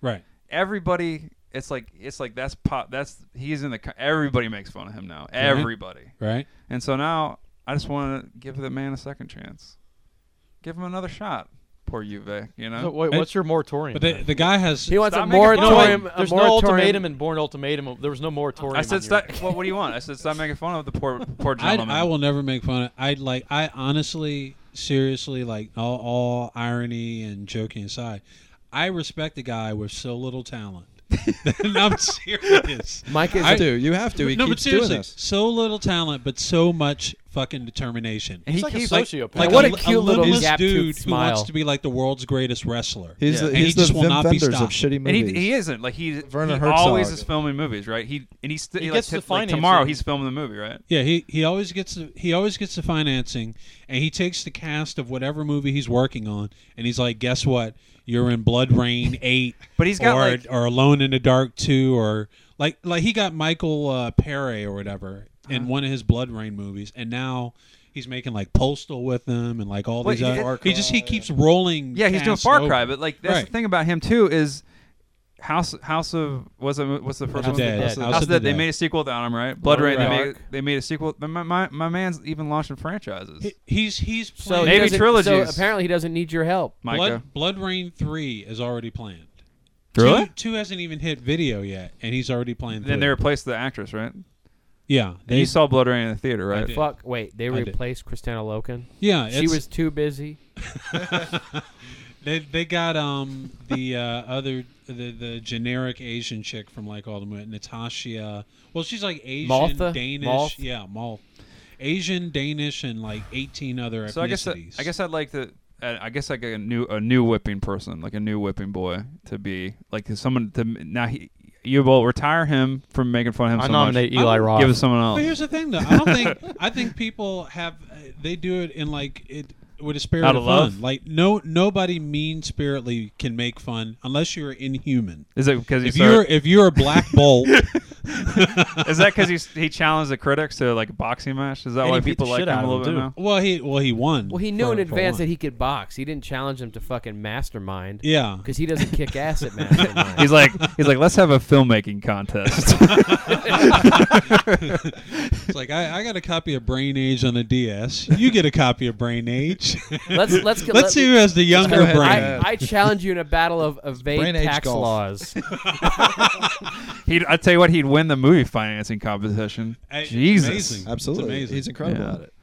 Speaker 6: Right.
Speaker 3: Everybody, it's like it's like that's pop. That's he's in the. co- Everybody makes fun of him now. Everybody.
Speaker 6: Right.
Speaker 3: And so now I just want to give the man a second chance. Give him another shot. Poor Juve, you know.
Speaker 4: So, wait,
Speaker 6: It-
Speaker 4: what's your moratorium?
Speaker 6: But they, the guy has.
Speaker 2: He wants
Speaker 3: Stop
Speaker 2: a
Speaker 3: making fun of
Speaker 2: moratorium.
Speaker 3: him.
Speaker 2: a
Speaker 4: There's no
Speaker 2: moratorium-
Speaker 4: ultimatum in Born Ultimatum. There was no moratorium.
Speaker 3: I
Speaker 4: on
Speaker 3: said,
Speaker 4: your-
Speaker 3: stop, what, what do you want? I said, stop making fun of the poor, poor
Speaker 6: I,
Speaker 3: gentleman.
Speaker 6: I will never make fun of. I like. I honestly, seriously, like all, all irony and joking aside, I respect a guy with so little talent. (laughs) and I'm serious.
Speaker 2: Mike is.
Speaker 5: I do. You have to. He
Speaker 6: no, but
Speaker 5: keeps
Speaker 6: seriously,
Speaker 5: doing this.
Speaker 6: so little talent, but so much fucking determination.
Speaker 3: And he
Speaker 4: He's like a
Speaker 3: keeps
Speaker 4: sociopath.
Speaker 2: Like, what a
Speaker 6: li-
Speaker 2: cute little
Speaker 6: limitless
Speaker 2: gap-toothed
Speaker 6: dude who
Speaker 2: smile.
Speaker 6: wants to be like the world's greatest wrestler.
Speaker 5: He's
Speaker 3: Yeah.
Speaker 5: the,
Speaker 6: And he
Speaker 5: he's the
Speaker 6: just will
Speaker 5: Vin
Speaker 6: not be
Speaker 5: Vendors of
Speaker 6: stopped.
Speaker 5: shitty
Speaker 3: and
Speaker 5: movies.
Speaker 3: he, he isn't like he,
Speaker 5: Werner
Speaker 3: he
Speaker 5: Herzog.
Speaker 3: always is filming movies, right? He and he, st-
Speaker 4: He
Speaker 3: he
Speaker 4: gets
Speaker 3: like,
Speaker 4: the
Speaker 3: t- like
Speaker 4: financing.
Speaker 3: tomorrow he's filming the movie, right?
Speaker 6: Yeah, he, he always gets the, he always gets the financing, and he takes the cast of whatever movie he's working on, and he's like, guess what? You're in Blood Rain Eight,
Speaker 3: But (laughs) he's got,
Speaker 6: or,
Speaker 3: like-
Speaker 6: or Alone in the Dark Two, or like like he got Michael uh, Pere or whatever
Speaker 3: Uh-huh.
Speaker 6: in one of his Blood Rain movies, and now. He's making like Postal with them and like all
Speaker 3: Wait,
Speaker 6: these
Speaker 3: he
Speaker 6: other.
Speaker 5: did-
Speaker 6: He just he keeps rolling.
Speaker 3: Yeah, he's doing
Speaker 6: casts
Speaker 3: Far
Speaker 6: over.
Speaker 3: Cry, but like that's the
Speaker 6: Right.
Speaker 3: thing about him too is House House of what's the what's the first one?
Speaker 6: House of Dead.
Speaker 3: House, of,
Speaker 6: House
Speaker 3: House of
Speaker 6: of
Speaker 3: Dead.
Speaker 6: the
Speaker 3: They
Speaker 6: Dead.
Speaker 3: made a sequel on him, right? Blood
Speaker 2: Blood
Speaker 3: Rain.
Speaker 2: Rain.
Speaker 3: They made they made a sequel. But my, my my man's even launching franchises.
Speaker 6: He- He's he's
Speaker 2: So
Speaker 6: playing.
Speaker 2: he
Speaker 3: Maybe
Speaker 2: doesn't-
Speaker 3: trilogies.
Speaker 2: So apparently, he doesn't need your help.
Speaker 3: Micah.
Speaker 6: Blood, Blood Rain 3 is already planned.
Speaker 3: Really?
Speaker 6: Two, two hasn't even hit video yet, and he's already playing
Speaker 3: Then
Speaker 6: three.
Speaker 3: they replaced the actress, right?
Speaker 6: Yeah,
Speaker 3: And
Speaker 6: they.
Speaker 3: you saw Blood Rain in the theater, right?
Speaker 6: did. Yeah.
Speaker 2: Fuck. Wait, they
Speaker 6: I did.
Speaker 2: replaced Christina Loken.
Speaker 6: yeah,
Speaker 2: She
Speaker 6: it's-
Speaker 2: was too busy.
Speaker 6: they they got um the uh, other the the generic Asian chick from like all the mo- Natasha. Well, she's like Asian
Speaker 2: Maltha?
Speaker 6: Danish.
Speaker 2: Malth?
Speaker 6: Yeah, Mal. Asian Danish and like eighteen other ethnicities.
Speaker 3: So I guess that, I guess I'd like to. uh, I I guess like a new a new whipping person, like a new whipping boy, to be like someone to now he you will retire him from making fun of him
Speaker 4: I
Speaker 3: so
Speaker 4: nominate
Speaker 6: much.
Speaker 4: Eli
Speaker 6: I'm-
Speaker 4: Roth.
Speaker 3: much. Give it to someone else.
Speaker 6: But here's the thing, though. I don't think I think people have uh, they do it in like it with a spirit
Speaker 3: Out
Speaker 6: of,
Speaker 3: of
Speaker 6: fun.
Speaker 3: love?
Speaker 6: Like no nobody mean spiritedly can make fun unless you're inhuman.
Speaker 3: Is it because
Speaker 6: If
Speaker 3: he's
Speaker 6: you're if you're
Speaker 5: (laughs)
Speaker 6: a black bolt,
Speaker 3: is that because he's he challenged the critics to like a boxing match? Is that
Speaker 4: And
Speaker 3: why
Speaker 4: he beat
Speaker 3: people
Speaker 4: the
Speaker 3: like
Speaker 4: shit
Speaker 3: him a
Speaker 4: out of
Speaker 3: little
Speaker 4: him,
Speaker 3: bit
Speaker 4: too.
Speaker 3: now?
Speaker 6: well he well he won.
Speaker 2: Well, he knew
Speaker 6: for-
Speaker 2: in
Speaker 6: for
Speaker 2: advance
Speaker 6: one.
Speaker 2: that he could box. He didn't challenge him to fucking mastermind. (laughs)
Speaker 6: yeah.
Speaker 2: Because he doesn't kick ass at mastermind.
Speaker 3: He's like he's like let's have a filmmaking contest.
Speaker 6: It's like I, I got a copy of Brain Age on the DS. You get a copy of
Speaker 2: (laughs)
Speaker 6: Brain Age.
Speaker 2: let's let's get,
Speaker 6: Let's see who has the younger
Speaker 5: ahead.
Speaker 6: brain.
Speaker 2: I, I challenge you in a battle of of vague
Speaker 5: Brain age
Speaker 2: tax
Speaker 5: golf.
Speaker 2: laws.
Speaker 3: he'd, I tell you what, he'd win the movie financing competition.
Speaker 6: I- it's
Speaker 3: Jesus,
Speaker 6: amazing. It's
Speaker 5: Absolutely,
Speaker 6: amazing.
Speaker 5: he's incredible
Speaker 3: Yeah.
Speaker 5: at it.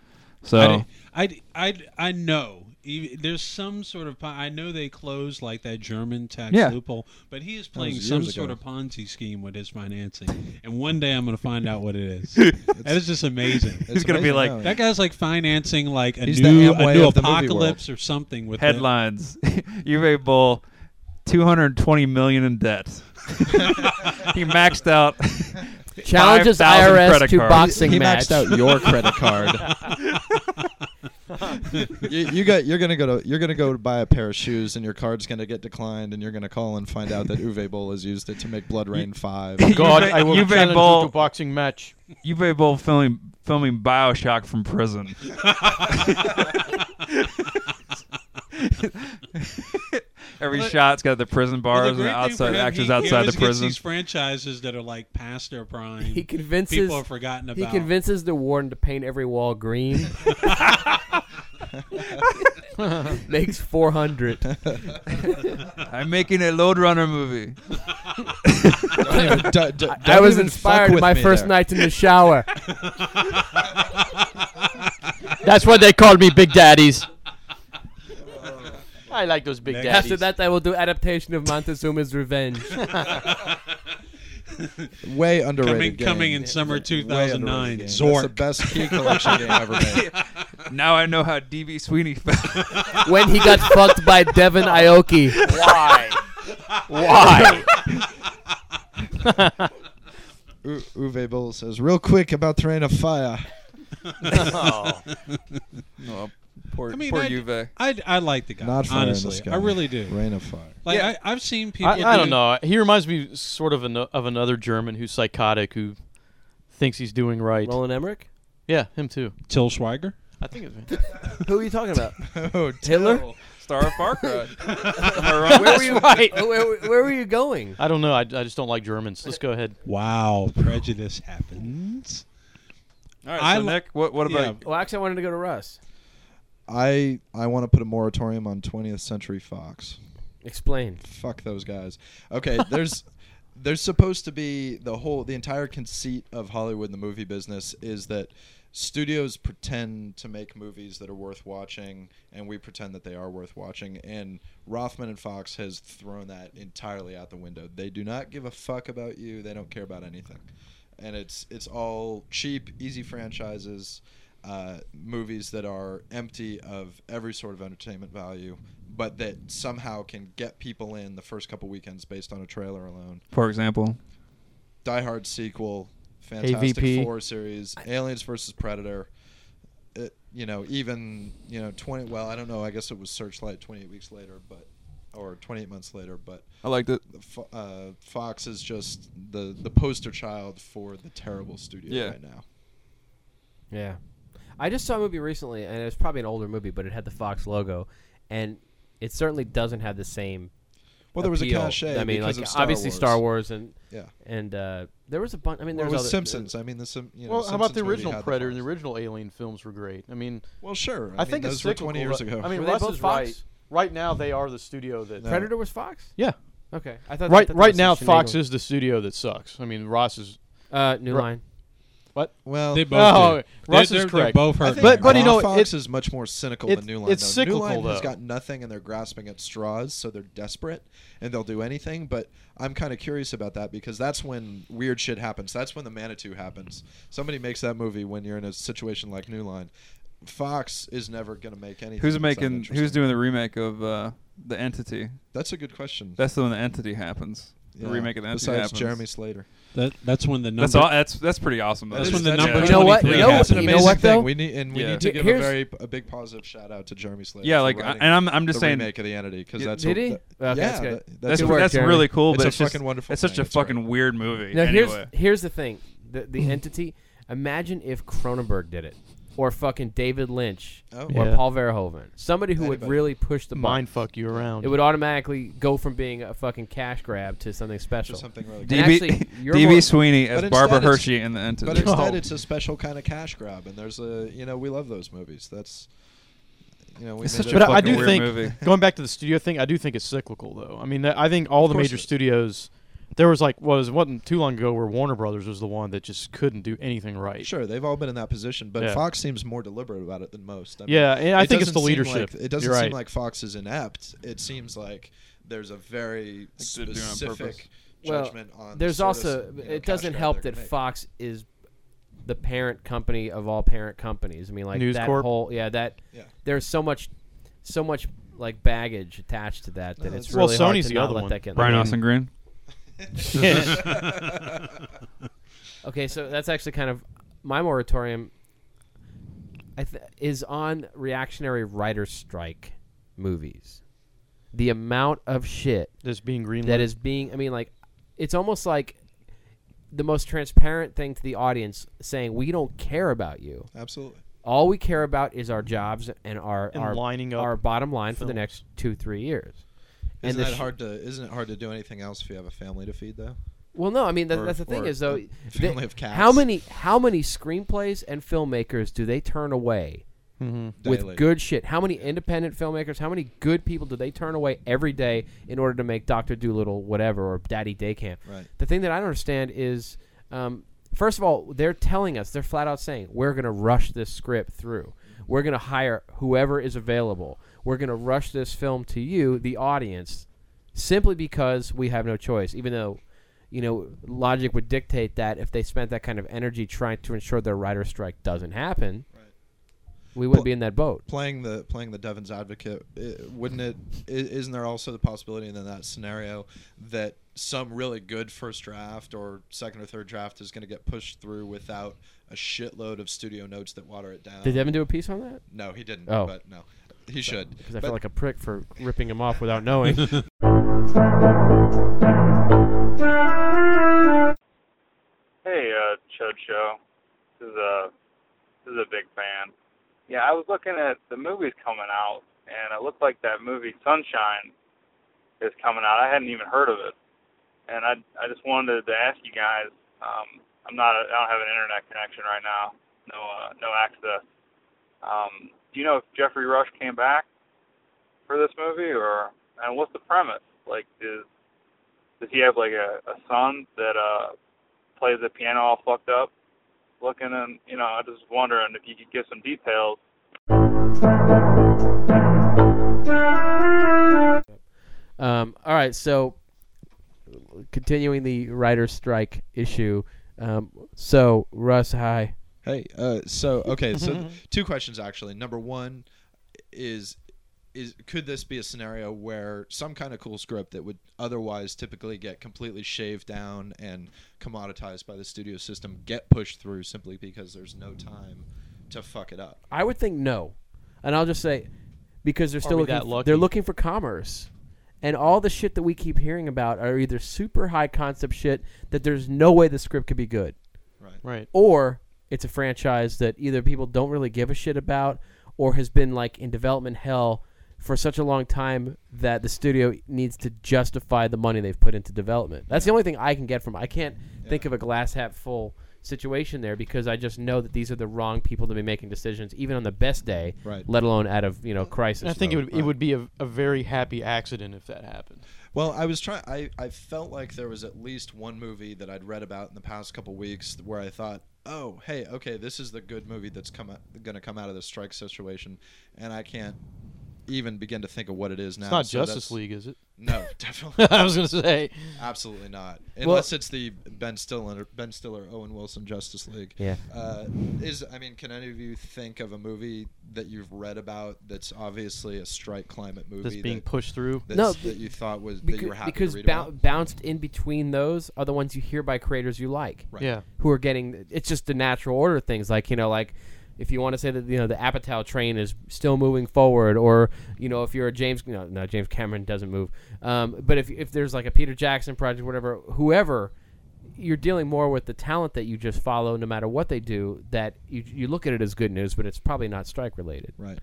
Speaker 3: so
Speaker 6: I, I, I, know. ev- There's some sort of. pon- I know they closed like that German tax
Speaker 3: Yeah.
Speaker 6: loophole, but he is playing
Speaker 5: years
Speaker 6: some
Speaker 5: ago.
Speaker 6: sort of Ponzi scheme with his financing. And one day I'm going to find out what it
Speaker 5: (laughs)
Speaker 6: is. that is just amazing.
Speaker 5: It's
Speaker 3: gonna be
Speaker 5: amazing
Speaker 3: like,
Speaker 5: how he-
Speaker 6: That guy's like financing like a
Speaker 5: He's the
Speaker 6: new a
Speaker 5: Amway
Speaker 6: new
Speaker 5: of the movie world.
Speaker 6: apocalypse or something with the-
Speaker 3: headlines: (laughs) Uwe Boll, two hundred twenty million in debt. (laughs) he maxed out. (laughs)
Speaker 2: Challenges
Speaker 3: 5,000
Speaker 2: IRS
Speaker 3: credit
Speaker 2: to
Speaker 3: cards.
Speaker 2: boxing
Speaker 5: he
Speaker 2: match.
Speaker 5: maxed
Speaker 3: (laughs)
Speaker 5: out your credit
Speaker 6: (laughs)
Speaker 5: card. you, you got. You're gonna go to. You're gonna go to buy a pair of shoes, and your card's gonna get declined, and you're gonna call and find out that Uwe Boll has used it to make Blood Rain
Speaker 6: (laughs)
Speaker 5: Five.
Speaker 4: God,
Speaker 3: Uwe-
Speaker 4: I will
Speaker 3: Uwe
Speaker 4: challenge you
Speaker 3: Boll-
Speaker 4: to a boxing match.
Speaker 3: Uwe Boll filming filming Bioshock from prison. (laughs) Every
Speaker 6: Well,
Speaker 3: shot's got the prison
Speaker 6: Well, the
Speaker 3: bars and
Speaker 6: great
Speaker 3: the
Speaker 6: thing for
Speaker 3: outside
Speaker 6: him,
Speaker 3: actors
Speaker 6: he- he
Speaker 3: outside
Speaker 6: always
Speaker 3: the
Speaker 6: gets
Speaker 3: prison.
Speaker 6: These franchises that are like past their prime.
Speaker 2: He convinces
Speaker 6: people have forgotten about.
Speaker 2: He convinces the warden to paint every wall green. (laughs) Makes 400.
Speaker 3: I'm making a Lode Runner movie.
Speaker 5: Don't even- d- d- don't
Speaker 2: I was
Speaker 5: even fuck
Speaker 2: inspired
Speaker 5: with
Speaker 2: my
Speaker 5: me
Speaker 2: first
Speaker 5: there.
Speaker 2: night in the shower.
Speaker 7: That's why they called me Big Daddies.
Speaker 4: I like those big
Speaker 6: Next.
Speaker 2: After
Speaker 4: daddies.
Speaker 2: that, I will do adaptation of Montezuma's Revenge.
Speaker 5: Way underrated.
Speaker 6: coming
Speaker 5: game.
Speaker 6: coming in summer
Speaker 5: Way underrated
Speaker 6: 2009.
Speaker 5: game. That's the
Speaker 6: Zork. (laughs)
Speaker 5: best key collection game ever made.
Speaker 3: Now I know how D.B. Sweeney
Speaker 6: (laughs)
Speaker 3: felt. (laughs)
Speaker 2: when he got fucked by Devin Aoki.
Speaker 4: Why? Why?
Speaker 5: U- Uwe Boll says, "Real quick about Terrain of Fire."
Speaker 4: oh.
Speaker 3: oh, poor
Speaker 6: I mean,
Speaker 3: poor
Speaker 6: I-
Speaker 3: Uwe.
Speaker 6: I, I like the guy.
Speaker 5: Not fire in the
Speaker 6: honestly,
Speaker 5: sky.
Speaker 6: I really do.
Speaker 5: Rain of Fire.
Speaker 6: Like
Speaker 3: Yeah.
Speaker 6: I, I've seen
Speaker 4: (laughs)
Speaker 6: people.
Speaker 4: I, I
Speaker 6: do-
Speaker 4: don't know. He reminds me sort of an, of another German who's psychotic who thinks he's doing right.
Speaker 2: Roland Emmerich?
Speaker 4: yeah, him too.
Speaker 6: Till Schweiger.
Speaker 4: I think it's
Speaker 2: Who are you talking about?
Speaker 5: Oh,
Speaker 2: Hitler?
Speaker 3: Star of Far
Speaker 6: (laughs)
Speaker 3: Cry. Am I wrong? Where were you?
Speaker 2: Where, where, where were you going?
Speaker 4: I don't know. I, I just don't like Germans. Let's go ahead.
Speaker 6: Wow, prejudice happens.
Speaker 3: All right, so
Speaker 6: I li-
Speaker 3: Nick, what, what about
Speaker 2: Well, actually, I wanted to go to Russ.
Speaker 5: I I want to put a moratorium on 20th Century Fox.
Speaker 2: Explain.
Speaker 5: Fuck those guys. Okay, there's there's supposed to be the whole the entire conceit of Hollywood and the movie business is that studios pretend to make movies that are worth watching and we pretend that they are worth watching and Rothman and Fox has thrown that entirely out the window. They do not give a fuck about you. They don't care about anything. And it's it's all cheap, easy franchises uh, movies that are empty of every sort of entertainment value, but that somehow can get people in the first couple weekends based on a trailer alone.
Speaker 3: for example?
Speaker 5: Die Hard sequel, Fantastic
Speaker 4: AVP.
Speaker 5: Four series, Aliens versus Predator. It, you know, even you know twenty. Well, I don't know. I guess it was Searchlight twenty eight weeks later, but or twenty eight months later, but
Speaker 3: I liked it.
Speaker 5: the Fo- uh, Fox is just the the poster child for the terrible studio
Speaker 3: Yeah.
Speaker 5: right now.
Speaker 2: Yeah. I just saw a movie recently, and it's probably an older movie, but it had the Fox logo, and it certainly doesn't have the same.
Speaker 5: Well, there was a
Speaker 2: appeal.
Speaker 5: cachet.
Speaker 2: I mean,
Speaker 5: because
Speaker 2: like
Speaker 5: of Star
Speaker 2: obviously
Speaker 5: Wars.
Speaker 2: Star Wars, and
Speaker 5: Yeah.
Speaker 2: and uh, there was a bunch. I mean, there
Speaker 5: Well, it
Speaker 2: was
Speaker 5: was
Speaker 2: other-
Speaker 5: Simpsons. I mean, the Sim, you know,
Speaker 4: well, how about
Speaker 5: Simpsons
Speaker 4: the
Speaker 5: movie
Speaker 4: original
Speaker 5: had the
Speaker 4: Predator and the
Speaker 5: Fox.
Speaker 4: original Alien films were great. I mean,
Speaker 5: Well, sure.
Speaker 4: I, think
Speaker 5: those
Speaker 4: it's
Speaker 5: were
Speaker 4: cyclical.
Speaker 5: twenty years
Speaker 4: right?
Speaker 5: ago.
Speaker 4: I mean,
Speaker 2: Were they
Speaker 4: Russ
Speaker 2: both
Speaker 4: is
Speaker 2: Fox?
Speaker 4: right. Right now, they are the studio that.
Speaker 5: No.
Speaker 2: uh, Predator was Fox.
Speaker 4: Yeah.
Speaker 2: Okay. I thought
Speaker 4: Right.
Speaker 2: that- that
Speaker 4: Right
Speaker 2: was
Speaker 4: now,
Speaker 2: a
Speaker 4: Fox
Speaker 2: shindig.
Speaker 4: is the studio that sucks. I mean, Ross is.
Speaker 2: uh, New
Speaker 4: Ru-
Speaker 2: Line.
Speaker 4: What?
Speaker 5: Well,
Speaker 6: They both.
Speaker 4: Oh,
Speaker 6: did.
Speaker 4: Russ
Speaker 6: they're,
Speaker 4: is
Speaker 6: they're,
Speaker 4: correct.
Speaker 6: They're both
Speaker 5: I
Speaker 6: hurt.
Speaker 5: think
Speaker 6: by
Speaker 4: But-
Speaker 6: Russ.
Speaker 4: but you know,
Speaker 5: Fox
Speaker 4: it's-
Speaker 5: is much more cynical
Speaker 4: it's-
Speaker 5: than New Line.
Speaker 4: it's
Speaker 5: though.
Speaker 4: cyclical,
Speaker 5: New Line has
Speaker 4: though.
Speaker 5: got nothing, and they're grasping at straws, so they're desperate, and they'll do anything. But I'm kind of curious about that because that's when weird shit happens. That's when the Manitou happens. Somebody makes that movie when you're in a situation like New Line. Fox is never going to make anything.
Speaker 3: Who's
Speaker 5: that's
Speaker 3: making? Who's
Speaker 5: uninteresting.
Speaker 3: doing the remake of uh, the Entity?
Speaker 5: That's a good question.
Speaker 3: That's the one the Entity happens. The
Speaker 5: Yeah.
Speaker 3: remake of the Entity
Speaker 5: Besides
Speaker 3: happens.
Speaker 5: Jeremy Slater.
Speaker 6: that, that's when the number.
Speaker 3: That's all. That's that's pretty awesome. Though.
Speaker 5: That's
Speaker 6: when the
Speaker 3: Yeah.
Speaker 6: number
Speaker 2: You know what?
Speaker 6: 23
Speaker 2: You know
Speaker 6: Yeah,
Speaker 2: what?
Speaker 6: it's an
Speaker 2: You know
Speaker 5: amazing
Speaker 2: what
Speaker 5: thing.
Speaker 2: though?
Speaker 5: We need and we
Speaker 3: Yeah.
Speaker 5: need to
Speaker 2: Here-
Speaker 5: give a
Speaker 2: here's-
Speaker 5: very a big positive shout out to Jeremy Slater.
Speaker 3: Yeah,
Speaker 5: for
Speaker 3: like, I-
Speaker 5: writing
Speaker 3: and I'm I'm just
Speaker 5: the
Speaker 3: saying
Speaker 5: remake of the entity because
Speaker 3: Yeah,
Speaker 5: that's
Speaker 2: Did
Speaker 5: a-
Speaker 2: he? Oh,
Speaker 5: th-
Speaker 2: Okay,
Speaker 5: yeah,
Speaker 2: that's good.
Speaker 5: that-
Speaker 3: that's
Speaker 5: a-
Speaker 2: Good work,
Speaker 3: that's
Speaker 2: Jeremy.
Speaker 3: really cool.
Speaker 5: It's
Speaker 3: but
Speaker 5: a
Speaker 3: it's just-
Speaker 5: fucking wonderful
Speaker 3: It's such
Speaker 5: thing,
Speaker 3: a
Speaker 5: that's right.
Speaker 3: fucking weird movie.
Speaker 2: Now here's
Speaker 3: anyway,
Speaker 2: here's the thing, the
Speaker 5: (laughs)
Speaker 2: the entity. Imagine if Cronenberg did it, or fucking David Lynch,
Speaker 5: Oh.
Speaker 2: or
Speaker 4: Yeah.
Speaker 2: Paul Verhoeven, somebody who would
Speaker 5: Anybody.
Speaker 2: really push the
Speaker 4: Mind
Speaker 2: mind.
Speaker 4: fuck you around.
Speaker 2: It would automatically go from being a fucking cash grab to something
Speaker 5: to
Speaker 2: special.
Speaker 5: something really.
Speaker 2: And
Speaker 5: Good.
Speaker 3: DB
Speaker 2: actually, you're
Speaker 3: DB
Speaker 2: more-
Speaker 3: Sweeney as
Speaker 5: But
Speaker 3: Barbara
Speaker 5: instead it's-
Speaker 3: Hershey in the Entity.
Speaker 5: But instead, it's a special kind of cash grab, and there's a you know we love those movies. That's you know we
Speaker 3: It's
Speaker 5: made
Speaker 3: such
Speaker 5: a
Speaker 3: a
Speaker 4: but I, I
Speaker 3: fucking
Speaker 4: do
Speaker 3: weird
Speaker 4: think
Speaker 3: movie.
Speaker 4: going back to the studio thing, I do think it's cyclical though. I mean, I think all the
Speaker 5: course
Speaker 4: major
Speaker 5: it is.
Speaker 4: studios. There was like what was it wasn't too long ago where Warner Brothers was the one that just couldn't do anything right.
Speaker 5: Sure, they've all been in that position, but
Speaker 4: Yeah.
Speaker 5: Fox seems more deliberate about it than most. I mean,
Speaker 4: Yeah, and I
Speaker 5: it
Speaker 4: think it's
Speaker 5: doesn't
Speaker 4: the
Speaker 5: seem
Speaker 4: leadership.
Speaker 5: like- it doesn't
Speaker 4: You're
Speaker 5: seem
Speaker 4: right.
Speaker 5: like Fox is inept. It seems like there's a very
Speaker 3: they're doing it on
Speaker 5: specific
Speaker 2: Well,
Speaker 5: judgment on.
Speaker 2: There's
Speaker 5: sort
Speaker 2: also
Speaker 5: of, you know,
Speaker 2: it
Speaker 5: cash
Speaker 2: doesn't
Speaker 5: grab
Speaker 2: help
Speaker 5: they're
Speaker 2: that
Speaker 5: gonna make.
Speaker 2: Fox is the parent company of all parent companies. I mean, like
Speaker 4: News
Speaker 2: that
Speaker 4: Corp?
Speaker 2: whole yeah that
Speaker 5: Yeah.
Speaker 2: there's so much so much like baggage attached to that that
Speaker 5: No,
Speaker 2: it's
Speaker 5: it's-
Speaker 2: really
Speaker 4: Well,
Speaker 2: hard
Speaker 4: Sony's
Speaker 2: to
Speaker 4: the
Speaker 2: not
Speaker 4: other
Speaker 2: let
Speaker 4: one.
Speaker 2: that get in the
Speaker 3: Brian
Speaker 2: way.
Speaker 3: Austin Green.
Speaker 2: Okay, so that's actually kind of my moratorium. I th- is on reactionary writer strike movies. The amount of shit
Speaker 4: This being greenlit.
Speaker 2: that is being i mean like it's almost like the most transparent thing to the audience saying we don't care about you
Speaker 5: Absolutely.
Speaker 2: all we care about is our jobs and our
Speaker 4: And
Speaker 2: our,
Speaker 4: lining up
Speaker 2: our bottom line for the
Speaker 4: films.
Speaker 2: next two three years
Speaker 5: Isn't
Speaker 2: the
Speaker 5: that
Speaker 2: sh-
Speaker 5: hard to? Isn't it hard to do anything else if you have a family to feed though?
Speaker 2: well no i mean that,
Speaker 5: Or-
Speaker 2: that's the thing
Speaker 5: or
Speaker 2: is
Speaker 4: (laughs)
Speaker 2: though
Speaker 5: a
Speaker 2: they-
Speaker 5: family of cats.
Speaker 2: how many how many screenplays and filmmakers do they turn away
Speaker 5: Daily.
Speaker 2: with good shit how many independent filmmakers how many good people do they turn away every day in order to make dr dolittle whatever or daddy day camp
Speaker 5: Right.
Speaker 2: The thing that I don't understand is, um, first of all, they're telling us, they're flat out saying, we're going to rush this script through. We're going to hire whoever is available. We're going to rush this film to you, the audience, simply because we have no choice, even though. You know, logic would dictate that if they spent that kind of energy trying to ensure their writer strike doesn't happen,
Speaker 5: Right.
Speaker 2: we wouldn't
Speaker 5: Well-
Speaker 2: be in that boat.
Speaker 5: playing the playing the devil's advocate, i wouldn't it? i- Isn't there also the possibility in that scenario that some really good first draft or second or third draft is going to get pushed through without a shitload of studio notes that water it down?
Speaker 2: Did Devin do a piece on that?
Speaker 5: No, he didn't.
Speaker 2: Oh.
Speaker 5: but no, he should.
Speaker 2: Because I
Speaker 5: But-
Speaker 2: feel like a prick for ripping him off without knowing.
Speaker 1: Hey, uh, Chud Show. This is a this is a big fan. Yeah, I was looking at the movies coming out, and it looked like that movie Sunshine is coming out. I hadn't even heard of it, and I I just wanted to ask you guys. Um, I'm not a, I don't have an internet connection right now. No uh, no access. Um, do you know if Jeffrey Rush came back for this movie, or and what's the premise? Like, does does he have like a, a son that uh plays the piano all fucked up looking and you know, I just wondering if you could give some details.
Speaker 2: (laughs) Um, all right, so continuing the writer's strike issue. Um, so Russ, hi.
Speaker 5: Hey, uh, so okay, so two questions actually. Number one is is could this be a scenario where some kind of cool script that would otherwise typically get completely shaved down and commoditized by the studio system get pushed through simply because there's no time to fuck it up?
Speaker 2: I would think no, and I'll just say because they're still
Speaker 4: we
Speaker 2: looking.
Speaker 4: that lucky?
Speaker 2: They're looking for commerce, and all the shit that we keep hearing about are either super high concept shit that there's no way the script could be good,
Speaker 5: Right.
Speaker 4: right.
Speaker 2: or it's a franchise that either people don't really give a shit about or has been like in development hell for such a long time that the studio needs to justify the money they've put into development. That's the only thing I can get from. it. I can't think of a glass half full situation there because I just know that these are the wrong people to be making decisions even on the best day,
Speaker 5: Right.
Speaker 2: let alone out of, you know, crisis.
Speaker 4: And I think it
Speaker 2: mode.
Speaker 4: would it would be a, a very happy accident if that happened.
Speaker 5: Well, I was trying. I I felt like there was at least one movie that I'd read about in the past couple weeks where I thought, oh, hey, okay, this is the good movie that's come going to come out of this strike situation, and I can't even begin to think of what it is now.
Speaker 4: It's not
Speaker 5: so
Speaker 4: Justice
Speaker 5: that's-
Speaker 4: League, is it? (laughs)
Speaker 5: No, definitely,
Speaker 4: I was gonna say.
Speaker 5: absolutely not. Unless it's the Ben Stiller, Ben Stiller, Owen Wilson Justice League.
Speaker 2: Yeah.
Speaker 5: Uh, is I mean, can any of you think of a movie that you've read about that's obviously a strike climate movie
Speaker 4: This being
Speaker 5: that,
Speaker 4: pushed through.
Speaker 5: that's,
Speaker 2: No,
Speaker 5: that you thought was that you were
Speaker 2: Becau-
Speaker 5: happy
Speaker 2: because
Speaker 5: to read
Speaker 2: bou-
Speaker 5: about?
Speaker 2: bounced in between those are the ones you hear by creators you like.
Speaker 5: Right.
Speaker 4: Yeah.
Speaker 2: who are getting it's just the natural order of things like you know like if you want to say that you know the Apatow train is still moving forward or you know if you're a James no, no James Cameron doesn't move um, but if if there's like a Peter Jackson project whatever whoever you're dealing more with the talent that you just follow no matter what they do that you, you look at it as good news but it's probably not strike related
Speaker 5: Right.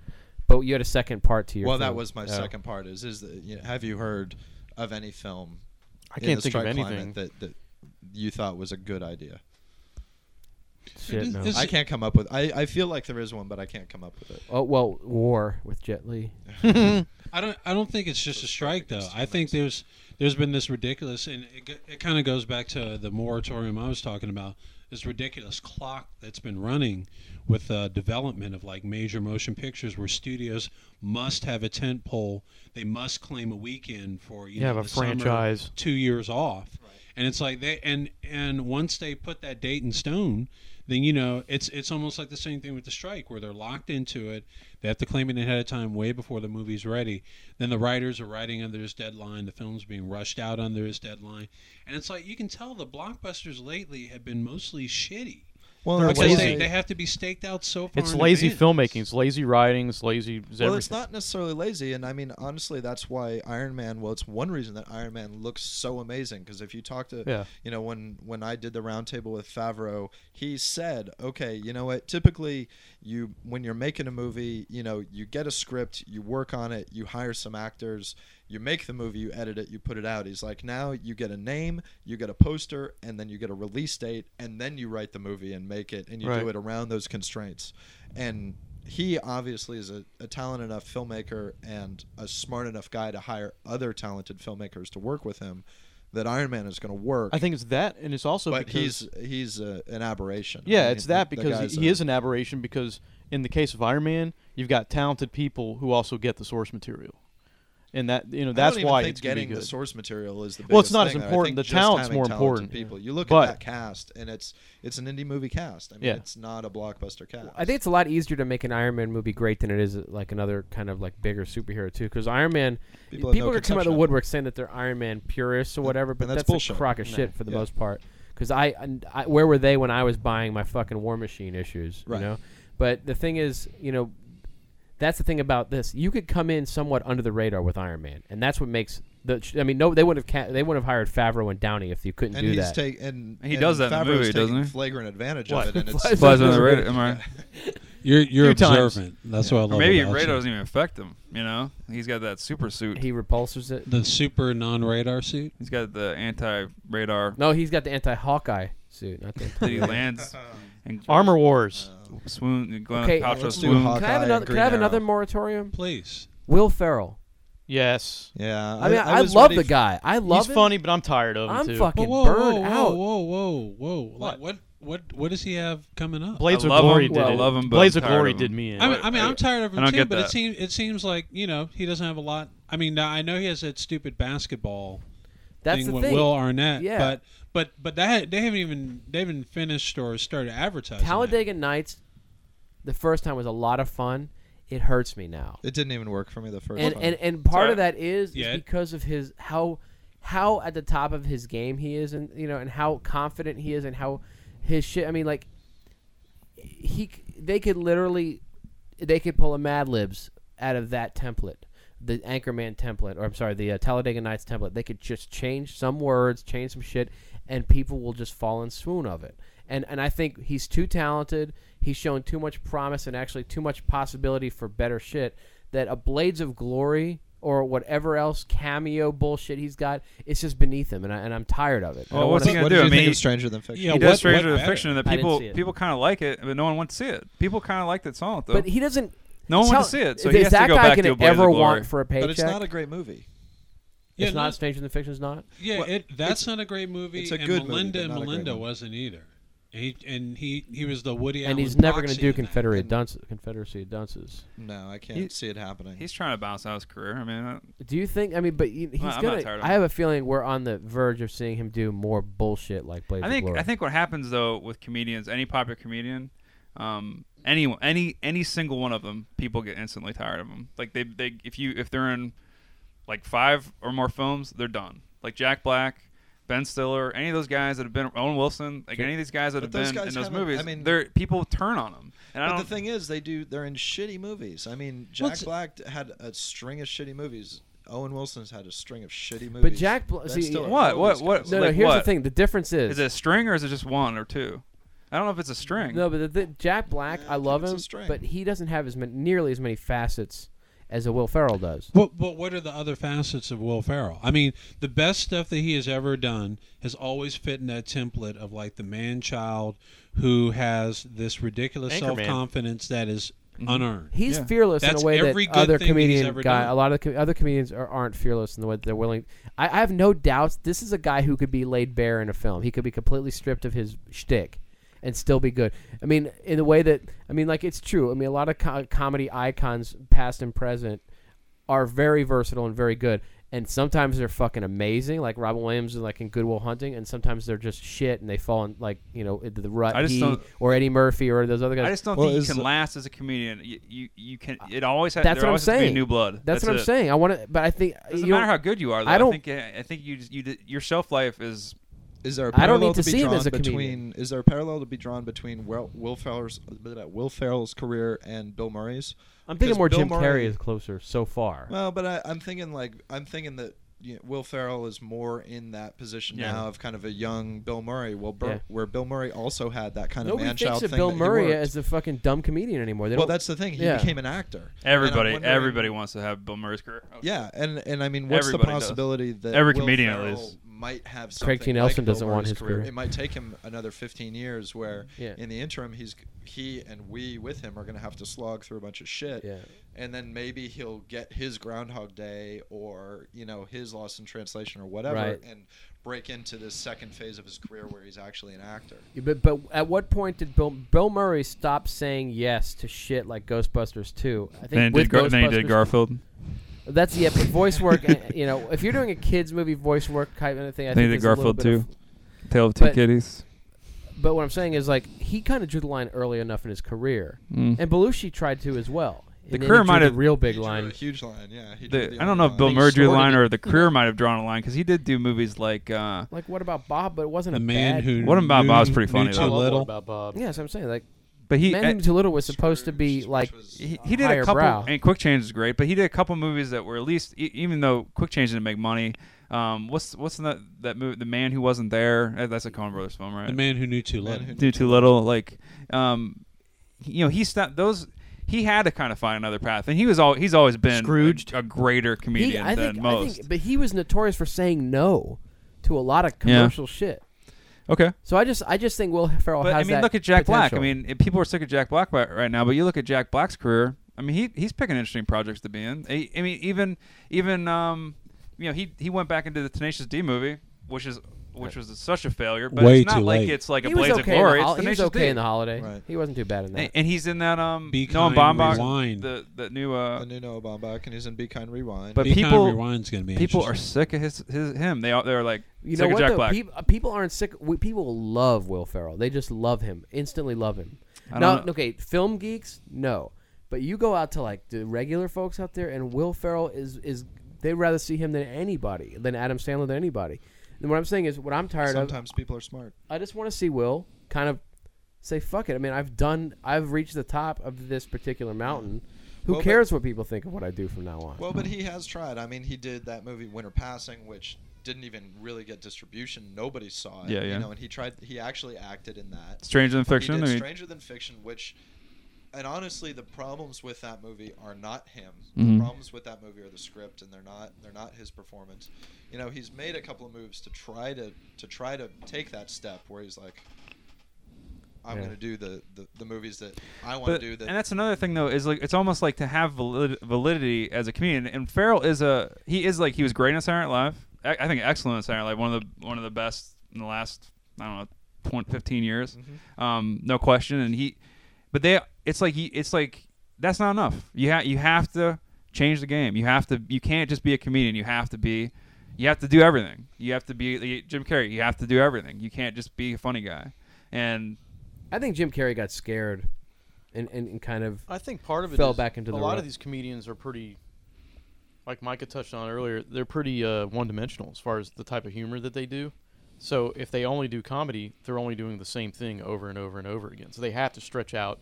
Speaker 2: but you had a second part to your Oh,
Speaker 5: Well, that
Speaker 2: film.
Speaker 5: was my second part. Is is that you know, have you heard of any film?
Speaker 4: I
Speaker 5: in
Speaker 4: can't
Speaker 5: the
Speaker 4: think of
Speaker 5: strike climate
Speaker 4: anything.
Speaker 5: that that you thought was a good idea.
Speaker 2: Shit, no.
Speaker 6: This-
Speaker 5: I can't come up with. I I feel like there is one, but I can't come up with it.
Speaker 2: oh well war with Jet Li
Speaker 6: I don't. I don't think it's just a strike though. I think there's there's been this ridiculous, and it, go- it kind of goes back to the moratorium I was talking about. This ridiculous clock that's been running with uh, development of like major motion pictures, where studios must have a tent pole. They must claim a weekend for you
Speaker 4: You
Speaker 6: know,
Speaker 4: have a
Speaker 6: the summer,
Speaker 4: franchise.
Speaker 6: two years off. And it's like they and and once they put that date in stone, then you know it's it's almost like the same thing with the strike where they're locked into it. They have to claim it ahead of time, way before the movie's ready. Then the writers are writing under this deadline. The film's being rushed out under this deadline, and it's like you can tell the blockbusters lately have been mostly shitty
Speaker 5: Well,
Speaker 4: They're
Speaker 6: because
Speaker 4: lazy.
Speaker 6: they, they have to be staked out so far.
Speaker 4: It's
Speaker 6: in
Speaker 4: lazy
Speaker 6: advance.
Speaker 4: filmmaking. It's lazy writing. It's lazy. It's
Speaker 5: Well, it's
Speaker 4: everything.
Speaker 5: not necessarily lazy, and I mean honestly, that's why Iron Man. Well, it's one reason that Iron Man looks so amazing because if you talk to,
Speaker 4: Yeah.
Speaker 5: you know, when when I did the roundtable with Favreau, he said, okay, you know what? Typically, you when you're making a movie, you know, you get a script, you work on it, you hire some actors, you make the movie, you edit it, you put it out. He's like, now you get a name, you get a poster, and then you get a release date, and then you write the movie and make it, and you
Speaker 4: Right.
Speaker 5: do it around those constraints, and he obviously is a, a talented enough filmmaker and a smart enough guy to hire other talented filmmakers to work with him that Iron Man is going to work.
Speaker 4: I think it's that, and it's also
Speaker 5: but
Speaker 4: because
Speaker 5: he's he's uh an aberration. I
Speaker 4: Yeah,
Speaker 5: mean,
Speaker 4: it's that
Speaker 5: the- the
Speaker 4: because
Speaker 5: guy's
Speaker 4: he
Speaker 5: a-
Speaker 4: is an aberration. Because in the case of Iron Man, you've got talented people who also get the source material, and that you know
Speaker 5: I
Speaker 4: that's
Speaker 5: don't even
Speaker 4: why
Speaker 5: think
Speaker 4: it's gonna
Speaker 5: getting
Speaker 4: be good.
Speaker 5: the source material is the
Speaker 4: Well, it's
Speaker 5: biggest
Speaker 4: not as
Speaker 5: thing there. I think
Speaker 4: important. The
Speaker 5: just
Speaker 4: talent's
Speaker 5: having
Speaker 4: more
Speaker 5: talented
Speaker 4: important.
Speaker 5: People, you look
Speaker 4: But-
Speaker 5: at that cast, and it's it's an indie movie cast. I mean,
Speaker 4: Yeah.
Speaker 5: it's not a blockbuster cast.
Speaker 2: I think it's a lot easier to make an Iron Man movie great than it is uh, like another kind of like bigger superhero too. Because Iron Man,
Speaker 5: People
Speaker 2: people, are coming
Speaker 5: have no
Speaker 2: out of
Speaker 5: conception
Speaker 2: the
Speaker 5: of it.
Speaker 2: woodwork saying that they're Iron Man purists or whatever, but
Speaker 5: and that's
Speaker 2: that's, a
Speaker 5: bullshit.
Speaker 2: crock of shit for the
Speaker 5: Yeah.
Speaker 2: most part. Because I, and I, where were they when I was buying my fucking War Machine issues?
Speaker 5: Right.
Speaker 2: You know, but the thing is, you know, that's the thing about this. You could come in somewhat under the radar with Iron Man, and that's what makes the. I mean, no, they wouldn't have. Ca- they wouldn't have hired Favreau and Downey if you couldn't
Speaker 5: and
Speaker 2: do
Speaker 5: he's
Speaker 2: that.
Speaker 5: taking and
Speaker 3: He
Speaker 5: and
Speaker 3: does that in the
Speaker 5: Favreau's
Speaker 3: movie,
Speaker 5: taking
Speaker 3: doesn't he?
Speaker 5: Flagrant advantage
Speaker 4: What?
Speaker 5: of it,
Speaker 4: (laughs)
Speaker 5: and it's
Speaker 3: Flies under the radar. Am I?
Speaker 5: (laughs)
Speaker 6: You're you're
Speaker 4: Two times.
Speaker 6: observant. That's what I
Speaker 3: Or
Speaker 6: love.
Speaker 3: maybe
Speaker 6: about
Speaker 3: radar
Speaker 6: you.
Speaker 3: doesn't even affect him. You know, he's got that super suit.
Speaker 2: he repulses it.
Speaker 6: The super non-radar suit.
Speaker 3: He's got the anti-radar
Speaker 2: No, he's got the anti Hawkeye suit. Not the
Speaker 5: (laughs)
Speaker 3: that he lands and
Speaker 4: Armor Wars.
Speaker 5: uh,
Speaker 3: swoon. and Gwyneth
Speaker 2: Okay,
Speaker 3: Paltrow
Speaker 5: let's do
Speaker 3: swoon.
Speaker 5: Hawk-
Speaker 2: Can I have
Speaker 5: Hawkeye
Speaker 2: another?
Speaker 5: and
Speaker 2: Can
Speaker 5: Green
Speaker 2: I have another
Speaker 5: Arrow.
Speaker 2: moratorium?
Speaker 6: Please.
Speaker 2: Will Ferrell.
Speaker 4: Yes,
Speaker 5: Yeah,
Speaker 2: I mean, I,
Speaker 5: was
Speaker 2: love
Speaker 5: ready
Speaker 2: the
Speaker 5: for-
Speaker 2: guy. I love
Speaker 4: he's
Speaker 2: him.
Speaker 4: funny, but I'm tired of him
Speaker 2: I'm
Speaker 4: too.
Speaker 2: fucking
Speaker 6: whoa,
Speaker 2: burned
Speaker 6: whoa,
Speaker 2: out.
Speaker 6: Whoa, whoa, whoa, whoa! Like, what? What? What does he have coming up?
Speaker 4: Blades
Speaker 3: I
Speaker 4: of
Speaker 3: love
Speaker 4: Glory
Speaker 3: him.
Speaker 4: did
Speaker 3: I
Speaker 4: it.
Speaker 3: love him, but
Speaker 4: Blades
Speaker 3: I'm
Speaker 4: of
Speaker 3: tired
Speaker 4: Glory
Speaker 3: of him.
Speaker 4: did me in.
Speaker 6: I mean, I mean, I'm tired of
Speaker 3: I
Speaker 6: him
Speaker 3: don't
Speaker 6: too,
Speaker 3: get
Speaker 6: but
Speaker 3: that.
Speaker 6: it seems it seems like you know he doesn't have a lot. I mean, now, I know he has that stupid basketball
Speaker 2: That's
Speaker 6: thing
Speaker 2: the
Speaker 6: with
Speaker 2: thing.
Speaker 6: Will Arnett,
Speaker 2: Yeah.
Speaker 6: but but but that they haven't even they haven't finished or started advertising. that.
Speaker 2: Talladega Nights, the first time was a lot of fun. It hurts me now.
Speaker 5: It didn't even work for me the first
Speaker 2: And
Speaker 5: time.
Speaker 2: and, and part of
Speaker 3: Sorry.
Speaker 2: that is, is
Speaker 6: Yeah.
Speaker 2: because of his how how at the top of his game he is, and you know, and how confident he is, and how his shit. I mean, like he c- they could literally they could pull a Mad Libs out of that template, the Anchorman template, or I'm sorry, the uh, Talladega Nights template. They could just change some words, change some shit, and people will just fall in swoon of it. And and I think he's too talented. He's shown too much promise and actually too much possibility for better shit. That a Blades of Glory or whatever else cameo bullshit he's got, it's just beneath him, and, I, and I'm tired of it. I
Speaker 3: Well,
Speaker 2: don't
Speaker 3: what's
Speaker 2: wanna-
Speaker 3: he gonna
Speaker 5: what did
Speaker 3: do?
Speaker 5: you
Speaker 3: I mean,
Speaker 5: think
Speaker 3: he-
Speaker 5: of Stranger Than Fiction?
Speaker 6: Yeah,
Speaker 3: he
Speaker 6: what-
Speaker 3: does Stranger
Speaker 6: what
Speaker 3: Than Fiction, and
Speaker 2: I
Speaker 3: that
Speaker 2: didn't
Speaker 3: people
Speaker 2: see it.
Speaker 3: people kind of like it, but no one wants to see it. People kind of like that song though.
Speaker 2: But he doesn't.
Speaker 3: no one
Speaker 2: tell-
Speaker 3: wants to see it, so
Speaker 2: is
Speaker 3: he has
Speaker 2: that
Speaker 3: to go
Speaker 2: guy
Speaker 3: back
Speaker 2: gonna
Speaker 3: to a Blaze
Speaker 2: ever
Speaker 3: of Glory.
Speaker 2: want for a paycheck?
Speaker 5: But it's not a great movie.
Speaker 6: Yeah,
Speaker 2: it's not
Speaker 6: no-
Speaker 2: Stranger Than Fiction. It's not.
Speaker 6: Yeah,
Speaker 5: Well,
Speaker 6: it, that's not a great movie.
Speaker 5: it's a
Speaker 6: and
Speaker 5: good movie,
Speaker 6: Melinda
Speaker 5: but
Speaker 6: and
Speaker 5: not a great
Speaker 6: Melinda
Speaker 5: movie.
Speaker 6: wasn't either. And he and he, he was the Woody
Speaker 2: and
Speaker 6: Allen
Speaker 2: he's never going to
Speaker 6: proxy
Speaker 2: do
Speaker 6: in that.
Speaker 2: Confederate
Speaker 5: and-
Speaker 2: Dunce, Confederacy of Dunces.
Speaker 5: No, I can't
Speaker 3: He-
Speaker 5: see it happening.
Speaker 3: He's trying to bounce out his career. I mean, I-
Speaker 2: Do you think? I mean, but you- he's
Speaker 3: Well, I'm not
Speaker 2: going
Speaker 3: tired
Speaker 2: to.
Speaker 3: of
Speaker 2: I have a feeling we're on the verge of seeing him do more bullshit like Blades
Speaker 3: I think
Speaker 2: of Glory.
Speaker 3: I think what happens though with comedians, any popular comedian, um, any any any single one of them, people get instantly tired of them. Like they they if you if they're in like five or more films, they're done. Like Jack Black, Ben Stiller, any of those guys that have been Owen Wilson, like any of these guys that
Speaker 5: But
Speaker 3: have
Speaker 5: those
Speaker 3: been
Speaker 5: guys
Speaker 3: in those
Speaker 5: haven't-
Speaker 3: movies,
Speaker 5: I mean-
Speaker 3: they're people turn on them. And I
Speaker 5: But
Speaker 3: don't
Speaker 5: the thing is, they do. They're in shitty movies. I mean, Jack
Speaker 6: What's-
Speaker 5: Black had a string of shitty movies. Owen Wilson's had a string of shitty movies.
Speaker 2: Jack Bla-
Speaker 5: That's
Speaker 2: see,
Speaker 5: still a
Speaker 3: What,
Speaker 5: film
Speaker 3: what,
Speaker 5: that's
Speaker 3: what-
Speaker 5: kinda-
Speaker 2: no, no.
Speaker 3: like
Speaker 2: Here's the
Speaker 3: what?
Speaker 2: thing. The difference is,
Speaker 3: is it a string or is it just one or two? I don't know if it's a string.
Speaker 2: no, but the, thi- Jack Black.
Speaker 5: Yeah, I
Speaker 2: I
Speaker 5: think
Speaker 2: love
Speaker 5: it's a
Speaker 2: him,
Speaker 5: string.
Speaker 2: but he doesn't have as many, nearly as many facets as a Will Ferrell does.
Speaker 6: What, but what are the other facets of Will Ferrell? I mean, the best stuff that he has ever done has always fit in that template of like the man child who has this ridiculous
Speaker 4: Anchorman.
Speaker 6: self confidence that is
Speaker 3: Mm-hmm.
Speaker 6: unearned.
Speaker 2: He's
Speaker 3: Yeah.
Speaker 2: fearless
Speaker 6: That's
Speaker 2: in a way
Speaker 6: every
Speaker 2: that
Speaker 6: good
Speaker 2: other
Speaker 6: thing that he's
Speaker 2: comedian
Speaker 6: ever
Speaker 2: guy.
Speaker 6: done.
Speaker 2: A lot of co- other comedians are, aren't fearless in the way that they're willing. I, I have no doubts. This is a guy who could be laid bare in a film. He could be completely stripped of his shtick, and still be good. I mean, in the way that I mean, like it's true. I mean, a lot of co- comedy icons, past and present, are very versatile and very good. And sometimes they're fucking amazing, like Robin Williams, and like in Goodwill Hunting. And sometimes they're just shit, and they fall in like you know into the rut.
Speaker 3: I just
Speaker 2: he
Speaker 3: don't-
Speaker 2: or Eddie Murphy or those other guys.
Speaker 3: I just don't
Speaker 5: Well,
Speaker 3: think
Speaker 5: is
Speaker 3: you can
Speaker 5: the-
Speaker 3: last as a comedian. You you, you can. It always
Speaker 2: (laughs)
Speaker 3: has.
Speaker 2: That's
Speaker 3: there
Speaker 2: what I'm
Speaker 3: always has to be
Speaker 2: saying.
Speaker 3: new blood.
Speaker 2: That's, what I'm
Speaker 3: it.
Speaker 2: saying. I want to, but I think
Speaker 3: Doesn't
Speaker 2: you
Speaker 3: matter
Speaker 2: don't-
Speaker 3: how good you are. Though.
Speaker 2: I
Speaker 3: I
Speaker 2: don't-
Speaker 3: think I think you just, you d- your shelf life is
Speaker 5: Is there a
Speaker 2: I
Speaker 5: parallel
Speaker 2: don't need to
Speaker 5: be
Speaker 2: see him
Speaker 5: drawn
Speaker 2: as a
Speaker 5: between?
Speaker 2: comedian.
Speaker 5: Is there a parallel to be drawn between Will, Will Ferrell's Will Ferrell's career and Bill Murray's?
Speaker 2: I'm thinking
Speaker 5: Because
Speaker 2: more
Speaker 5: Bill
Speaker 2: Jim
Speaker 5: Murray-
Speaker 2: Carrey is closer so far.
Speaker 5: Well, but I, I'm thinking like I'm thinking that you know, Will Ferrell is more in that position
Speaker 3: Yeah.
Speaker 5: now of kind of a young Bill Murray. Well, Bur-
Speaker 2: Yeah.
Speaker 5: where Bill Murray also had that kind
Speaker 2: Nobody
Speaker 5: of
Speaker 2: thinks
Speaker 5: man-child
Speaker 2: of
Speaker 5: thing.
Speaker 2: Bill
Speaker 5: that he
Speaker 2: Murray
Speaker 5: worked.
Speaker 2: as a fucking dumb comedian anymore. They
Speaker 5: well,
Speaker 2: don't-
Speaker 5: that's the thing. He
Speaker 2: yeah.
Speaker 5: became an actor. And I'm
Speaker 3: everybody.
Speaker 5: wondering-
Speaker 3: Everybody wants to have Bill Murray's career. Oh,
Speaker 5: Yeah, and and I mean, what's
Speaker 3: Everybody
Speaker 5: the
Speaker 3: does.
Speaker 5: possibility that
Speaker 3: Every
Speaker 5: Will
Speaker 3: comedian, at
Speaker 5: Ferrell
Speaker 3: least.
Speaker 5: might have something
Speaker 2: Craig T. Nelson
Speaker 5: like Bill
Speaker 2: doesn't want
Speaker 5: Murray's
Speaker 2: his career.
Speaker 5: It might take him another 15 years. Where
Speaker 2: Yeah.
Speaker 5: in the interim, he's he and we with him are going to have to slog through a bunch of shit.
Speaker 2: Yeah.
Speaker 5: And then maybe he'll get his Groundhog Day or you know his Lost in Translation or whatever,
Speaker 2: Right.
Speaker 5: and break into this second phase of his career where he's actually an actor.
Speaker 2: But but at what point did Bill Bill Murray stop saying yes to shit like Ghostbusters 2? I think
Speaker 3: Then,
Speaker 2: with
Speaker 3: did Gar- then he did
Speaker 2: Ghostbusters-
Speaker 3: Garfield.
Speaker 2: That's the epic voice
Speaker 3: (laughs)
Speaker 2: work. uh, you know, if you're doing a kids movie voice work type of thing, I
Speaker 3: Then he
Speaker 2: think
Speaker 3: did
Speaker 2: there's a little
Speaker 3: Garfield
Speaker 2: bit of-
Speaker 3: too. Tale of Two
Speaker 2: But-
Speaker 3: Kitties.
Speaker 2: but what I'm saying is like he kind of drew the line early enough in his career,
Speaker 3: Mm.
Speaker 2: and Belushi tried to as well.
Speaker 3: The
Speaker 2: And then he
Speaker 3: career
Speaker 2: drew
Speaker 3: might
Speaker 2: the
Speaker 3: have-
Speaker 2: real big
Speaker 5: He drew
Speaker 2: line.
Speaker 5: a huge line. Yeah, he drew
Speaker 3: The,
Speaker 5: the
Speaker 3: I don't know
Speaker 5: only
Speaker 3: if Bill
Speaker 5: line.
Speaker 3: Murray drew the
Speaker 2: sorta
Speaker 3: line
Speaker 2: did.
Speaker 3: or the career might have drawn a line because he did do movies like uh,
Speaker 2: Like what about Bob? But it wasn't
Speaker 6: The
Speaker 2: a
Speaker 6: man
Speaker 2: bad-
Speaker 6: who
Speaker 3: What about
Speaker 6: knew-
Speaker 3: Bob's pretty
Speaker 6: knew
Speaker 3: funny,
Speaker 6: too
Speaker 4: I
Speaker 3: though.
Speaker 4: love What
Speaker 6: little.
Speaker 4: about Bob.
Speaker 2: Yeah, that's what I'm saying. Like
Speaker 3: but he uh,
Speaker 2: Man Who Knew Too Little was supposed to be
Speaker 5: Scrooge,
Speaker 2: like
Speaker 5: which was-
Speaker 3: he, he did
Speaker 2: higher
Speaker 3: a couple
Speaker 2: brow.
Speaker 3: and Quick Change is great, but he did a couple movies that were at least e- even though Quick Change didn't make money. Um, what's what's in that that movie? The man who wasn't there. Uh, That's a Coen Brothers film, right?
Speaker 6: The man who knew too
Speaker 5: Man
Speaker 6: little.
Speaker 5: who
Speaker 3: do too little. Like, um, you know, he stopped those. He had to kind of find another path, and he was all he's always been
Speaker 7: Scrooged.
Speaker 3: a, a greater comedian
Speaker 2: He- I
Speaker 3: than
Speaker 2: think,
Speaker 3: most.
Speaker 2: I think, but he was notorious for saying no to a lot of commercial shit.
Speaker 3: okay,
Speaker 2: So I just, I just think Will Ferrell
Speaker 3: but I
Speaker 2: has
Speaker 3: mean,
Speaker 2: that
Speaker 3: look at Jack Black. I
Speaker 2: potential.
Speaker 3: mean, if people are sick of Jack Black bi- right now, but you look at Jack Black's career. I mean, he he's picking interesting projects to be in. I, I mean, even even um, you know, he he went back into the Tenacious D movie, which is which was such a failure. But
Speaker 6: Way
Speaker 3: it's not
Speaker 6: too
Speaker 3: like
Speaker 6: late.
Speaker 3: it's like
Speaker 2: he
Speaker 3: a blaze
Speaker 2: was
Speaker 3: of
Speaker 2: okay.
Speaker 3: glory.
Speaker 2: in, the
Speaker 3: It's
Speaker 2: hol- he was
Speaker 3: Tenacious
Speaker 2: okay
Speaker 3: D.
Speaker 2: in the holiday.
Speaker 5: Right.
Speaker 2: He wasn't too bad in that.
Speaker 3: and, and he's in that um
Speaker 6: Be
Speaker 3: Noam
Speaker 6: Kind,
Speaker 3: Baumbach,
Speaker 6: Rewind.
Speaker 3: the the new uh
Speaker 5: the new Noah Baumbach, and he's in Be Kind Rewind.
Speaker 3: But
Speaker 6: Be Kind
Speaker 3: people-
Speaker 6: Rewind's gonna be
Speaker 3: people are
Speaker 6: interesting.
Speaker 3: sick of his, his him. They all they're like
Speaker 2: You know
Speaker 3: sick of
Speaker 2: what?
Speaker 3: Jack
Speaker 2: though?
Speaker 3: Black.
Speaker 2: Peop- uh, people aren't sick. We, people love Will Ferrell. They just love him. Instantly love him.
Speaker 3: I don't
Speaker 2: Now,
Speaker 3: know.
Speaker 2: okay, film geeks, no, but you go out to like the regular folks out there, and Will Ferrell is is they'd rather see him than anybody, than Adam Sandler, than anybody. And what I'm saying is, what I'm tired of.
Speaker 5: Sometimes people are smart.
Speaker 2: I just want to see Will kind of say fuck it. I mean, I've done, I've reached the top of this particular mountain. Who
Speaker 5: Well, but-
Speaker 2: cares what people think of what I do from now on?
Speaker 5: Well, but he has tried. I mean, he did that movie Winter Passing, which didn't even really get distribution. Nobody saw it.
Speaker 3: Yeah, yeah.
Speaker 5: You know, and he tried. He actually acted in that.
Speaker 3: Stranger than
Speaker 5: He
Speaker 3: fiction.
Speaker 5: did
Speaker 3: I mean,
Speaker 5: Stranger Than Fiction, which, and honestly, the problems with that movie are not him.
Speaker 3: Mhm.
Speaker 5: The problems with that movie are the script, and they're not they're not his performance. You know, he's made a couple of moves to try to to try to take that step where he's like, I'm
Speaker 2: Yeah.
Speaker 5: going to do the, the, the movies that I want to do. That
Speaker 3: and that's another thing though is like it's almost like to have valid, validity as a comedian. And Farrell is a he is like he was great on Saturday Night Live. I, I think excellent on Saturday Night Live. One of the one of the best in the last I don't know point fifteen years,
Speaker 5: Mm-hmm.
Speaker 3: um, no question. And he, but they it's like he it's like that's not enough. You ha- you have to change the game. You have to you can't just be a comedian. You have to be you have to do everything. You have to be like, Jim Carrey. You have to do everything. You can't just be a funny guy. And
Speaker 2: I think Jim Carrey got scared, and and, and kind of
Speaker 4: I think part of it
Speaker 2: fell
Speaker 4: is
Speaker 2: back into
Speaker 4: a
Speaker 2: the
Speaker 4: lot
Speaker 2: rut.
Speaker 4: of these comedians are pretty, like Micah touched on earlier. They're pretty uh, one-dimensional as far as the type of humor that they do. So if they only do comedy, they're only doing the same thing over and over and over again. So they have to stretch out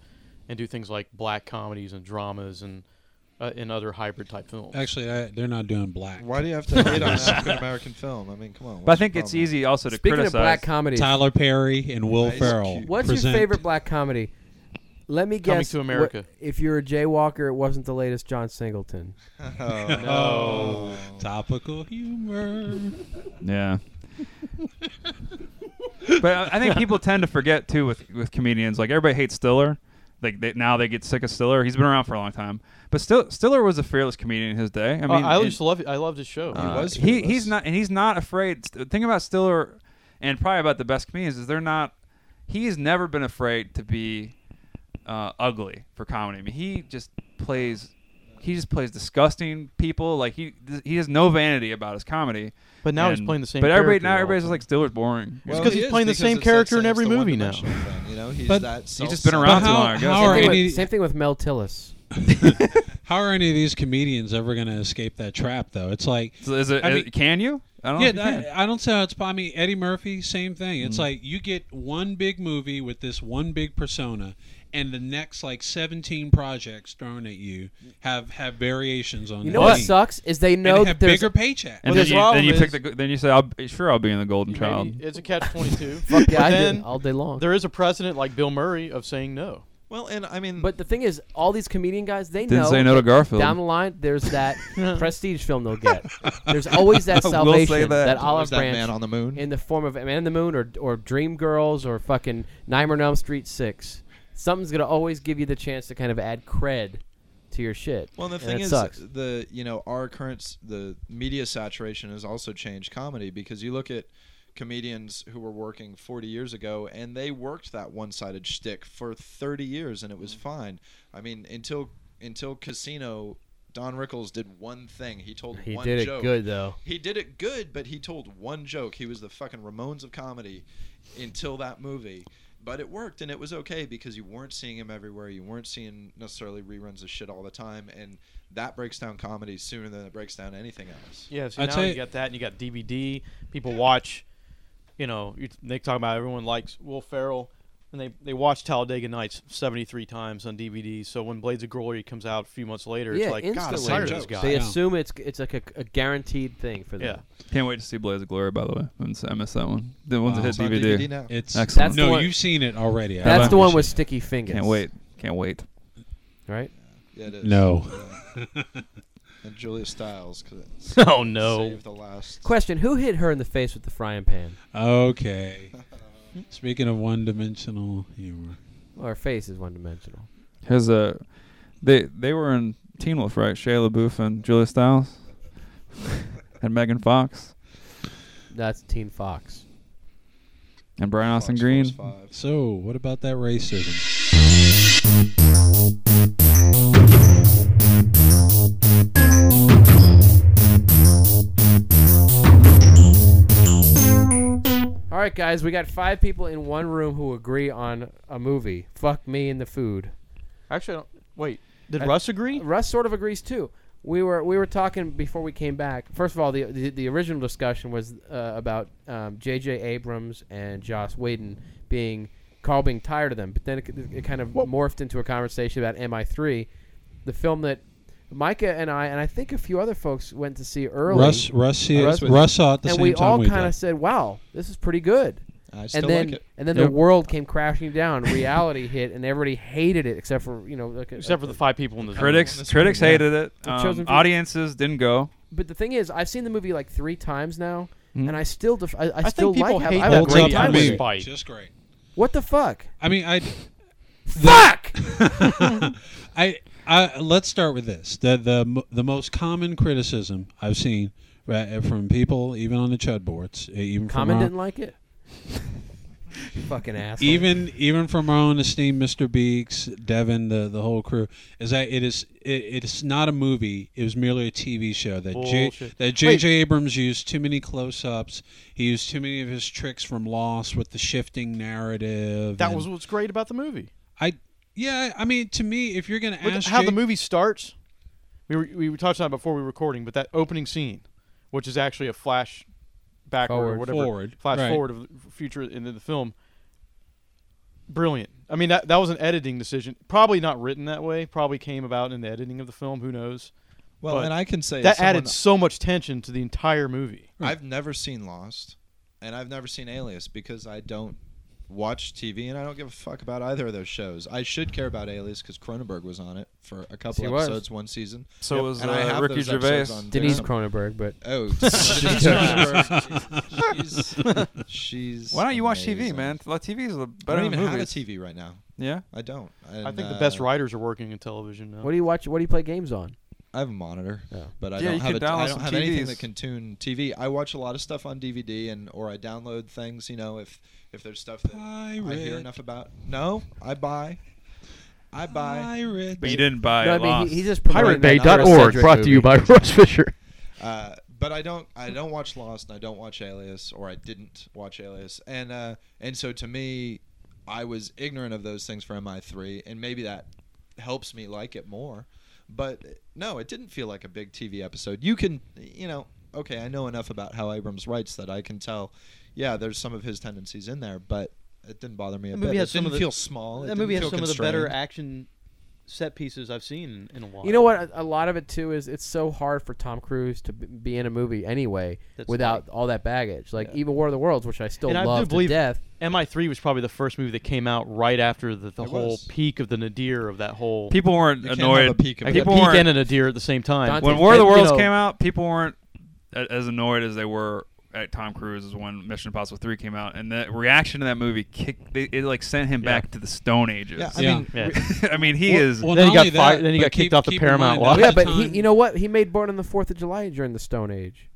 Speaker 4: and do things like black comedies and dramas and uh, and other hybrid type films.
Speaker 6: Actually, I, they're not doing black.
Speaker 5: (laughs) why do you have to hate on an African American film? I mean, come on.
Speaker 3: but I
Speaker 5: what's your
Speaker 3: think it's
Speaker 5: problem?
Speaker 3: easy also to
Speaker 2: Speaking
Speaker 3: criticize.
Speaker 2: of black comedies,
Speaker 6: Tyler Perry and Will
Speaker 5: Ice
Speaker 6: Ferrell.
Speaker 5: Cube.
Speaker 2: what's
Speaker 6: present-
Speaker 2: your favorite black comedy? Let me guess.
Speaker 4: Coming to
Speaker 2: what-
Speaker 4: America.
Speaker 2: if you're a jaywalker, it wasn't the latest John Singleton.
Speaker 5: Oh,
Speaker 6: Oh, topical humor.
Speaker 3: Yeah. but I- I think people tend to forget too with with comedians. Like everybody hates Stiller. Like they, now they get sick of Stiller. He's been around for a long time. But still, Stiller was a fearless comedian in his day. I
Speaker 4: I,
Speaker 3: mean,
Speaker 4: Oh, Uh, I
Speaker 3: and-
Speaker 4: used to love it. I loved his show.
Speaker 5: He was
Speaker 3: Uh, he,
Speaker 5: fearless.
Speaker 3: he's not and he's not afraid the thing about stiller and probably about the best comedians is they're not he's never been afraid to be uh, ugly for comedy i mean he just plays he just plays disgusting people like he he has no vanity about his comedy
Speaker 4: But now he's
Speaker 3: And-
Speaker 4: playing the same
Speaker 3: but everybody
Speaker 4: character
Speaker 3: now
Speaker 4: all
Speaker 3: everybody's
Speaker 4: the
Speaker 3: just like stiller's boring
Speaker 5: Well,
Speaker 4: 'cause
Speaker 5: he
Speaker 4: he's
Speaker 5: is
Speaker 4: playing the same
Speaker 5: it's that
Speaker 4: character in
Speaker 5: same-
Speaker 4: every
Speaker 5: it's the
Speaker 4: movie now.
Speaker 5: one-dimensional thing, you know, he's
Speaker 6: But-
Speaker 5: that.
Speaker 3: he's just been
Speaker 5: self-centered-
Speaker 3: around too
Speaker 6: But how-
Speaker 3: long I guess.
Speaker 6: how are
Speaker 2: Same,
Speaker 6: any-
Speaker 2: with, same thing with Mel Tillis.
Speaker 6: How are any of these comedians ever going to escape that trap, though? It's like,
Speaker 3: So is it,
Speaker 6: I
Speaker 3: is-
Speaker 6: mean-
Speaker 3: can you i don't
Speaker 6: yeah,
Speaker 3: know if you can.
Speaker 6: I, I don't see how it's. I mean, Eddie Murphy, same thing. It's like you get one big movie with this one big persona, and the next like seventeen projects thrown at you have have variations on.
Speaker 2: You
Speaker 6: that
Speaker 2: know what
Speaker 6: theme.
Speaker 2: sucks is they
Speaker 6: And
Speaker 2: know
Speaker 6: have
Speaker 2: that there's
Speaker 6: bigger paychecks.
Speaker 3: and
Speaker 4: Well,
Speaker 3: then you,
Speaker 4: the
Speaker 3: then you
Speaker 4: problem
Speaker 3: pick
Speaker 4: is-
Speaker 3: the go- then you say I'll, sure i'll be in the golden
Speaker 4: Maybe
Speaker 3: child
Speaker 4: it's a catch twenty-two.
Speaker 2: fuck (laughs) yeah,
Speaker 4: But
Speaker 2: I
Speaker 4: then
Speaker 2: do all day long.
Speaker 4: there is a precedent like Bill Murray of saying no.
Speaker 5: Well, and I mean,
Speaker 2: But the thing is, all these comedian guys, they
Speaker 3: didn't
Speaker 2: know
Speaker 3: say no to garfield
Speaker 2: down the line there's that prestige film they'll get. There's always that
Speaker 3: (laughs) I will say
Speaker 2: salvation,
Speaker 3: that.
Speaker 2: that
Speaker 5: there's
Speaker 2: olive
Speaker 5: that
Speaker 2: branch
Speaker 5: man on the moon.
Speaker 2: in the form of Man in the Moon or or Dream Girls or fucking Nightmare on Elm Street Six. Something's gonna always give you the chance to kind of add cred to your shit.
Speaker 5: Well, the
Speaker 2: and
Speaker 5: thing
Speaker 2: it
Speaker 5: is,
Speaker 2: sucks.
Speaker 5: the you know our current s- the media saturation has also changed comedy because you look at comedians who were working 40 years ago and they worked that one-sided shtick for 30 years and it
Speaker 2: Mm.
Speaker 5: was fine. I mean, until until Casino, Don Rickles did one thing. He told
Speaker 2: he
Speaker 5: one
Speaker 2: did
Speaker 5: joke.
Speaker 2: it good though.
Speaker 5: He did it good, but he told one joke. He was the fucking Ramones of comedy until that movie. But it worked, and it was okay because you weren't seeing him everywhere. You weren't seeing necessarily reruns of shit all the time, and that breaks down comedy sooner than it breaks down anything else.
Speaker 4: Yeah, so
Speaker 6: I'd
Speaker 4: now
Speaker 6: say-
Speaker 4: you got that, and you got DVD. People watch, you know, you, Nick talking about everyone likes Will Ferrell, and they they watch Talladega Nights seventy three times on DVD. So when Blades of Glory comes out a few months later,
Speaker 2: Yeah,
Speaker 4: it's like God, I'm
Speaker 2: instantly.
Speaker 4: tired of this
Speaker 5: Jokes.
Speaker 2: They
Speaker 4: guy.
Speaker 6: Yeah.
Speaker 2: assume it's it's like a, a guaranteed thing for them.
Speaker 4: Yeah.
Speaker 3: Can't wait to see Blaze of Glory, by the way. I'm s- I missed that one. The one's
Speaker 6: Wow.
Speaker 3: that hit
Speaker 5: Oh, It's on
Speaker 3: DVD.
Speaker 5: now.
Speaker 6: It's
Speaker 3: Excellent.
Speaker 2: That's the
Speaker 6: no,
Speaker 2: one-
Speaker 6: you've seen it already. I
Speaker 2: That's
Speaker 3: Have
Speaker 2: the
Speaker 3: I?
Speaker 2: one
Speaker 6: appreciate
Speaker 2: with
Speaker 6: it.
Speaker 2: sticky fingers.
Speaker 3: Can't wait. Can't wait.
Speaker 2: Right?
Speaker 5: Yeah, it is.
Speaker 6: (laughs) No.
Speaker 5: Yeah. and Julia Stiles, because
Speaker 4: (laughs) oh no,
Speaker 5: saved the last.
Speaker 2: Question: Who hit her in the face with the frying pan?
Speaker 6: Okay. Speaking of one-dimensional humor,
Speaker 2: Well, her face is one dimensional.
Speaker 3: Here's a. uh, They they were in Teen Wolf, right? Shia LaBeouf and Julia Stiles, (laughs) and Megan Fox
Speaker 2: That's Teen Fox.
Speaker 3: and Brian Austin
Speaker 5: Fox
Speaker 3: Green.
Speaker 5: Force Five.
Speaker 6: so what about that racism?
Speaker 2: All right, guys, we got five people in one room who agree on a movie. Fuck me and the food.
Speaker 4: actually, I don't, wait, did
Speaker 2: I-
Speaker 4: Russ agree?
Speaker 2: Russ sort of agrees too. We were we were talking before we came back. First of all, the the, the original discussion was uh, about um, J.J. Abrams and Joss Whedon being Carl being tired of them, but then it, it kind of morphed into a conversation about MI3, the film that Micah and I and I think a few other folks went to see early.
Speaker 6: Russ, Russ, see-
Speaker 5: Russ was-
Speaker 6: Russ saw it the
Speaker 2: and
Speaker 6: same
Speaker 2: we
Speaker 6: time
Speaker 2: all
Speaker 6: we
Speaker 2: kind of
Speaker 6: did.
Speaker 2: said, "Wow, this is pretty good."
Speaker 5: I still
Speaker 2: and then
Speaker 5: like it.
Speaker 2: and then
Speaker 3: Yep.
Speaker 2: the world came crashing down. Reality hit, and everybody hated it except for you know like a,
Speaker 4: Except for the five people in the
Speaker 5: Oh,
Speaker 3: Critics
Speaker 5: this
Speaker 3: critics
Speaker 5: one, yeah.
Speaker 3: hated it.
Speaker 2: The chosen
Speaker 3: Um,
Speaker 2: few.
Speaker 3: audiences didn't go.
Speaker 2: But the thing is, I've seen the movie like three times now,
Speaker 3: Mhm.
Speaker 7: Hmm.
Speaker 2: and I still def- I, I,
Speaker 4: think
Speaker 2: still
Speaker 4: people
Speaker 2: like.
Speaker 4: hate
Speaker 2: I have a
Speaker 4: Holds
Speaker 2: great
Speaker 4: up
Speaker 2: time
Speaker 4: to
Speaker 2: with
Speaker 4: me.
Speaker 2: it.
Speaker 4: Spite.
Speaker 6: Just great.
Speaker 2: What the fuck?
Speaker 6: I mean, I
Speaker 7: (laughs)
Speaker 2: Fuck!
Speaker 6: (laughs) I, I let's start with this. The the mo- the most common criticism I've seen right, uh, from people, even on the chud boards, eh, even from
Speaker 2: Common
Speaker 6: our,
Speaker 2: didn't like it. Fucking asshole.
Speaker 6: even even from our own esteemed Mr. Beeks, Devin, the the whole crew, is that it is it, it's not a movie. It was merely a TV show that J,
Speaker 4: Bullshit.
Speaker 6: that J.J. Abrams used too many close-ups. He used too many of his tricks from Lost with the shifting narrative.
Speaker 4: That
Speaker 6: and
Speaker 4: was what's great about the movie.
Speaker 6: I. Yeah, I mean, to me, if you're going to
Speaker 4: Look at
Speaker 6: ask
Speaker 4: how
Speaker 6: J-
Speaker 4: the movie starts. We were, we touched on it before we were recording, but that opening scene, which is actually a flash backward or
Speaker 2: Forward.
Speaker 4: whatever,
Speaker 6: Forward,
Speaker 4: flash
Speaker 6: right.
Speaker 4: forward of the future in the film. Brilliant. I mean, that that was an editing decision. Probably not written that way. Probably came about in the editing of the film. Who knows?
Speaker 5: Well,
Speaker 4: But
Speaker 5: and I can say
Speaker 4: that
Speaker 5: someone-
Speaker 4: added so much tension to the entire movie.
Speaker 5: I've never seen Lost, and I've never seen Alias because I don't watch TV and I don't give a fuck about either of those shows. I should care about Alias because Cronenberg was on it for a couple
Speaker 2: He was.
Speaker 5: episodes one season.
Speaker 3: So was
Speaker 5: and I
Speaker 3: uh,
Speaker 5: have
Speaker 3: Ricky
Speaker 5: those episodes
Speaker 3: Gervais.
Speaker 5: on
Speaker 2: Denise
Speaker 5: Vimeo.
Speaker 2: Cronenberg, but
Speaker 5: (laughs) Oh, Denise Cronenberg. She's, she's
Speaker 3: Why don't you watch TV,
Speaker 5: amazing.
Speaker 3: man? Like, TV is a
Speaker 5: I
Speaker 3: better
Speaker 5: don't
Speaker 3: than
Speaker 5: even have a
Speaker 3: movies.
Speaker 5: TV right now.
Speaker 3: Yeah.
Speaker 5: I don't.
Speaker 4: I
Speaker 5: And,
Speaker 4: think
Speaker 5: uh,
Speaker 4: the best writers are working in television now.
Speaker 2: what do you watch? What do you play games on?
Speaker 5: I have a monitor,
Speaker 2: Oh.
Speaker 5: but I
Speaker 3: Yeah, you
Speaker 5: don't have
Speaker 3: could
Speaker 5: a, I
Speaker 3: download
Speaker 5: don't
Speaker 3: some
Speaker 5: have anything
Speaker 3: TVs.
Speaker 5: that can tune TV. I watch a lot of stuff on DVD and or I download things. You know, if if there's stuff that I
Speaker 6: Pirate.
Speaker 5: hear enough about. No, I buy. I buy.
Speaker 6: Pirate.
Speaker 3: But you didn't buy
Speaker 2: No, I
Speaker 3: it.
Speaker 2: mean,
Speaker 3: Lost.
Speaker 2: he, he's just promoting that Chris
Speaker 7: PirateBay.org
Speaker 2: Sedgwick
Speaker 7: brought to
Speaker 2: movie.
Speaker 7: you by Russ Fisher.
Speaker 5: Uh, but I don't. I don't watch Lost, and I don't watch Alias, or I didn't watch Alias, and uh, and so to me, I was ignorant of those things for MI3, and maybe that helps me like it more. But no, it didn't feel like a big TV episode. You can, you know, okay, I know enough about how Abrams writes that I can tell. Yeah, there's some of his tendencies in there, but it didn't bother me a
Speaker 4: That
Speaker 5: bit.
Speaker 4: movie
Speaker 5: it
Speaker 4: has some
Speaker 5: didn't
Speaker 4: of the-
Speaker 5: feel small. It
Speaker 4: that
Speaker 5: didn't
Speaker 4: movie has
Speaker 5: feel
Speaker 4: some of the better
Speaker 5: constrained.
Speaker 4: action set pieces I've seen in a while.
Speaker 2: You know what? A a lot of it too is it's so hard for Tom Cruise to b- be in a movie anyway
Speaker 4: That's
Speaker 2: without all that baggage. Like even War of the Worlds, which I still
Speaker 4: And I do
Speaker 2: love to
Speaker 4: believe-
Speaker 7: (laughs)
Speaker 2: death.
Speaker 4: MI3 was probably the first movie that came out right after the, the
Speaker 5: It
Speaker 4: whole
Speaker 5: was.
Speaker 4: peak of the nadir of that whole
Speaker 3: people weren't
Speaker 5: You can't have a
Speaker 3: annoyed.
Speaker 5: peak of
Speaker 4: a
Speaker 5: it.
Speaker 3: people
Speaker 4: peak
Speaker 3: weren't-
Speaker 4: and a nadir at the same time.
Speaker 2: Dante-
Speaker 3: when War of the
Speaker 4: you
Speaker 3: Worlds
Speaker 4: know-
Speaker 3: came out, people weren't a- as annoyed as they were at Tom Cruise's when Mission Impossible Three came out, and the reaction to that movie kicked. They, it like sent him
Speaker 4: Yeah.
Speaker 3: back to the Stone Ages.
Speaker 5: Yeah, I
Speaker 6: Yeah.
Speaker 5: mean,
Speaker 4: Yeah.
Speaker 3: (laughs) I mean, he
Speaker 6: Well-
Speaker 3: is.
Speaker 6: well,
Speaker 4: Then
Speaker 6: not
Speaker 4: he got
Speaker 6: only that,
Speaker 4: fired- then he
Speaker 6: but
Speaker 4: got kicked
Speaker 6: keep-
Speaker 4: off the
Speaker 6: keep in
Speaker 4: Paramount
Speaker 6: mind
Speaker 4: lot.
Speaker 6: that
Speaker 2: yeah,
Speaker 6: at the
Speaker 2: but he,
Speaker 6: time-
Speaker 2: you know what? He made Born on the Fourth of July during the Stone Age.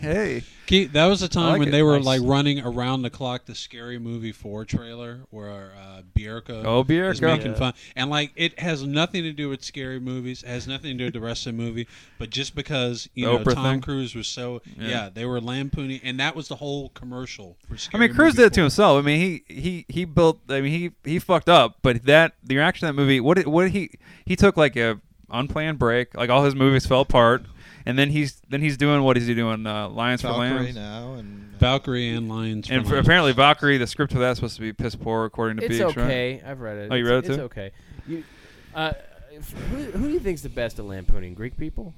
Speaker 3: hey,
Speaker 6: Keith, that was a time
Speaker 3: like
Speaker 6: when
Speaker 3: it.
Speaker 6: they were
Speaker 3: Nice.
Speaker 6: like running around the clock the scary movie four trailer where uh, Bierko
Speaker 3: oh
Speaker 6: is
Speaker 3: Bierko.
Speaker 6: making fun, and like it has nothing to do with scary movies, it has nothing to do with the rest of the movie, but just because you
Speaker 3: The
Speaker 6: know
Speaker 3: Oprah
Speaker 6: Tom
Speaker 3: thing?
Speaker 6: Cruise was so yeah.
Speaker 3: Yeah.
Speaker 6: they were lampooning, and that was the whole commercial. For
Speaker 3: I
Speaker 6: scary
Speaker 3: mean, Cruise
Speaker 6: movie
Speaker 3: did it to
Speaker 6: four.
Speaker 3: himself. I mean, he he he built. I mean, he he fucked up. But that the reaction to that movie. What did, what did he he took like a unplanned break. Like all his movies fell apart, and then he's then he's doing what is he doing? Uh, Lions for
Speaker 5: Valkyrie
Speaker 3: Lambs.
Speaker 5: now and uh,
Speaker 6: Valkyrie and Lions,
Speaker 3: And
Speaker 6: for
Speaker 3: for,
Speaker 6: Lions.
Speaker 3: apparently Valkyrie, the script for that is supposed to be piss poor, according to
Speaker 2: It's
Speaker 3: Beaks, right?
Speaker 2: okay. I've read it.
Speaker 3: Oh, you
Speaker 2: It's-
Speaker 3: read it
Speaker 2: It's
Speaker 3: too?
Speaker 2: okay. You, uh, if- who, who do you think's the best at lampooning Greek people?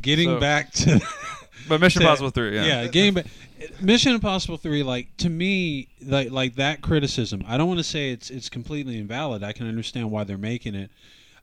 Speaker 6: getting
Speaker 3: so-
Speaker 6: back to
Speaker 3: But Mission
Speaker 6: (laughs) to-
Speaker 3: Impossible Three, yeah.
Speaker 6: yeah game ba- mission impossible 3 like to me like like that criticism i don't want to say it's it's completely invalid i can understand why they're making it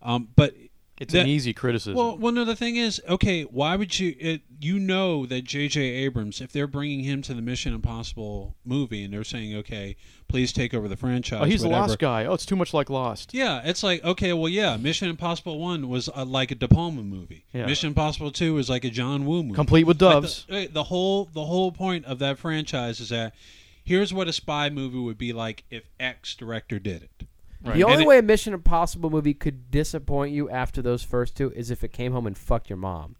Speaker 6: um but
Speaker 4: It's
Speaker 6: that-
Speaker 4: an easy criticism.
Speaker 6: well well no the thing is okay why would you it, you know that jj abrams if they're bringing him to the mission impossible movie and they're saying okay please take over the franchise
Speaker 4: oh, he's the
Speaker 6: whatever.
Speaker 4: Lost guy. Oh, it's too much like Lost.
Speaker 6: Yeah, it's like okay, well, yeah, Mission Impossible One was uh, like a De Palma movie.
Speaker 4: Yeah.
Speaker 6: Mission Impossible Two was like a John Woo movie.
Speaker 4: Complete with
Speaker 6: Like,
Speaker 4: doves.
Speaker 6: the, right, the whole the whole point of that franchise is that here's what a spy movie would be like if X director did it.
Speaker 3: Right.
Speaker 2: The only
Speaker 6: it-
Speaker 2: way a Mission Impossible movie could disappoint you after those first two is if it came home and fucked your mom.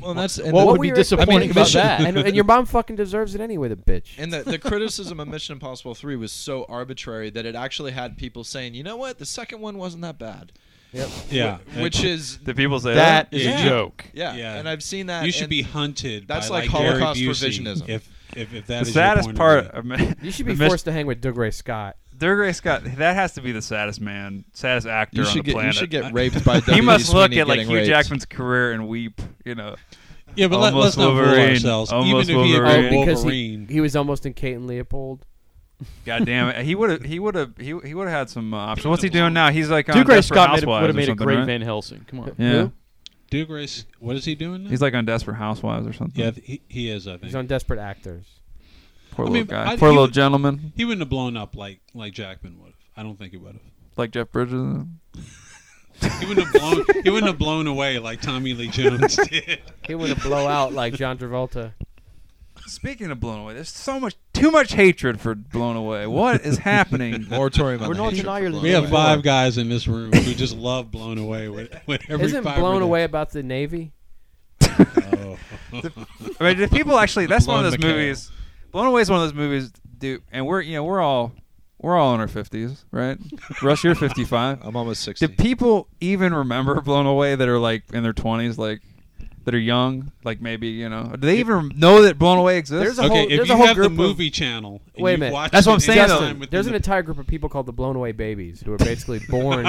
Speaker 5: well, that's
Speaker 3: Oh,
Speaker 5: and
Speaker 4: What
Speaker 2: What
Speaker 5: the-
Speaker 4: would
Speaker 2: were
Speaker 4: be
Speaker 2: your-
Speaker 4: disappointing
Speaker 6: I mean,
Speaker 4: about
Speaker 6: Mission-
Speaker 3: (laughs)
Speaker 4: that?
Speaker 2: and, and your mom fucking deserves it anyway, the bitch.
Speaker 5: And the, the criticism of Mission Impossible 3 was so arbitrary that it actually had people saying, you know what, the second one wasn't that bad.
Speaker 6: Yeah,
Speaker 5: Which is,
Speaker 3: The people say "Oh,
Speaker 4: That
Speaker 3: that.
Speaker 4: is
Speaker 6: Yeah.
Speaker 4: a joke.
Speaker 5: yeah.
Speaker 6: Yeah.
Speaker 5: And I've seen that.
Speaker 6: you should
Speaker 5: and
Speaker 6: be hunted.
Speaker 5: That's
Speaker 6: by,
Speaker 5: like
Speaker 6: like, Gary
Speaker 5: Holocaust
Speaker 6: Busey
Speaker 5: revisionism.
Speaker 6: If if if
Speaker 3: The
Speaker 6: that is your
Speaker 3: saddest
Speaker 6: point
Speaker 3: part
Speaker 6: Of
Speaker 3: of Mi-
Speaker 2: you should be
Speaker 3: the Mis-
Speaker 2: forced to hang with Doug Ray Scott.
Speaker 3: Doug Ray Scott. That has to be the saddest man, saddest actor
Speaker 5: You
Speaker 3: on
Speaker 5: should,
Speaker 3: the
Speaker 5: get, you
Speaker 3: planet.
Speaker 5: should
Speaker 3: (laughs)
Speaker 5: get raped by
Speaker 3: he
Speaker 5: W.D.
Speaker 3: must look
Speaker 5: Sweeney
Speaker 3: at like
Speaker 5: getting
Speaker 3: Hugh
Speaker 5: raped.
Speaker 3: Jackman's career and weep. You know,
Speaker 6: it. yeah, but let,
Speaker 3: Almost
Speaker 6: let's not fool
Speaker 3: Wolverine.
Speaker 6: ourselves.
Speaker 3: Almost
Speaker 6: Even if he had
Speaker 2: Oh,
Speaker 6: been
Speaker 3: Wolverine.
Speaker 2: because he,
Speaker 6: Wolverine,
Speaker 2: he was almost in Kate and Leopold.
Speaker 3: God damn it. He would have. He would have. He, he would have had some uh, options. What's he doing now? He's like on
Speaker 4: Duke Ray
Speaker 3: Desperate
Speaker 4: Scott made,
Speaker 3: Housewives
Speaker 4: would have
Speaker 3: or
Speaker 4: made a
Speaker 3: something,
Speaker 4: great
Speaker 3: right?
Speaker 4: Van Helsing. Come on.
Speaker 3: Yeah.
Speaker 2: Who?
Speaker 6: Duke Grace, what is he doing? Now?
Speaker 3: He's like on Desperate Housewives or something.
Speaker 6: yeah, he, he is. I think
Speaker 2: He's on Desperate Actors.
Speaker 3: poor
Speaker 6: I
Speaker 3: little
Speaker 6: mean,
Speaker 3: guy,
Speaker 6: I-
Speaker 3: poor
Speaker 6: he
Speaker 3: little
Speaker 6: would-
Speaker 3: gentleman,
Speaker 6: he wouldn't have blown up like like Jackman would have. I don't think he would have.
Speaker 3: like Jeff Bridges.
Speaker 6: He wouldn't have blown. he wouldn't have blown away like Tommy Lee Jones did.
Speaker 2: He would have blow out like John Travolta.
Speaker 3: Speaking of blown away, there's so much, too much hatred for blown away. What
Speaker 2: (laughs)
Speaker 3: is happening?
Speaker 5: Moratorium. on
Speaker 4: We're
Speaker 5: the
Speaker 4: not
Speaker 5: hatred for
Speaker 4: denying that
Speaker 5: Blown
Speaker 6: We have
Speaker 5: Away.
Speaker 6: five guys in this room who just love blown away. With, with every
Speaker 2: Isn't
Speaker 6: fiber
Speaker 2: blown
Speaker 6: that-
Speaker 2: away about the Navy?
Speaker 6: Oh.
Speaker 3: I mean, did people actually? That's one of
Speaker 6: Blown
Speaker 3: those
Speaker 6: Mikhail.
Speaker 3: movies. Blown Away is one of those movies, dude. And we're you know we're all we're all in our fifties, right? Rush,
Speaker 2: (laughs)
Speaker 3: you're 55.
Speaker 5: I'm almost 60.
Speaker 3: Do people even remember (laughs) Blown Away that are like in their 20s, like that are young, like maybe you know? Do they even know that Blown Away exists?
Speaker 2: There's a
Speaker 6: okay,
Speaker 2: whole-
Speaker 6: if
Speaker 2: there's
Speaker 6: you
Speaker 2: a whole
Speaker 6: have the
Speaker 2: group of-
Speaker 6: movie channel, and
Speaker 2: Wait a
Speaker 6: you've
Speaker 2: minute.
Speaker 6: watched
Speaker 3: That's what
Speaker 6: it
Speaker 3: I'm
Speaker 6: any
Speaker 3: saying, though.
Speaker 6: time
Speaker 2: Justin,
Speaker 6: within
Speaker 2: there's an
Speaker 6: the-
Speaker 2: entire group of people called the blown away babies who are basically born.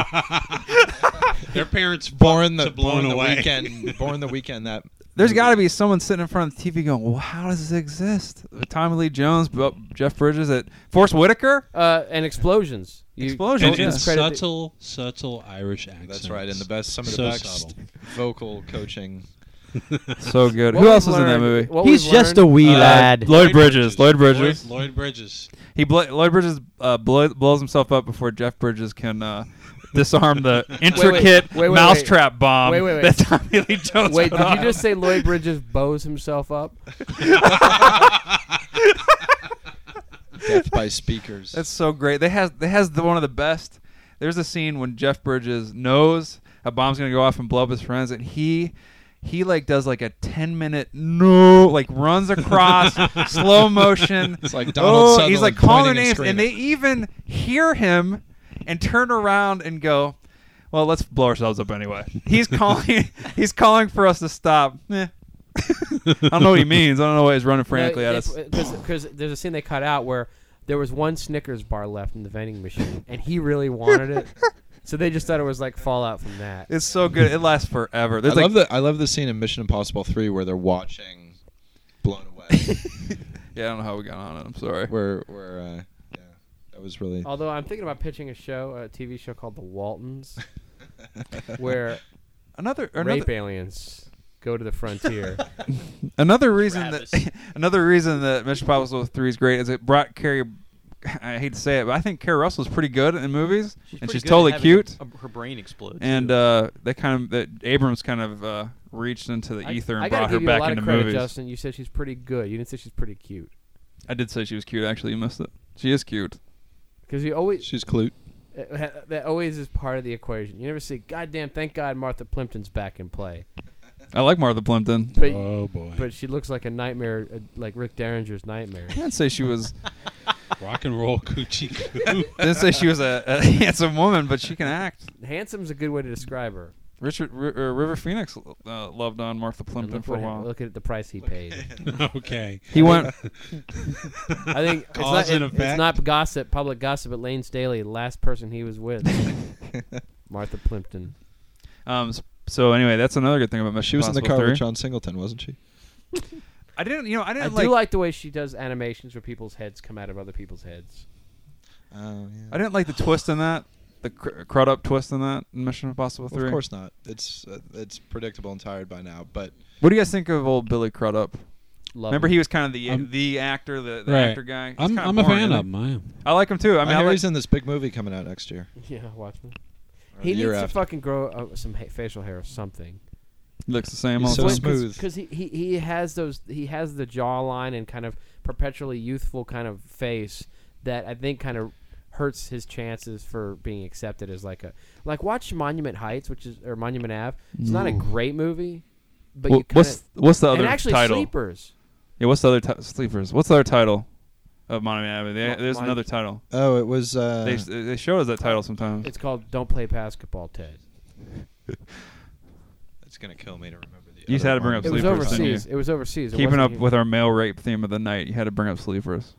Speaker 6: their parents
Speaker 5: born
Speaker 6: fucked
Speaker 5: the
Speaker 6: to blown
Speaker 5: born the
Speaker 6: away.
Speaker 5: weekend. born the weekend that
Speaker 3: There's got to be someone sitting in front of the TV going, "Well, how does this exist?" Tommy Lee Jones, Bu- Jeff Bridges, at Force Whitaker.
Speaker 2: uh, and explosions. You
Speaker 3: Explosions,
Speaker 2: don't
Speaker 6: (laughs) and
Speaker 3: yeah.
Speaker 6: in
Speaker 3: It's
Speaker 2: discredit the-
Speaker 6: subtle, subtle Irish accent.
Speaker 5: That's right. And the best, some of the
Speaker 6: So
Speaker 5: best
Speaker 6: subtle.
Speaker 5: vocal coaching.
Speaker 3: So good.
Speaker 2: What
Speaker 3: Who
Speaker 2: we've
Speaker 3: else was in that
Speaker 2: learned-
Speaker 3: movie?
Speaker 2: what
Speaker 7: He's
Speaker 2: we've
Speaker 7: just a
Speaker 3: (laughs)
Speaker 2: learned-
Speaker 7: wee
Speaker 3: Uh,
Speaker 7: lad.
Speaker 3: Lloyd Bridges. Lloyd Bridges.
Speaker 6: Lloyd, Lloyd Bridges.
Speaker 3: He blo- Lloyd Bridges uh, blow- blows himself up before Jeff Bridges can uh, disarm the intricate
Speaker 2: (laughs) wait, wait, wait.
Speaker 3: mousetrap bomb
Speaker 2: Wait, wait, wait.
Speaker 3: that Tommy Lee Jones.
Speaker 2: Wait,
Speaker 3: put
Speaker 2: did you
Speaker 3: on.
Speaker 2: just say Lloyd Bridges bows himself up?
Speaker 5: Death by speakers.
Speaker 3: That's so great. They has they has the one of the best. There's a scene when Jeff Bridges knows a bomb's gonna go off and blow up his friends, and he he like does like a 10 minute no like runs
Speaker 5: (laughs)
Speaker 3: across slow motion.
Speaker 5: It's like Donald
Speaker 3: oh, he's
Speaker 5: Sutherland
Speaker 3: like calling their
Speaker 5: pointing and
Speaker 3: names, and, they even hear him and turn around and go. Well, let's blow ourselves up anyway.
Speaker 5: (laughs)
Speaker 3: He's calling. he's calling for us to stop. Eh. (laughs) I don't know what he means. I don't know why he's running frantically at us.
Speaker 2: Because uh, there's a scene they cut out where there was one Snickers bar left in the vending machine, and he really wanted
Speaker 3: (laughs)
Speaker 2: it. So they just thought it was like fallout from that.
Speaker 3: It's so good. It lasts forever.
Speaker 5: I
Speaker 3: There's like
Speaker 5: love the I love the scene in Mission Impossible Three where they're watching Blown
Speaker 3: (laughs)
Speaker 5: Away.
Speaker 3: Yeah, I don't know how we got on it. I'm sorry.
Speaker 5: where where uh, yeah, that was really.
Speaker 2: (laughs)
Speaker 3: Oh,
Speaker 5: (laughs)
Speaker 2: Although I'm thinking about pitching a show, a TV show called The
Speaker 3: (laughs)
Speaker 2: Waltons, where
Speaker 3: Another
Speaker 2: rape
Speaker 3: another,
Speaker 2: aliens go to the frontier.
Speaker 3: another reason
Speaker 4: Travis.
Speaker 3: that (laughs) another reason that Mission Impossible Three is great is it brought Carrie. (laughs) I hate to say it, but I think Carrie Russell's pretty good in movies, and
Speaker 4: pretty
Speaker 3: she's
Speaker 4: good at
Speaker 3: totally
Speaker 4: having
Speaker 3: cute.
Speaker 4: a- her brain explodes.
Speaker 3: and
Speaker 4: too.
Speaker 3: uh, that kind of that Abrams kind of uh, reached into the ether and
Speaker 2: I, I gotta
Speaker 3: brought her
Speaker 2: give you a
Speaker 3: back
Speaker 2: lot
Speaker 3: into
Speaker 2: of credit,
Speaker 3: movies.
Speaker 2: Justin. You said she's pretty good. You didn't say she's pretty cute.
Speaker 3: I did say she was cute. Actually, you missed it. She is cute.
Speaker 2: Because you always
Speaker 3: (laughs)
Speaker 5: She's clute.
Speaker 2: Uh, that always is part of the equation. You never say, "God damn, thank God Martha Plimpton's back in play,"
Speaker 3: I like Martha Plimpton.
Speaker 2: but
Speaker 6: oh boy,
Speaker 2: but she looks like a nightmare, uh, like Rick Derringer's nightmare.
Speaker 3: I didn't say
Speaker 2: (laughs)
Speaker 3: she was.
Speaker 6: rock and roll coochie
Speaker 5: (laughs)
Speaker 6: coo.
Speaker 3: didn't say she was a, a (laughs) handsome woman, but she can act.
Speaker 2: Handsome's a good way to describe her.
Speaker 3: Richard R- uh, River Phoenix uh, loved on Martha
Speaker 2: And
Speaker 3: Plimpton
Speaker 2: look,
Speaker 3: for a
Speaker 2: what hap-
Speaker 3: while.
Speaker 2: look at the price
Speaker 6: (laughs)
Speaker 2: he paid.
Speaker 6: okay,
Speaker 3: He went.
Speaker 2: I think it's not,
Speaker 6: Cause and
Speaker 2: it- it's
Speaker 6: effect.
Speaker 2: not gossip, public gossip. But Lane's Daily, last person he was
Speaker 6: (laughs)
Speaker 2: with, Martha Plimpton.
Speaker 3: Um. s- So anyway, that's another good thing about Mission
Speaker 5: Oh, She was in the
Speaker 3: Impossible
Speaker 5: car with
Speaker 3: 3.
Speaker 5: John Singleton, wasn't she?
Speaker 3: I didn't. You know, I
Speaker 2: I
Speaker 3: didn't
Speaker 2: do
Speaker 3: like,
Speaker 2: like the way she does animations where people's heads come out of other people's heads.
Speaker 5: Oh yeah.
Speaker 3: I didn't like the twist in that. The cr- crud up twist in that in Mission Impossible Three.
Speaker 5: Of course not. It's uh, it's predictable and tired by now. But
Speaker 3: What do you guys think of old Billy Crudup?
Speaker 2: Love
Speaker 3: Remember,
Speaker 2: him.
Speaker 3: he was kind of the
Speaker 6: I'm-
Speaker 3: the actor, the, the
Speaker 6: Right.
Speaker 3: actor guy. He's
Speaker 6: I'm,
Speaker 3: kinda
Speaker 6: I'm a
Speaker 3: boring, isn't
Speaker 6: fan of
Speaker 3: he?
Speaker 6: him. I am.
Speaker 3: I like him too. I mean, I
Speaker 5: hear
Speaker 3: like,
Speaker 5: he's in this big movie coming out next year.
Speaker 2: (laughs) yeah, Watchmen.
Speaker 5: or the
Speaker 2: He needs
Speaker 5: year
Speaker 2: to
Speaker 5: after.
Speaker 2: fucking grow uh, some ha- facial hair or something.
Speaker 3: he looks the same.
Speaker 5: He's
Speaker 3: all the
Speaker 5: so
Speaker 3: time.
Speaker 5: smooth.
Speaker 2: because he, he he has those he has the jawline and kind of perpetually youthful kind of face that I think kind of hurts his chances for being accepted as like a like watch Monument Heights, which is or Monument Ave. It's not a great movie, but
Speaker 3: Wha-
Speaker 2: you kind
Speaker 3: what's
Speaker 2: of
Speaker 3: what's the
Speaker 2: and
Speaker 3: other
Speaker 2: actually
Speaker 3: title?
Speaker 2: Sleepers.
Speaker 3: Yeah, what's the other ti- sleepers? What's the other title of Monument Avenue? There-
Speaker 2: Mon-
Speaker 3: There's
Speaker 2: Mon-
Speaker 3: another title.
Speaker 5: Oh, it was. Uh,
Speaker 3: They they showed us that title sometimes.
Speaker 2: It's called Don't Play Basketball, Ted.
Speaker 5: it's gonna kill me to remember the.
Speaker 3: You just
Speaker 5: other
Speaker 3: had to bring up
Speaker 2: It
Speaker 5: one.
Speaker 2: was
Speaker 3: Sleepers, didn't
Speaker 2: overseas. It was overseas. It
Speaker 3: Keeping
Speaker 2: wasn't
Speaker 3: up
Speaker 2: here.
Speaker 3: with our male rape theme of the night, you had to bring up sleepers.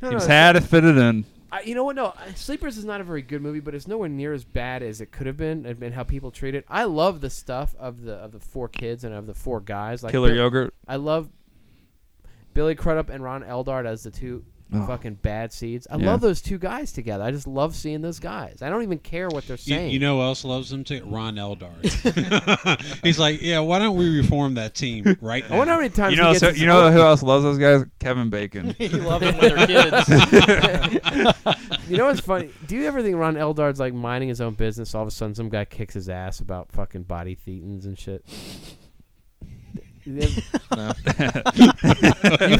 Speaker 2: No,
Speaker 3: you
Speaker 2: no,
Speaker 3: just had to fit it in.
Speaker 2: I, you know what? No, uh, Sleepers is not a very good movie, but it's nowhere near as bad as it could have been, and, and how people treat it. I love the stuff of the of the four kids and of the four guys. Like
Speaker 3: Killer
Speaker 2: Bill-
Speaker 3: yogurt.
Speaker 2: I love Billy Crudup and Ron Eldard as the two
Speaker 3: Oh.
Speaker 2: Fucking bad seeds. I
Speaker 3: Yeah.
Speaker 2: love those two guys together. I just love seeing those guys. I don't even care what they're
Speaker 6: You,
Speaker 2: saying.
Speaker 6: you know who else loves them too?
Speaker 2: (laughs)
Speaker 6: Ron Eldar. (laughs) He's like, yeah, why don't we reform that team right
Speaker 2: (laughs)
Speaker 6: now?
Speaker 2: I wonder how many times
Speaker 3: You know,
Speaker 2: he gets
Speaker 3: so,
Speaker 2: his-
Speaker 3: you know who else loves those guys? Kevin (laughs) Bacon.
Speaker 4: you love them when they're kids.
Speaker 2: You know what's funny? Do you ever think Ron Eldard's like minding his own business? All of a sudden, some guy kicks his ass about fucking body thetans and shit. you
Speaker 3: (laughs)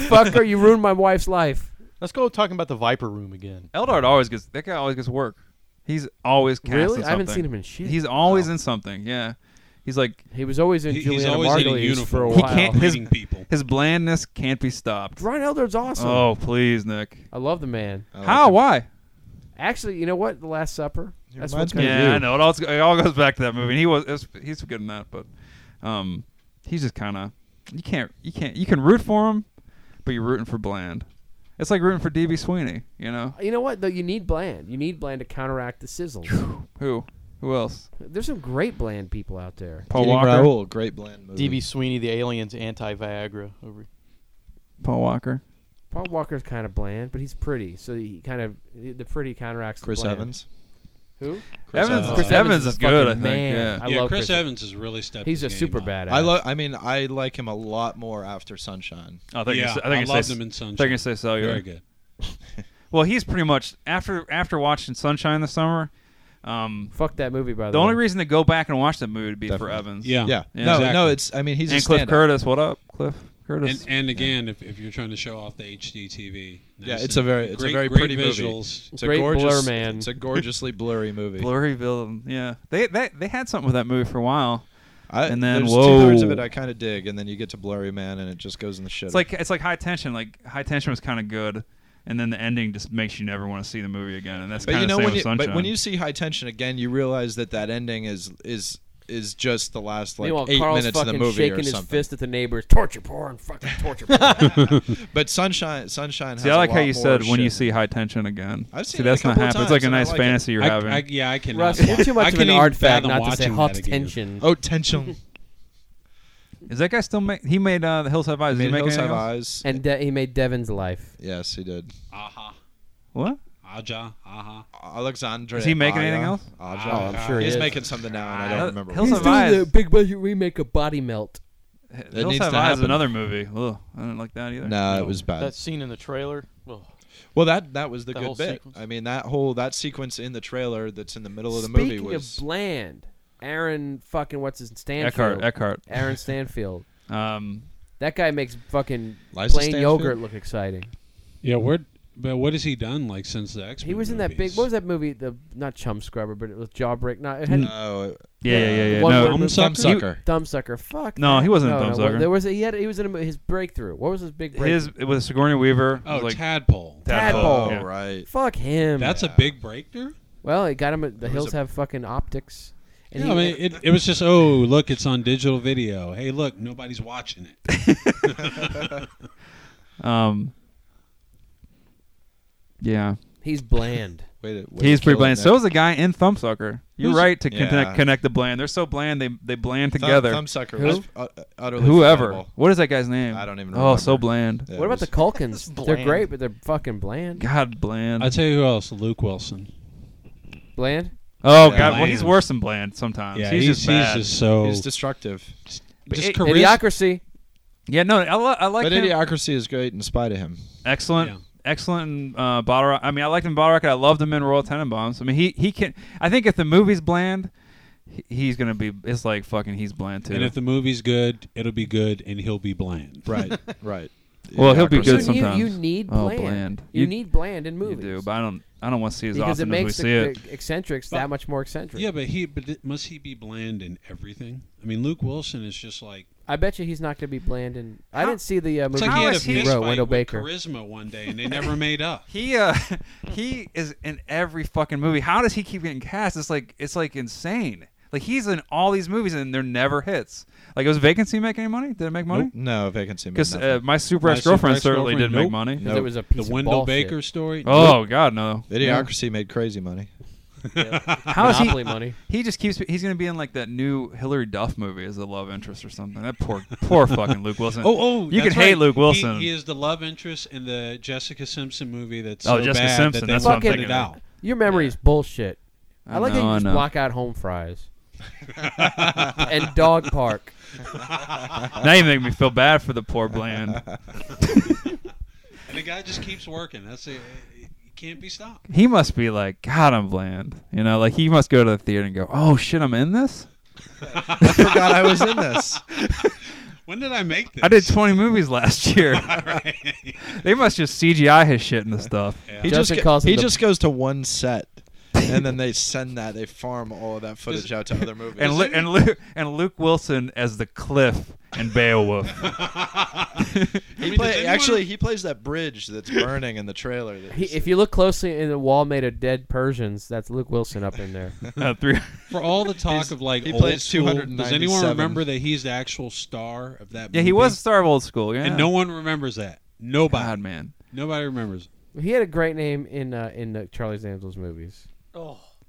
Speaker 2: fucker! You ruined my wife's life.
Speaker 4: Let's go talking about the Viper Room again.
Speaker 3: Eldard always gets that guy always gets work. He's always cast in Oh.
Speaker 2: really? I haven't
Speaker 3: something.
Speaker 2: seen him in shit.
Speaker 3: He's always in something. Yeah, he's like
Speaker 2: he was always in
Speaker 6: He- he's
Speaker 2: Juliana
Speaker 6: always in a
Speaker 2: Margulies for a
Speaker 6: uniform.
Speaker 2: while.
Speaker 6: He
Speaker 3: can't- his-
Speaker 6: Leading (laughs) people.
Speaker 3: his blandness can't be stopped.
Speaker 2: Ron Eldard's awesome.
Speaker 3: Oh please, Nick.
Speaker 2: I love the man.
Speaker 5: I like
Speaker 3: How?
Speaker 5: it.
Speaker 3: Why?
Speaker 2: Actually, you know what? The Last Supper.
Speaker 5: He
Speaker 2: That's
Speaker 5: reminds
Speaker 2: what's
Speaker 5: me
Speaker 2: gonna
Speaker 5: of
Speaker 3: Yeah,
Speaker 2: do.
Speaker 3: I know. It all, it all goes back to that movie. And he was it's- he's good in that, but um, he's just kind of you can't you can't you can root for him, but you're rooting for Bland. It's like rooting for DB Sweeney. You know
Speaker 2: You know what? Though you need Bland. You need Bland to counteract the sizzles.
Speaker 3: who? Who else?
Speaker 2: There's some great Bland people out there.
Speaker 3: Paul
Speaker 5: Getting
Speaker 3: Walker.
Speaker 5: Raoul, great bland movie.
Speaker 4: DB Sweeney, the alien's anti-Viagra. Over.
Speaker 3: Paul Walker.
Speaker 2: Paul Walker's kind of bland, but he's pretty, so he kind of the pretty counteracts the
Speaker 5: Chris
Speaker 2: bland.
Speaker 5: Evans.
Speaker 2: Who?
Speaker 6: Chris
Speaker 3: Evans,
Speaker 6: Evans.
Speaker 3: Chris
Speaker 6: Uh,
Speaker 3: Evans,
Speaker 2: Evans
Speaker 3: is
Speaker 2: a
Speaker 3: good. I
Speaker 2: fucking
Speaker 3: think.
Speaker 2: man. (laughs)
Speaker 3: Yeah.
Speaker 2: I
Speaker 6: yeah,
Speaker 2: love
Speaker 6: Chris
Speaker 2: Chris E-
Speaker 6: Evans has really stepped.
Speaker 2: He's a
Speaker 6: his
Speaker 2: super
Speaker 6: game up.
Speaker 2: badass.
Speaker 5: I love. I mean, I like him a lot more after Sunshine.
Speaker 3: Oh, I think
Speaker 6: Yeah,
Speaker 3: it's, I
Speaker 6: I
Speaker 3: think it's
Speaker 6: loved him in Sunshine.
Speaker 3: They're gonna say Cellular.
Speaker 6: Very good.
Speaker 3: Well, he's pretty much after after watching Sunshine this summer. Um,
Speaker 2: Fuck that movie, by the,
Speaker 3: the only
Speaker 2: way.
Speaker 3: reason to go back and watch that movie would be for
Speaker 5: Definitely.
Speaker 3: Evans.
Speaker 6: Yeah.
Speaker 5: Yeah.
Speaker 3: Yeah.
Speaker 5: No,
Speaker 6: Exactly.
Speaker 5: no, it's. I mean, he's
Speaker 3: and
Speaker 5: a
Speaker 3: Cliff
Speaker 5: stand-up.
Speaker 3: Curtis, what up, Cliff Curtis?
Speaker 6: And, and again, if, if you're trying to show off the HDTV,
Speaker 5: Yeah,
Speaker 6: nice
Speaker 5: it's a
Speaker 6: and-
Speaker 5: very- it's a
Speaker 6: great,
Speaker 5: very
Speaker 6: great
Speaker 5: pretty movie.
Speaker 6: visuals.
Speaker 5: It's a
Speaker 2: Great
Speaker 5: gorgeous,
Speaker 2: blur man.
Speaker 5: It's a gorgeously blurry movie.
Speaker 3: Blurry villain. Yeah, they they they had something with that movie for a while.
Speaker 5: I,
Speaker 3: And then,
Speaker 5: there's two thirds of
Speaker 3: whoa.
Speaker 5: it I kind of dig, and then you get to Blurry Man, and it just goes in the shit.
Speaker 3: It's like it's like High Tension. Like High Tension was kind of good, and then the ending just makes you never want to see the movie again. And that's
Speaker 5: but
Speaker 3: kind
Speaker 5: you
Speaker 3: of
Speaker 5: know
Speaker 3: same
Speaker 5: when
Speaker 3: with
Speaker 5: you,
Speaker 3: Sunshine.
Speaker 5: but when you see High Tension again, you realize that that ending is is is just the last like
Speaker 2: Meanwhile,
Speaker 5: eight
Speaker 2: Carl's
Speaker 5: minutes of
Speaker 2: fucking
Speaker 5: the movie
Speaker 2: shaking
Speaker 5: or
Speaker 2: his
Speaker 5: something.
Speaker 2: fist at the neighbors. Torture porn, fucking torture
Speaker 5: (laughs)
Speaker 2: porn.
Speaker 5: But Sunshine, Sunshine.
Speaker 3: see,
Speaker 5: has
Speaker 3: I like
Speaker 5: a
Speaker 3: how
Speaker 5: lot
Speaker 3: you
Speaker 5: more
Speaker 3: said when you
Speaker 5: shit.
Speaker 3: see High Tension again.
Speaker 5: I've
Speaker 3: see,
Speaker 5: seen it a
Speaker 3: that's not
Speaker 5: couple
Speaker 3: happening. It's
Speaker 5: times,
Speaker 3: like a
Speaker 5: and I
Speaker 3: nice
Speaker 5: like it.
Speaker 3: fantasy you're
Speaker 6: I,
Speaker 3: having.
Speaker 6: I, yeah, I can.
Speaker 2: Russ, you're too much of an art fag not to say hot tension.
Speaker 5: Oh, tension.
Speaker 3: Is that guy still make? He made uh, The Hills Have Eyes. Is he
Speaker 5: Made
Speaker 3: making
Speaker 5: Hills Have
Speaker 3: anything else?
Speaker 5: Eyes.
Speaker 2: And De- he made Devin's life.
Speaker 5: Yes, he did.
Speaker 6: Aha,
Speaker 3: What?
Speaker 6: aja, aha.
Speaker 5: Alexandre.
Speaker 3: Is he making anything
Speaker 5: Aya.
Speaker 3: else?
Speaker 5: Aja.
Speaker 6: Oh, I'm
Speaker 2: sure he
Speaker 5: he's
Speaker 2: is.
Speaker 5: making something now, and I
Speaker 3: Uh,
Speaker 5: don't remember.
Speaker 3: Hills
Speaker 5: what.
Speaker 3: Have Eyes.
Speaker 2: big budget remake of Body Melt.
Speaker 3: Hills
Speaker 5: needs
Speaker 3: Have
Speaker 5: to
Speaker 3: Eyes is
Speaker 5: happen.
Speaker 3: another movie. Ugh, I didn't like that either.
Speaker 5: No, it was bad.
Speaker 4: That scene in the trailer. Well,
Speaker 5: well, that that was the
Speaker 4: That
Speaker 5: good
Speaker 4: whole
Speaker 5: bit.
Speaker 4: sequence.
Speaker 5: I mean, that whole that sequence in the trailer that's in the middle of the
Speaker 2: Speaking
Speaker 5: movie was.
Speaker 2: of bland, Aaron fucking what's his Stanfield?
Speaker 3: Eckhart. Eckhart.
Speaker 2: Aaron Stanfield.
Speaker 3: Um,
Speaker 2: That guy makes fucking
Speaker 5: Liza
Speaker 2: plain
Speaker 5: Stanfield?
Speaker 2: yogurt look exciting.
Speaker 6: Yeah, where? But what has he done like since the X?
Speaker 2: He was in that big. What was that movie? The not Chum Scrubber, but it was Jawbreak. Not it had
Speaker 5: No, it-
Speaker 3: yeah, yeah, yeah, yeah.
Speaker 2: One
Speaker 3: No,
Speaker 2: word
Speaker 3: um,
Speaker 2: movie.
Speaker 5: Thumb
Speaker 6: Sucker?
Speaker 5: Sucker.
Speaker 2: Thumbsucker. Fuck.
Speaker 3: No,
Speaker 2: that.
Speaker 3: he wasn't
Speaker 2: no,
Speaker 3: in
Speaker 2: no,
Speaker 3: Thumbsucker.
Speaker 2: There was a, he had he was in a, his breakthrough. What was his big breakthrough?
Speaker 3: his it was Sigourney Weaver.
Speaker 6: Oh,
Speaker 3: It was like
Speaker 6: tadpole.
Speaker 2: Tadpole.
Speaker 5: Oh,
Speaker 3: Yeah.
Speaker 5: right.
Speaker 2: Fuck him.
Speaker 6: That's a big breakthrough.
Speaker 2: well, it got him. At, the
Speaker 5: was
Speaker 2: hills
Speaker 5: a-
Speaker 2: have fucking optics. And he-
Speaker 6: Yeah, I
Speaker 2: (laughs)
Speaker 6: mean, it, it was just oh look, it's on digital video. Hey, look, nobody's watching it.
Speaker 3: Um. Yeah,
Speaker 2: he's
Speaker 6: (laughs)
Speaker 2: bland.
Speaker 5: Wait, a- wait
Speaker 3: he's
Speaker 5: to
Speaker 3: pretty
Speaker 5: kill
Speaker 3: bland.
Speaker 5: it,
Speaker 3: So
Speaker 5: Nick.
Speaker 3: is the guy in Thumbsucker. You're
Speaker 5: Who's-
Speaker 3: right to
Speaker 5: Yeah.
Speaker 3: connect, connect the bland. They're so bland they they bland
Speaker 5: Thumb-
Speaker 3: together.
Speaker 5: Thumb Sucker
Speaker 2: Who?
Speaker 5: was uh, utterly
Speaker 3: Whoever.
Speaker 5: forgettable.
Speaker 3: What is that guy's name?
Speaker 5: I don't even
Speaker 3: Oh, so
Speaker 5: remember.
Speaker 3: bland.
Speaker 5: Yeah,
Speaker 2: what
Speaker 5: it
Speaker 2: about the
Speaker 5: was-
Speaker 2: Culkins? They're
Speaker 6: (laughs)
Speaker 4: bland.
Speaker 2: great, but they're fucking bland.
Speaker 3: God, bland.
Speaker 6: I tell you who else? Luke Wilson.
Speaker 2: Bland.
Speaker 3: oh God,
Speaker 5: Yeah.
Speaker 3: well he's
Speaker 6: Bland.
Speaker 3: worse than bland sometimes.
Speaker 6: Yeah,
Speaker 3: he's,
Speaker 6: Um, he's,
Speaker 3: just bad.
Speaker 6: he's just so
Speaker 5: He's destructive.
Speaker 6: just
Speaker 3: it-
Speaker 6: charis-
Speaker 2: Idiocracy.
Speaker 3: yeah, no, I, li- I like
Speaker 5: But uh,
Speaker 3: him.
Speaker 5: Idiocracy is great in spite of
Speaker 4: (laughs)
Speaker 5: him.
Speaker 3: Excellent.
Speaker 6: Yeah.
Speaker 3: Excellent in uh, Bottle Rock. I mean, I liked him in Bottle Rocket. I loved him in Royal Tenenbaums. I mean, he he can. I think if the movie's bland, he- he's gonna be. It's like fucking. He's bland too.
Speaker 6: And if the movie's good, it'll be good, and he'll be bland.
Speaker 5: Right, right.
Speaker 3: Well, he'll be
Speaker 5: Idiocracy.
Speaker 3: good
Speaker 2: So you, you
Speaker 3: sometimes.
Speaker 2: need
Speaker 3: Oh,
Speaker 2: bland.
Speaker 3: bland.
Speaker 2: You,
Speaker 3: You-
Speaker 2: need bland in
Speaker 3: you
Speaker 2: movies.
Speaker 3: do, but I don't. I don't want to see it as
Speaker 2: because it
Speaker 3: often
Speaker 2: makes
Speaker 3: as
Speaker 2: the,
Speaker 3: we see it.
Speaker 2: the eccentrics that much more eccentric.
Speaker 6: (laughs) Yeah, but he but th- must he be bland in everything? I mean, Luke Wilson is just like
Speaker 2: I bet you he's not going to be bland. And I
Speaker 3: How-
Speaker 2: didn't see the uh,
Speaker 6: it's
Speaker 2: movie
Speaker 6: like he had a
Speaker 3: is he-
Speaker 6: fist
Speaker 2: wrote,
Speaker 6: fight
Speaker 2: Wendell
Speaker 6: with
Speaker 2: Baker.
Speaker 6: charisma one day, and they never made
Speaker 2: (laughs)
Speaker 6: up.
Speaker 3: He uh (laughs) he is in every fucking movie. How does he keep getting cast? It's like it's like insane. Like he's in all these movies and they're never hits. Like was Vacancy make any money? Did it make money?
Speaker 5: Nope. No, vacancy.
Speaker 3: Because
Speaker 5: meant
Speaker 3: uh,
Speaker 5: nothing.
Speaker 3: my super
Speaker 6: My
Speaker 3: ex girlfriend
Speaker 6: Super
Speaker 3: certainly
Speaker 6: Ex-Girlfriend,
Speaker 3: didn't make
Speaker 6: nope.
Speaker 3: money.
Speaker 2: Because it was a
Speaker 6: The
Speaker 2: piece of
Speaker 6: Wendell
Speaker 2: bullshit.
Speaker 6: Baker story.
Speaker 3: (laughs) Oh god, no.
Speaker 5: Idiocracy made crazy money.
Speaker 2: How is
Speaker 3: Monopoly
Speaker 2: he? money.
Speaker 3: He just keeps. He's gonna be in like that new Hillary Duff movie as the love interest or something. That poor, poor fucking Luke Wilson.
Speaker 6: Oh, oh,
Speaker 3: you can
Speaker 6: that's
Speaker 3: hate
Speaker 6: right.
Speaker 3: Luke
Speaker 6: He-
Speaker 3: Wilson.
Speaker 6: He, is the love interest in the Jessica Simpson movie. That's
Speaker 3: Oh,
Speaker 6: so
Speaker 3: Jessica
Speaker 6: bad
Speaker 3: Simpson,
Speaker 6: That they
Speaker 3: that's what I'm
Speaker 6: voted
Speaker 3: thinking
Speaker 6: it out.
Speaker 3: of.
Speaker 2: Your memory is bullshit. I, like
Speaker 3: know,
Speaker 2: how
Speaker 3: I
Speaker 2: you just
Speaker 3: know.
Speaker 2: block out home fries and dog park.
Speaker 3: now you make me feel bad for the poor
Speaker 6: (laughs)
Speaker 3: Bland. (laughs)
Speaker 6: And the guy just keeps working. That's it. He can't
Speaker 3: (laughs)
Speaker 6: be stopped. (laughs)
Speaker 3: He must be like, God, I'm Bland. You know, like he must go to the theater and go, Oh shit, I'm in this.
Speaker 5: I forgot I was in this.
Speaker 3: (laughs)
Speaker 6: (laughs) When did I make this?
Speaker 3: I
Speaker 6: (laughs)
Speaker 3: did 20 movies last year. (laughs) they must just CGI his shit and the stuff.
Speaker 6: Yeah.
Speaker 5: He
Speaker 2: Justin
Speaker 5: just,
Speaker 2: calls him
Speaker 5: he
Speaker 2: the-
Speaker 5: just goes to one set, and then they send that. They farm all of that footage out to other movies.
Speaker 3: And Lu- and Lu- and Luke Wilson as the Cliff and Beowulf.
Speaker 6: (laughs)
Speaker 5: he
Speaker 6: mean,
Speaker 5: play,
Speaker 6: does anyone-
Speaker 5: actually he plays that bridge that's burning in the trailer. that
Speaker 2: He,
Speaker 5: he's-
Speaker 2: if you look closely in the wall made of dead Persians, that's Luke Wilson up in there.
Speaker 3: Uh, three. (laughs)
Speaker 6: For all the talk of like
Speaker 5: he
Speaker 6: old
Speaker 5: plays
Speaker 6: school, does anyone
Speaker 5: 297.
Speaker 6: remember that he's the actual star of that?
Speaker 3: Yeah, he
Speaker 6: movie?
Speaker 3: was a star of old school. Yeah.
Speaker 6: and no one remembers that. Nobody,
Speaker 3: God, man.
Speaker 6: nobody remembers.
Speaker 2: He had a great name in uh, in the Charlie's Angels movies.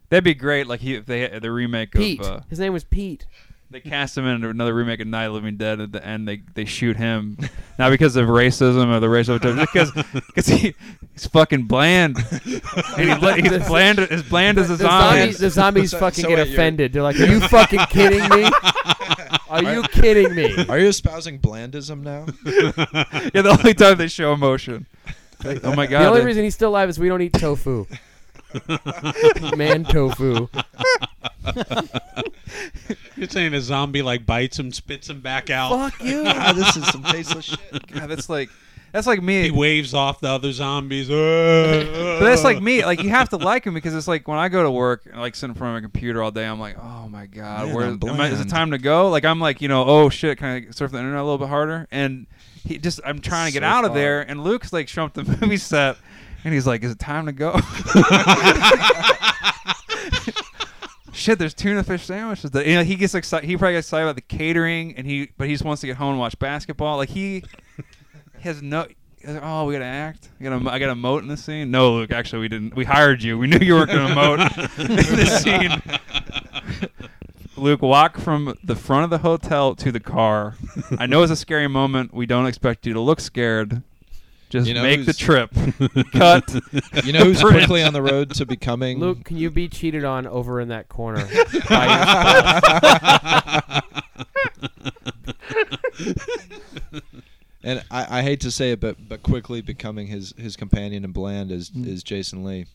Speaker 3: That'd be great. Like he, if they had the remake
Speaker 2: Pete.
Speaker 3: of uh,
Speaker 2: His name was Pete.
Speaker 3: they cast him in another remake of Night of the Living Dead. At the end, they they shoot him, (laughs) not because of racism or the racial, because because he he's fucking bland. and he, (laughs) li- he's bland as bland as a
Speaker 2: The zombies,
Speaker 3: zombie.
Speaker 2: the zombies
Speaker 5: So-
Speaker 2: fucking
Speaker 5: so
Speaker 2: get
Speaker 5: wait, you're-
Speaker 2: offended. They're like, "Are you
Speaker 5: (laughs)
Speaker 2: fucking kidding me? Are you kidding me?"
Speaker 5: Are you espousing blandism
Speaker 3: (laughs)
Speaker 5: now?
Speaker 3: Yeah, the only time they show emotion. Like, oh my god.
Speaker 2: the only
Speaker 3: they-
Speaker 2: reason he's still alive is we don't eat
Speaker 5: (laughs)
Speaker 2: tofu. Man, tofu.
Speaker 6: You're saying a zombie like bites him, spits him back out.
Speaker 2: Fuck you.
Speaker 5: Ah, (laughs) this is some tasteless shit.
Speaker 3: God, that's like that's like me.
Speaker 6: He waves off the other zombies. Uh, but
Speaker 3: But that's
Speaker 5: (laughs)
Speaker 3: like
Speaker 6: (laughs)
Speaker 3: me. Like you have to like him because it's like when I go to work and like sit in front of a computer all day, I'm like, oh my god,
Speaker 5: Man,
Speaker 3: where
Speaker 5: I'm
Speaker 3: am I- is it
Speaker 5: bland.
Speaker 3: time to go? Like I'm like, you know, oh shit, can I surf the internet a little bit harder? And he just, I'm trying to get
Speaker 5: So
Speaker 3: out of
Speaker 5: far.
Speaker 3: there. And Luke's like, showing up the (laughs) movie set, and he's like, is it time to go? (laughs) Shit, there's tuna fish sandwiches. That you know, he gets excited. He probably gets excited about the catering, and he but he just wants to get home and watch basketball. Like he he has no. he's like, Oh, we gotta act. I gotta, I gotta moat in this scene. No, Luke. Actually, we didn't. We hired you. We knew you weren't gonna
Speaker 6: (laughs)
Speaker 3: moat in this scene. Luke, walk from the front of the hotel to the car. I know it's a scary moment. We don't expect you to look scared. Just
Speaker 5: You know
Speaker 3: make the
Speaker 5: who's- (laughs)
Speaker 3: trip. Cut.
Speaker 5: You know who's
Speaker 3: Prince.
Speaker 5: quickly on the road to becoming
Speaker 2: Luke, can you be cheated on over in that corner? By your spouse?
Speaker 5: And I, I hate to say it, but but quickly becoming his his companion and bland is
Speaker 2: Mm.
Speaker 5: is Jason Lee.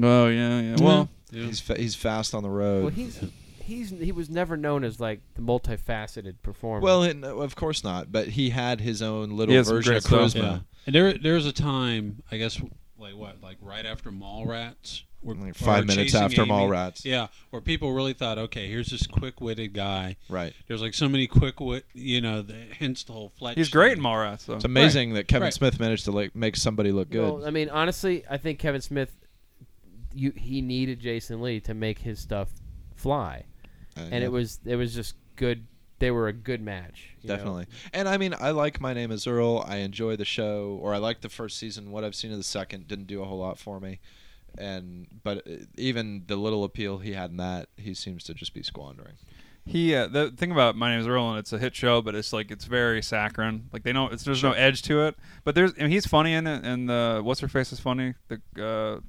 Speaker 3: Oh yeah, yeah. Well,
Speaker 5: He's fa- he's fast on the road.
Speaker 2: Mm-hmm. well, he's he's he was never known as like the multifaceted performer.
Speaker 5: Well, and, uh, of course not. But he had his own little
Speaker 3: He has some
Speaker 5: version
Speaker 3: great
Speaker 5: of
Speaker 3: stuff.
Speaker 5: charisma.
Speaker 6: Yeah. And there, there was a time, I guess, like what, like right after Mallrats, where-
Speaker 5: Like
Speaker 6: or
Speaker 5: five minutes
Speaker 6: Chasing
Speaker 5: after
Speaker 6: Amy.
Speaker 5: Mallrats.
Speaker 6: Yeah, where people really thought, okay, here's this quick-witted guy.
Speaker 5: Right.
Speaker 6: There's like so many quick wit, you know, the, hence the whole Fletch.
Speaker 3: he's great in
Speaker 6: thing.
Speaker 3: Mallrats. though.
Speaker 5: It's amazing that Kevin
Speaker 6: Right.
Speaker 5: Smith managed to like make somebody look good.
Speaker 2: Well, I mean, honestly, I think Kevin Smith, you he needed Jason Lee to make his stuff fly,
Speaker 3: Uh,
Speaker 2: and it was it was just good. They were a good match. you know?
Speaker 5: Definitely. And I mean, I like My Name is Earl. I enjoy the show, or I like the first season. What I've seen of the second didn't do a whole lot for me. And but uh, even the little appeal he had in that, he seems to just be squandering.
Speaker 3: He uh, the thing about My Name Is Earl and it's a hit show, but it's like it's very saccharine. Like they don't, it's, there's no edge to it. But there's, I mean, he's funny in it, and the what's her face is funny. The uh,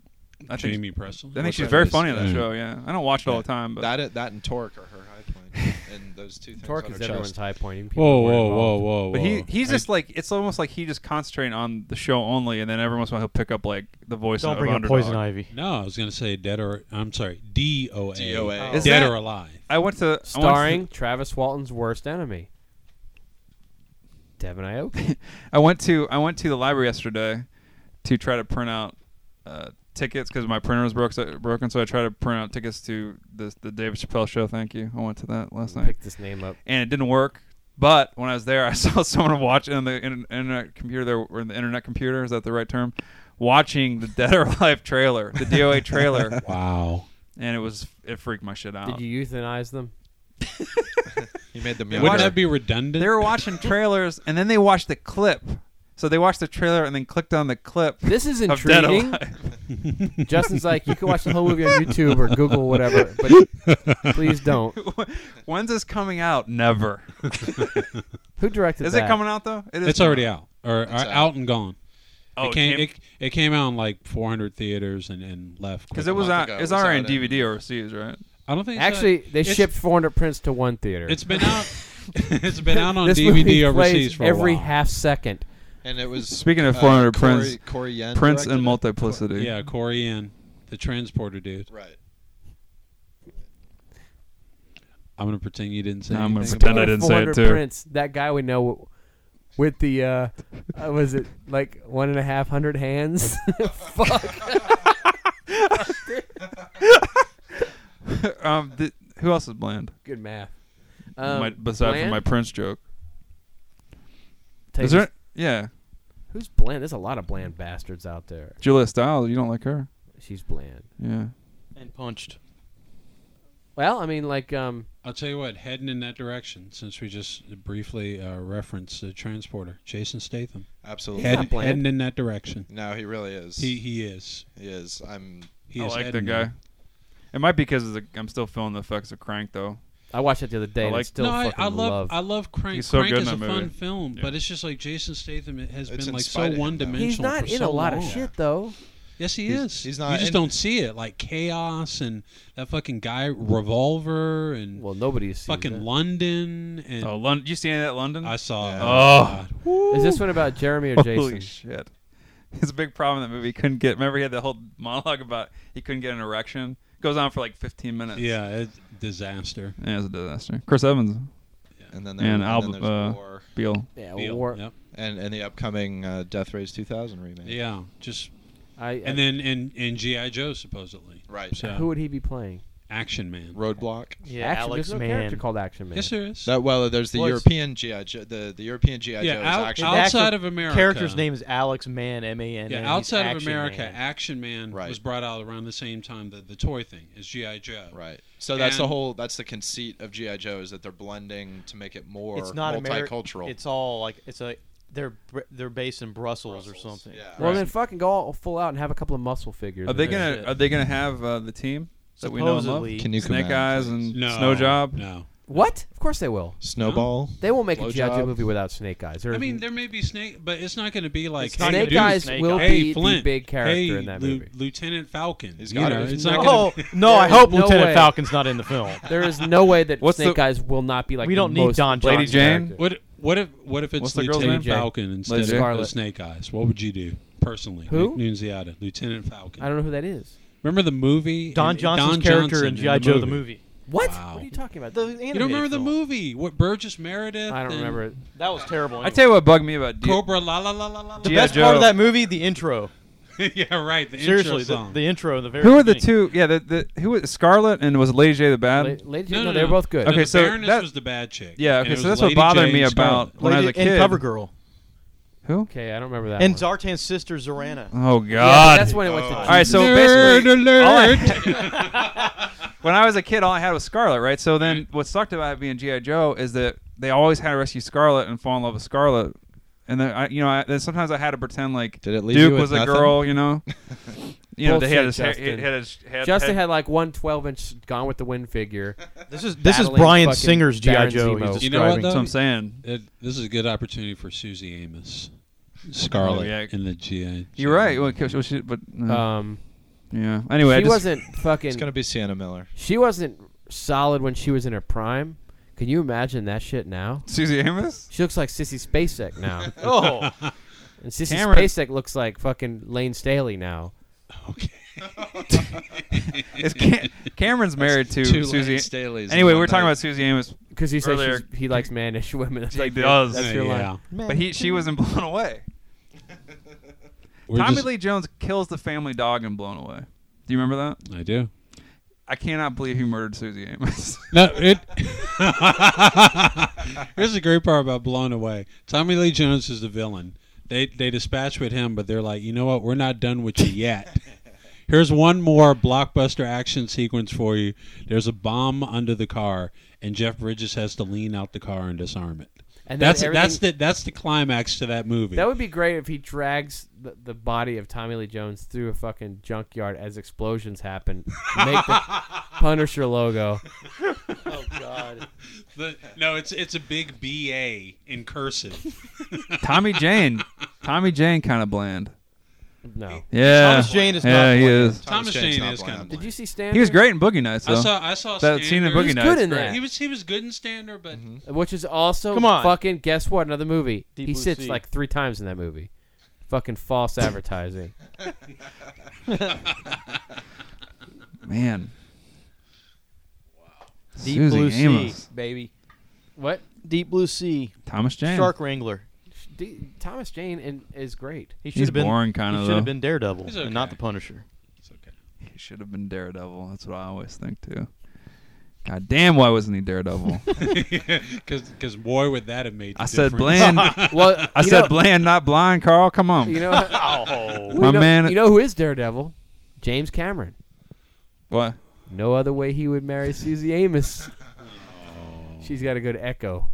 Speaker 3: I think,
Speaker 6: Jamie Presley.
Speaker 3: I think
Speaker 5: What's
Speaker 3: she's
Speaker 5: her
Speaker 3: very
Speaker 5: face?
Speaker 3: funny in that
Speaker 6: Yeah.
Speaker 3: show. Yeah, I don't watch it all the time, but
Speaker 5: That that and Torque are her high point,
Speaker 3: (laughs)
Speaker 5: and those two things.
Speaker 2: Torque
Speaker 5: on
Speaker 2: is
Speaker 5: her
Speaker 2: everyone's
Speaker 5: chest.
Speaker 2: high pointing. People
Speaker 6: Whoa,
Speaker 2: were
Speaker 6: whoa, whoa,
Speaker 2: involved. (laughs)
Speaker 6: whoa, whoa!
Speaker 3: but he he's
Speaker 6: I-
Speaker 3: just like it's almost like he just concentrating on the show only, and then every once in a while he'll pick up like the voice.
Speaker 4: Don't
Speaker 3: of
Speaker 4: bring up
Speaker 3: Underdog.
Speaker 4: poison ivy.
Speaker 6: no. I was gonna say dead or I'm sorry, D O A.
Speaker 5: DOA.
Speaker 3: Is
Speaker 6: Dead
Speaker 3: that-
Speaker 6: or alive.
Speaker 3: I went to I went to-
Speaker 2: Starring Travis Walton's worst enemy, Devin Aoki.
Speaker 3: I went to I went to the library yesterday to try to print out uh, tickets because my printer was broke, so, broken. So I tried to print out tickets to the the David Chappelle show. Thank you. I went to that last night,
Speaker 2: Pick this name up.
Speaker 3: and it didn't work. But when I was there, (laughs) I saw someone watching on the in- internet computer there, or the internet computer is that the right term? Watching the Dead or Alive trailer, the
Speaker 2: (laughs)
Speaker 3: DOA trailer,
Speaker 6: Wow.
Speaker 3: and it was it freaked my shit out.
Speaker 2: Did you euthanize them?
Speaker 5: He made the
Speaker 6: Wouldn't
Speaker 5: mirror.
Speaker 6: that be redundant?
Speaker 3: they
Speaker 2: (laughs)
Speaker 3: were
Speaker 6: (laughs)
Speaker 3: watching trailers, and then they watched the clip. So they watched the trailer and then clicked on the clip.
Speaker 2: This is
Speaker 3: (laughs) of Dead
Speaker 2: intriguing.
Speaker 3: Alive.
Speaker 2: Justin's like, you can watch the whole movie on YouTube or Google whatever, but
Speaker 6: (laughs)
Speaker 2: please don't.
Speaker 3: (laughs) When's this coming out? Never.
Speaker 2: Who directed
Speaker 3: Is
Speaker 2: that?
Speaker 3: it coming out though? It is
Speaker 6: It's already out or, or
Speaker 5: out.
Speaker 6: out. and gone.
Speaker 3: Oh,
Speaker 6: it came. It, it came out in like 400 theaters and, and left
Speaker 3: because
Speaker 6: quickly.
Speaker 3: it was
Speaker 5: month
Speaker 3: on.
Speaker 5: ago,
Speaker 3: It's
Speaker 5: it was
Speaker 3: already on
Speaker 5: out in-
Speaker 3: DVD overseas, right?
Speaker 6: I don't think it's
Speaker 2: Actually,
Speaker 6: out-
Speaker 2: they
Speaker 6: it's-
Speaker 2: shipped 400 prints to one theater.
Speaker 6: It's been out. (laughs) it's been out on
Speaker 2: this movie
Speaker 6: DVD
Speaker 2: plays
Speaker 6: overseas for a
Speaker 2: every
Speaker 6: while.
Speaker 2: half second.
Speaker 5: And it was
Speaker 3: Speaking of
Speaker 5: uh,
Speaker 3: 400
Speaker 5: Corey,
Speaker 3: Prince-
Speaker 5: Corey Yen
Speaker 3: Prince and
Speaker 5: directed it?
Speaker 3: Multiplicity.
Speaker 6: Yeah, Corey and the transporter dude.
Speaker 5: Right.
Speaker 6: I'm gonna pretend you didn't say.
Speaker 3: I'm gonna
Speaker 6: anything
Speaker 3: pretend
Speaker 6: about
Speaker 3: I
Speaker 6: it.
Speaker 3: didn't say it
Speaker 2: 400
Speaker 3: too.
Speaker 2: Prints, that guy we know with the uh, uh, was it like one and a half hundred hands? (laughs) Fuck.
Speaker 3: um, th- who else is bland?
Speaker 2: Good math. Um,
Speaker 3: my, besides from
Speaker 2: Bland?
Speaker 3: my Prince joke,
Speaker 2: Take
Speaker 3: is
Speaker 2: us-
Speaker 3: there? Yeah,
Speaker 2: who's bland? There's a lot of bland bastards out there.
Speaker 3: Julia Stiles. You don't like her?
Speaker 2: She's bland.
Speaker 3: Yeah.
Speaker 4: and punched.
Speaker 2: Well, I mean, like, um,
Speaker 6: I'll tell you what. Heading in that direction, since we just briefly uh, referenced the transporter, Jason Statham.
Speaker 5: Absolutely.
Speaker 6: Head,
Speaker 2: not bland.
Speaker 6: heading in that direction.
Speaker 5: No, he really is.
Speaker 6: He he is.
Speaker 5: he is. I'm
Speaker 6: He
Speaker 3: I
Speaker 6: is
Speaker 3: like the
Speaker 6: heading
Speaker 3: guy.
Speaker 6: there.
Speaker 3: It might be because I'm still feeling the effects of Crank though.
Speaker 2: I watched it the other day.
Speaker 3: I
Speaker 2: and I
Speaker 3: like-
Speaker 2: still
Speaker 6: no, I,
Speaker 2: fucking
Speaker 6: I love,
Speaker 2: love.
Speaker 6: I love Crank.
Speaker 3: He's so
Speaker 6: Crank
Speaker 3: good
Speaker 6: is
Speaker 3: in
Speaker 6: a
Speaker 3: that
Speaker 6: fun
Speaker 3: movie.
Speaker 6: film,
Speaker 3: Yeah.
Speaker 6: but it's just like Jason Statham it has
Speaker 5: It's
Speaker 6: been like so
Speaker 5: inspired him, though.
Speaker 6: one dimensional.
Speaker 2: He's not
Speaker 6: for
Speaker 2: in
Speaker 6: so
Speaker 2: a lot
Speaker 6: long.
Speaker 2: of shit though.
Speaker 6: Yes, he
Speaker 5: He's-
Speaker 6: is.
Speaker 5: he's not
Speaker 6: You just
Speaker 5: in-
Speaker 6: don't see it like chaos and that fucking guy revolver and
Speaker 2: Well, nobody's seen
Speaker 6: fucking
Speaker 2: that.
Speaker 6: London and
Speaker 3: Oh, London! You seen that London?
Speaker 6: I saw.
Speaker 5: Yeah.
Speaker 6: it.
Speaker 3: Oh.
Speaker 6: God.
Speaker 2: Is this one about Jeremy or Jason?
Speaker 3: Holy shit! It's a big problem in that movie. He couldn't get. Remember, he had the whole monologue about he couldn't get an erection. Goes on for like 15 minutes.
Speaker 6: yeah, it, disaster.
Speaker 3: Yeah, it was a disaster. Chris Evans,
Speaker 5: and then there,
Speaker 3: And
Speaker 5: and
Speaker 3: Alba-
Speaker 5: then there's
Speaker 3: uh,
Speaker 5: war
Speaker 3: Beal.
Speaker 2: yeah,
Speaker 6: Deal.
Speaker 2: war.
Speaker 6: Yep.
Speaker 5: and and the upcoming uh, Death Race 2000 remake.
Speaker 6: Yeah, just
Speaker 2: I, I,
Speaker 6: and then in in GI Joe supposedly.
Speaker 5: Right.
Speaker 6: So
Speaker 2: who would he be playing?
Speaker 6: Action Man.
Speaker 5: Roadblock.
Speaker 4: Yeah,
Speaker 2: Action,
Speaker 4: Alex
Speaker 2: there's no character
Speaker 4: Mann.
Speaker 2: called Action Man.
Speaker 6: Yes, there is.
Speaker 5: That well, there's the
Speaker 4: Well, it's-
Speaker 5: European GI Joe. The the European GI Joe
Speaker 6: yeah,
Speaker 5: is
Speaker 6: out-
Speaker 5: actually
Speaker 6: outside
Speaker 4: The
Speaker 6: of America.
Speaker 4: Character's name is Alex Mann, M A N N.
Speaker 6: Yeah,
Speaker 4: He's
Speaker 6: outside of
Speaker 4: Action
Speaker 6: America,
Speaker 4: Man.
Speaker 6: Action Man
Speaker 5: Right.
Speaker 6: was brought out around the same time that the toy thing is GI Joe.
Speaker 5: right. So that's the
Speaker 6: And-
Speaker 5: whole. That's the conceit of GI Joe is that they're blending to make it more
Speaker 4: it's not Ameri-
Speaker 5: multicultural.
Speaker 4: It's all like it's a they're br- they're based in Brussels, or something.
Speaker 5: Yeah.
Speaker 2: Well,
Speaker 3: Right.
Speaker 2: then fucking go all full out and have a couple of muscle figures.
Speaker 3: Are they
Speaker 2: in there.
Speaker 3: gonna Are they gonna have uh, the team that we know and love?
Speaker 4: Supposedly,
Speaker 5: Can you
Speaker 3: Snake
Speaker 5: command,
Speaker 3: Eyes
Speaker 5: please?
Speaker 3: and
Speaker 6: No.
Speaker 3: Snow Job.
Speaker 6: No.
Speaker 2: What? Of course they will.
Speaker 5: Snowball?
Speaker 2: They won't make a
Speaker 5: Blowjob.
Speaker 2: GI Joe movie without Snake Eyes. There
Speaker 6: I mean,
Speaker 2: isn't-
Speaker 6: there may be Snake, but it's not going to be like
Speaker 4: It's not
Speaker 6: hey,
Speaker 4: gonna
Speaker 2: Snake
Speaker 4: be
Speaker 6: dude,
Speaker 2: Eyes
Speaker 4: Snake
Speaker 2: will
Speaker 4: Eyes.
Speaker 6: hey,
Speaker 2: be the
Speaker 6: Flint.
Speaker 2: big character
Speaker 6: hey,
Speaker 2: in that
Speaker 6: Lu-
Speaker 2: movie.
Speaker 6: Lieutenant Falcon.
Speaker 5: He's
Speaker 6: you
Speaker 5: got
Speaker 6: know,
Speaker 5: it.
Speaker 6: it's
Speaker 4: No,
Speaker 6: not going to
Speaker 4: no, I
Speaker 2: There is
Speaker 4: hope
Speaker 2: no
Speaker 4: Lieutenant
Speaker 2: way.
Speaker 4: Falcon's not in the film.
Speaker 2: There is no way (laughs) that
Speaker 3: What's the-
Speaker 2: Snake Eyes will not be like.
Speaker 4: We
Speaker 2: the
Speaker 4: don't need
Speaker 2: most
Speaker 4: Don
Speaker 3: Lady
Speaker 4: Johnson.
Speaker 3: Jane?
Speaker 2: character.
Speaker 6: What what if what if it's
Speaker 3: What's the girl's
Speaker 6: Lieutenant
Speaker 2: name?
Speaker 6: Falcon instead
Speaker 3: Lady
Speaker 6: of
Speaker 3: Jane?
Speaker 2: Scarlet.
Speaker 6: Snake Eyes? What would you do personally?
Speaker 2: Who?
Speaker 6: Nu- Nunziata, Lieutenant Falcon.
Speaker 2: I don't know who that is.
Speaker 6: remember the movie.
Speaker 4: Don
Speaker 6: And-
Speaker 4: Johnson's
Speaker 6: Don
Speaker 4: character
Speaker 6: Johnson
Speaker 4: in GI Joe the movie.
Speaker 2: What?
Speaker 6: Wow.
Speaker 2: What are you talking about?
Speaker 4: The
Speaker 6: You don't remember the movie? What Burgess Meredith?
Speaker 2: I don't
Speaker 6: and
Speaker 2: remember it.
Speaker 4: That was terrible.
Speaker 3: I tell you what bugged me about D-
Speaker 6: Cobra la la la la la.
Speaker 4: the
Speaker 3: G.I.
Speaker 4: best part
Speaker 3: Joe.
Speaker 4: of that movie, the intro.
Speaker 6: (laughs) yeah, right. The intro
Speaker 4: Seriously, the,
Speaker 6: song.
Speaker 4: the intro, the very.
Speaker 3: Who are the
Speaker 4: beginning.
Speaker 3: two? Yeah, the, the who was Scarlet and was Lady J the bad?
Speaker 2: La- Lady Jane-
Speaker 6: no, no,
Speaker 2: they were both good.
Speaker 3: Okay,
Speaker 6: the
Speaker 3: so
Speaker 6: Baroness
Speaker 3: that-
Speaker 6: was the bad chick.
Speaker 3: Yeah,
Speaker 6: And
Speaker 3: okay,
Speaker 6: it
Speaker 3: so
Speaker 6: was
Speaker 3: that's what
Speaker 6: Lady
Speaker 3: bothered
Speaker 6: Jane
Speaker 3: me about
Speaker 6: Scarlet.
Speaker 3: when I was a
Speaker 4: Lady- and
Speaker 3: kid.
Speaker 4: CoverGirl
Speaker 3: Who?
Speaker 2: Okay, I don't remember that.
Speaker 4: and
Speaker 2: one.
Speaker 4: Zartan's sister Zorana.
Speaker 3: Oh God!
Speaker 2: Yeah, but that's when it went to.
Speaker 5: Oh.
Speaker 3: all right, so
Speaker 6: Nerd
Speaker 3: basically,
Speaker 6: alert!
Speaker 3: (laughs) when I was a kid, all I had was Scarlet, right? So then, what sucked about it being GI Joe is that they always had to rescue Scarlet and fall in love with Scarlet, and then I, you know, I, then sometimes I had to pretend like
Speaker 5: Did it leave you
Speaker 3: Duke
Speaker 5: with
Speaker 3: was a
Speaker 5: nothing?
Speaker 3: girl, you
Speaker 5: (laughs)
Speaker 3: know. You know, they had his
Speaker 2: Bullshit,
Speaker 3: hair, he
Speaker 2: Justin.
Speaker 3: had his head.
Speaker 2: Justin
Speaker 3: head-
Speaker 2: had like one 12 inch Gone with the Wind figure.
Speaker 4: This is this is
Speaker 2: Battling
Speaker 4: Brian
Speaker 2: fucking
Speaker 4: Singer's GI
Speaker 2: Baron
Speaker 4: Joe.
Speaker 2: Zemo.
Speaker 4: He's
Speaker 6: You know
Speaker 4: describing.
Speaker 6: what, though?
Speaker 3: That's what I'm saying.
Speaker 6: It, this is a good opportunity for Susie Amos, Scarlet
Speaker 3: Oh, yeah.
Speaker 6: in the GI.
Speaker 3: You're right. Well, 'cause- well, she- but uh,
Speaker 2: Um,
Speaker 3: yeah. Anyway, I
Speaker 2: she
Speaker 3: just,
Speaker 2: wasn't
Speaker 5: It's
Speaker 2: fucking.
Speaker 5: gonna be Sienna Miller.
Speaker 2: She wasn't solid when she was in her prime. Can you imagine that shit now?
Speaker 3: Susie Amos.
Speaker 2: She looks like Sissy Spacek now,
Speaker 3: (laughs)
Speaker 4: Oh,
Speaker 2: and Sissy
Speaker 3: Cameron-
Speaker 2: Spacek looks like fucking Lane Staley now.
Speaker 6: Okay.
Speaker 3: It's Cam- Cameron's married to
Speaker 5: Two
Speaker 3: Susie.
Speaker 5: Lane Staley's in
Speaker 3: Anyway,
Speaker 5: one
Speaker 3: we're talking
Speaker 5: night.
Speaker 3: about Susie Amos,
Speaker 2: Because he says
Speaker 3: Earlier-
Speaker 2: she's- he likes mannish women. That's
Speaker 3: He
Speaker 2: like your-
Speaker 3: does.
Speaker 2: That's your
Speaker 6: Uh, yeah.
Speaker 2: line.
Speaker 3: but he she wasn't (laughs) blown away.
Speaker 6: We're
Speaker 3: Tommy
Speaker 6: just-
Speaker 3: Lee Jones kills the family dog in Blown Away. Do you remember that?
Speaker 6: I do.
Speaker 3: I cannot believe he murdered Susie Amos.
Speaker 6: No, it. (laughs) Here's the great part about Blown Away. Tommy Lee Jones is the villain. They they dispatch with him, but they're like, you know what? We're not done with you
Speaker 2: (laughs)
Speaker 6: yet. Here's one more blockbuster action sequence for you. There's a bomb under the car, and Jeff Bridges has to lean out the car and disarm it.
Speaker 2: And then
Speaker 6: That's that's
Speaker 2: everything-
Speaker 6: the that's the climax to that movie.
Speaker 2: That would be great if he drags the, the body of Tommy Lee Jones through a fucking junkyard as explosions happen. Make
Speaker 3: (laughs)
Speaker 2: the Punisher logo.
Speaker 4: Oh God.
Speaker 6: The- no, it's it's a big B A in cursive.
Speaker 3: (laughs) Tommy Jane. Tommy Jane kind of bland.
Speaker 2: No.
Speaker 3: Yeah.
Speaker 4: Thomas Jane is not
Speaker 3: Yeah, he
Speaker 4: bland.
Speaker 3: is.
Speaker 6: Thomas Jane
Speaker 5: not
Speaker 6: is
Speaker 5: blind.
Speaker 6: kind of.
Speaker 2: Did you see Stan?
Speaker 3: He was great in Boogie Nights, though.
Speaker 6: I saw I saw
Speaker 3: That scene in
Speaker 6: Standard.
Speaker 3: Boogie
Speaker 2: good
Speaker 3: Nights.
Speaker 2: in
Speaker 3: great.
Speaker 2: that.
Speaker 6: He was he was good in Standard, but
Speaker 2: Which is also
Speaker 4: Come on.
Speaker 2: fucking guess what? Another movie.
Speaker 4: Deep
Speaker 2: he
Speaker 4: Blue
Speaker 2: sits
Speaker 4: Sea.
Speaker 2: like three times in that movie. Fucking false advertising.
Speaker 3: Man.
Speaker 4: Deep
Speaker 3: Susie
Speaker 4: blue sea,
Speaker 3: Amos.
Speaker 4: baby.
Speaker 2: what?
Speaker 4: Deep blue sea.
Speaker 3: Thomas Jane.
Speaker 4: Shark Wrangler.
Speaker 2: D- Thomas Jane in, is great.
Speaker 4: He should
Speaker 3: He's
Speaker 4: have been.
Speaker 3: boring, kind
Speaker 4: he
Speaker 3: of.
Speaker 4: should
Speaker 3: though.
Speaker 4: have been Daredevil
Speaker 6: He's
Speaker 4: and not
Speaker 6: okay.
Speaker 4: the Punisher.
Speaker 6: it's okay.
Speaker 3: He should have been Daredevil. That's what I always think too. God damn, why wasn't he Daredevil?
Speaker 4: (laughs)
Speaker 6: (laughs) Because boy, would that have made? The
Speaker 3: I said
Speaker 4: (laughs)
Speaker 6: difference.
Speaker 3: bland.
Speaker 2: Well,
Speaker 3: I
Speaker 2: you
Speaker 3: said
Speaker 2: know-
Speaker 3: bland, not blind. Carl, come on.
Speaker 2: You know,
Speaker 4: Oh.
Speaker 2: we
Speaker 3: My
Speaker 2: know-
Speaker 3: man-
Speaker 2: You know who is Daredevil? James Cameron.
Speaker 3: what?
Speaker 4: (laughs)
Speaker 2: No other way he would marry Susie Amos. She's got to go to Echo.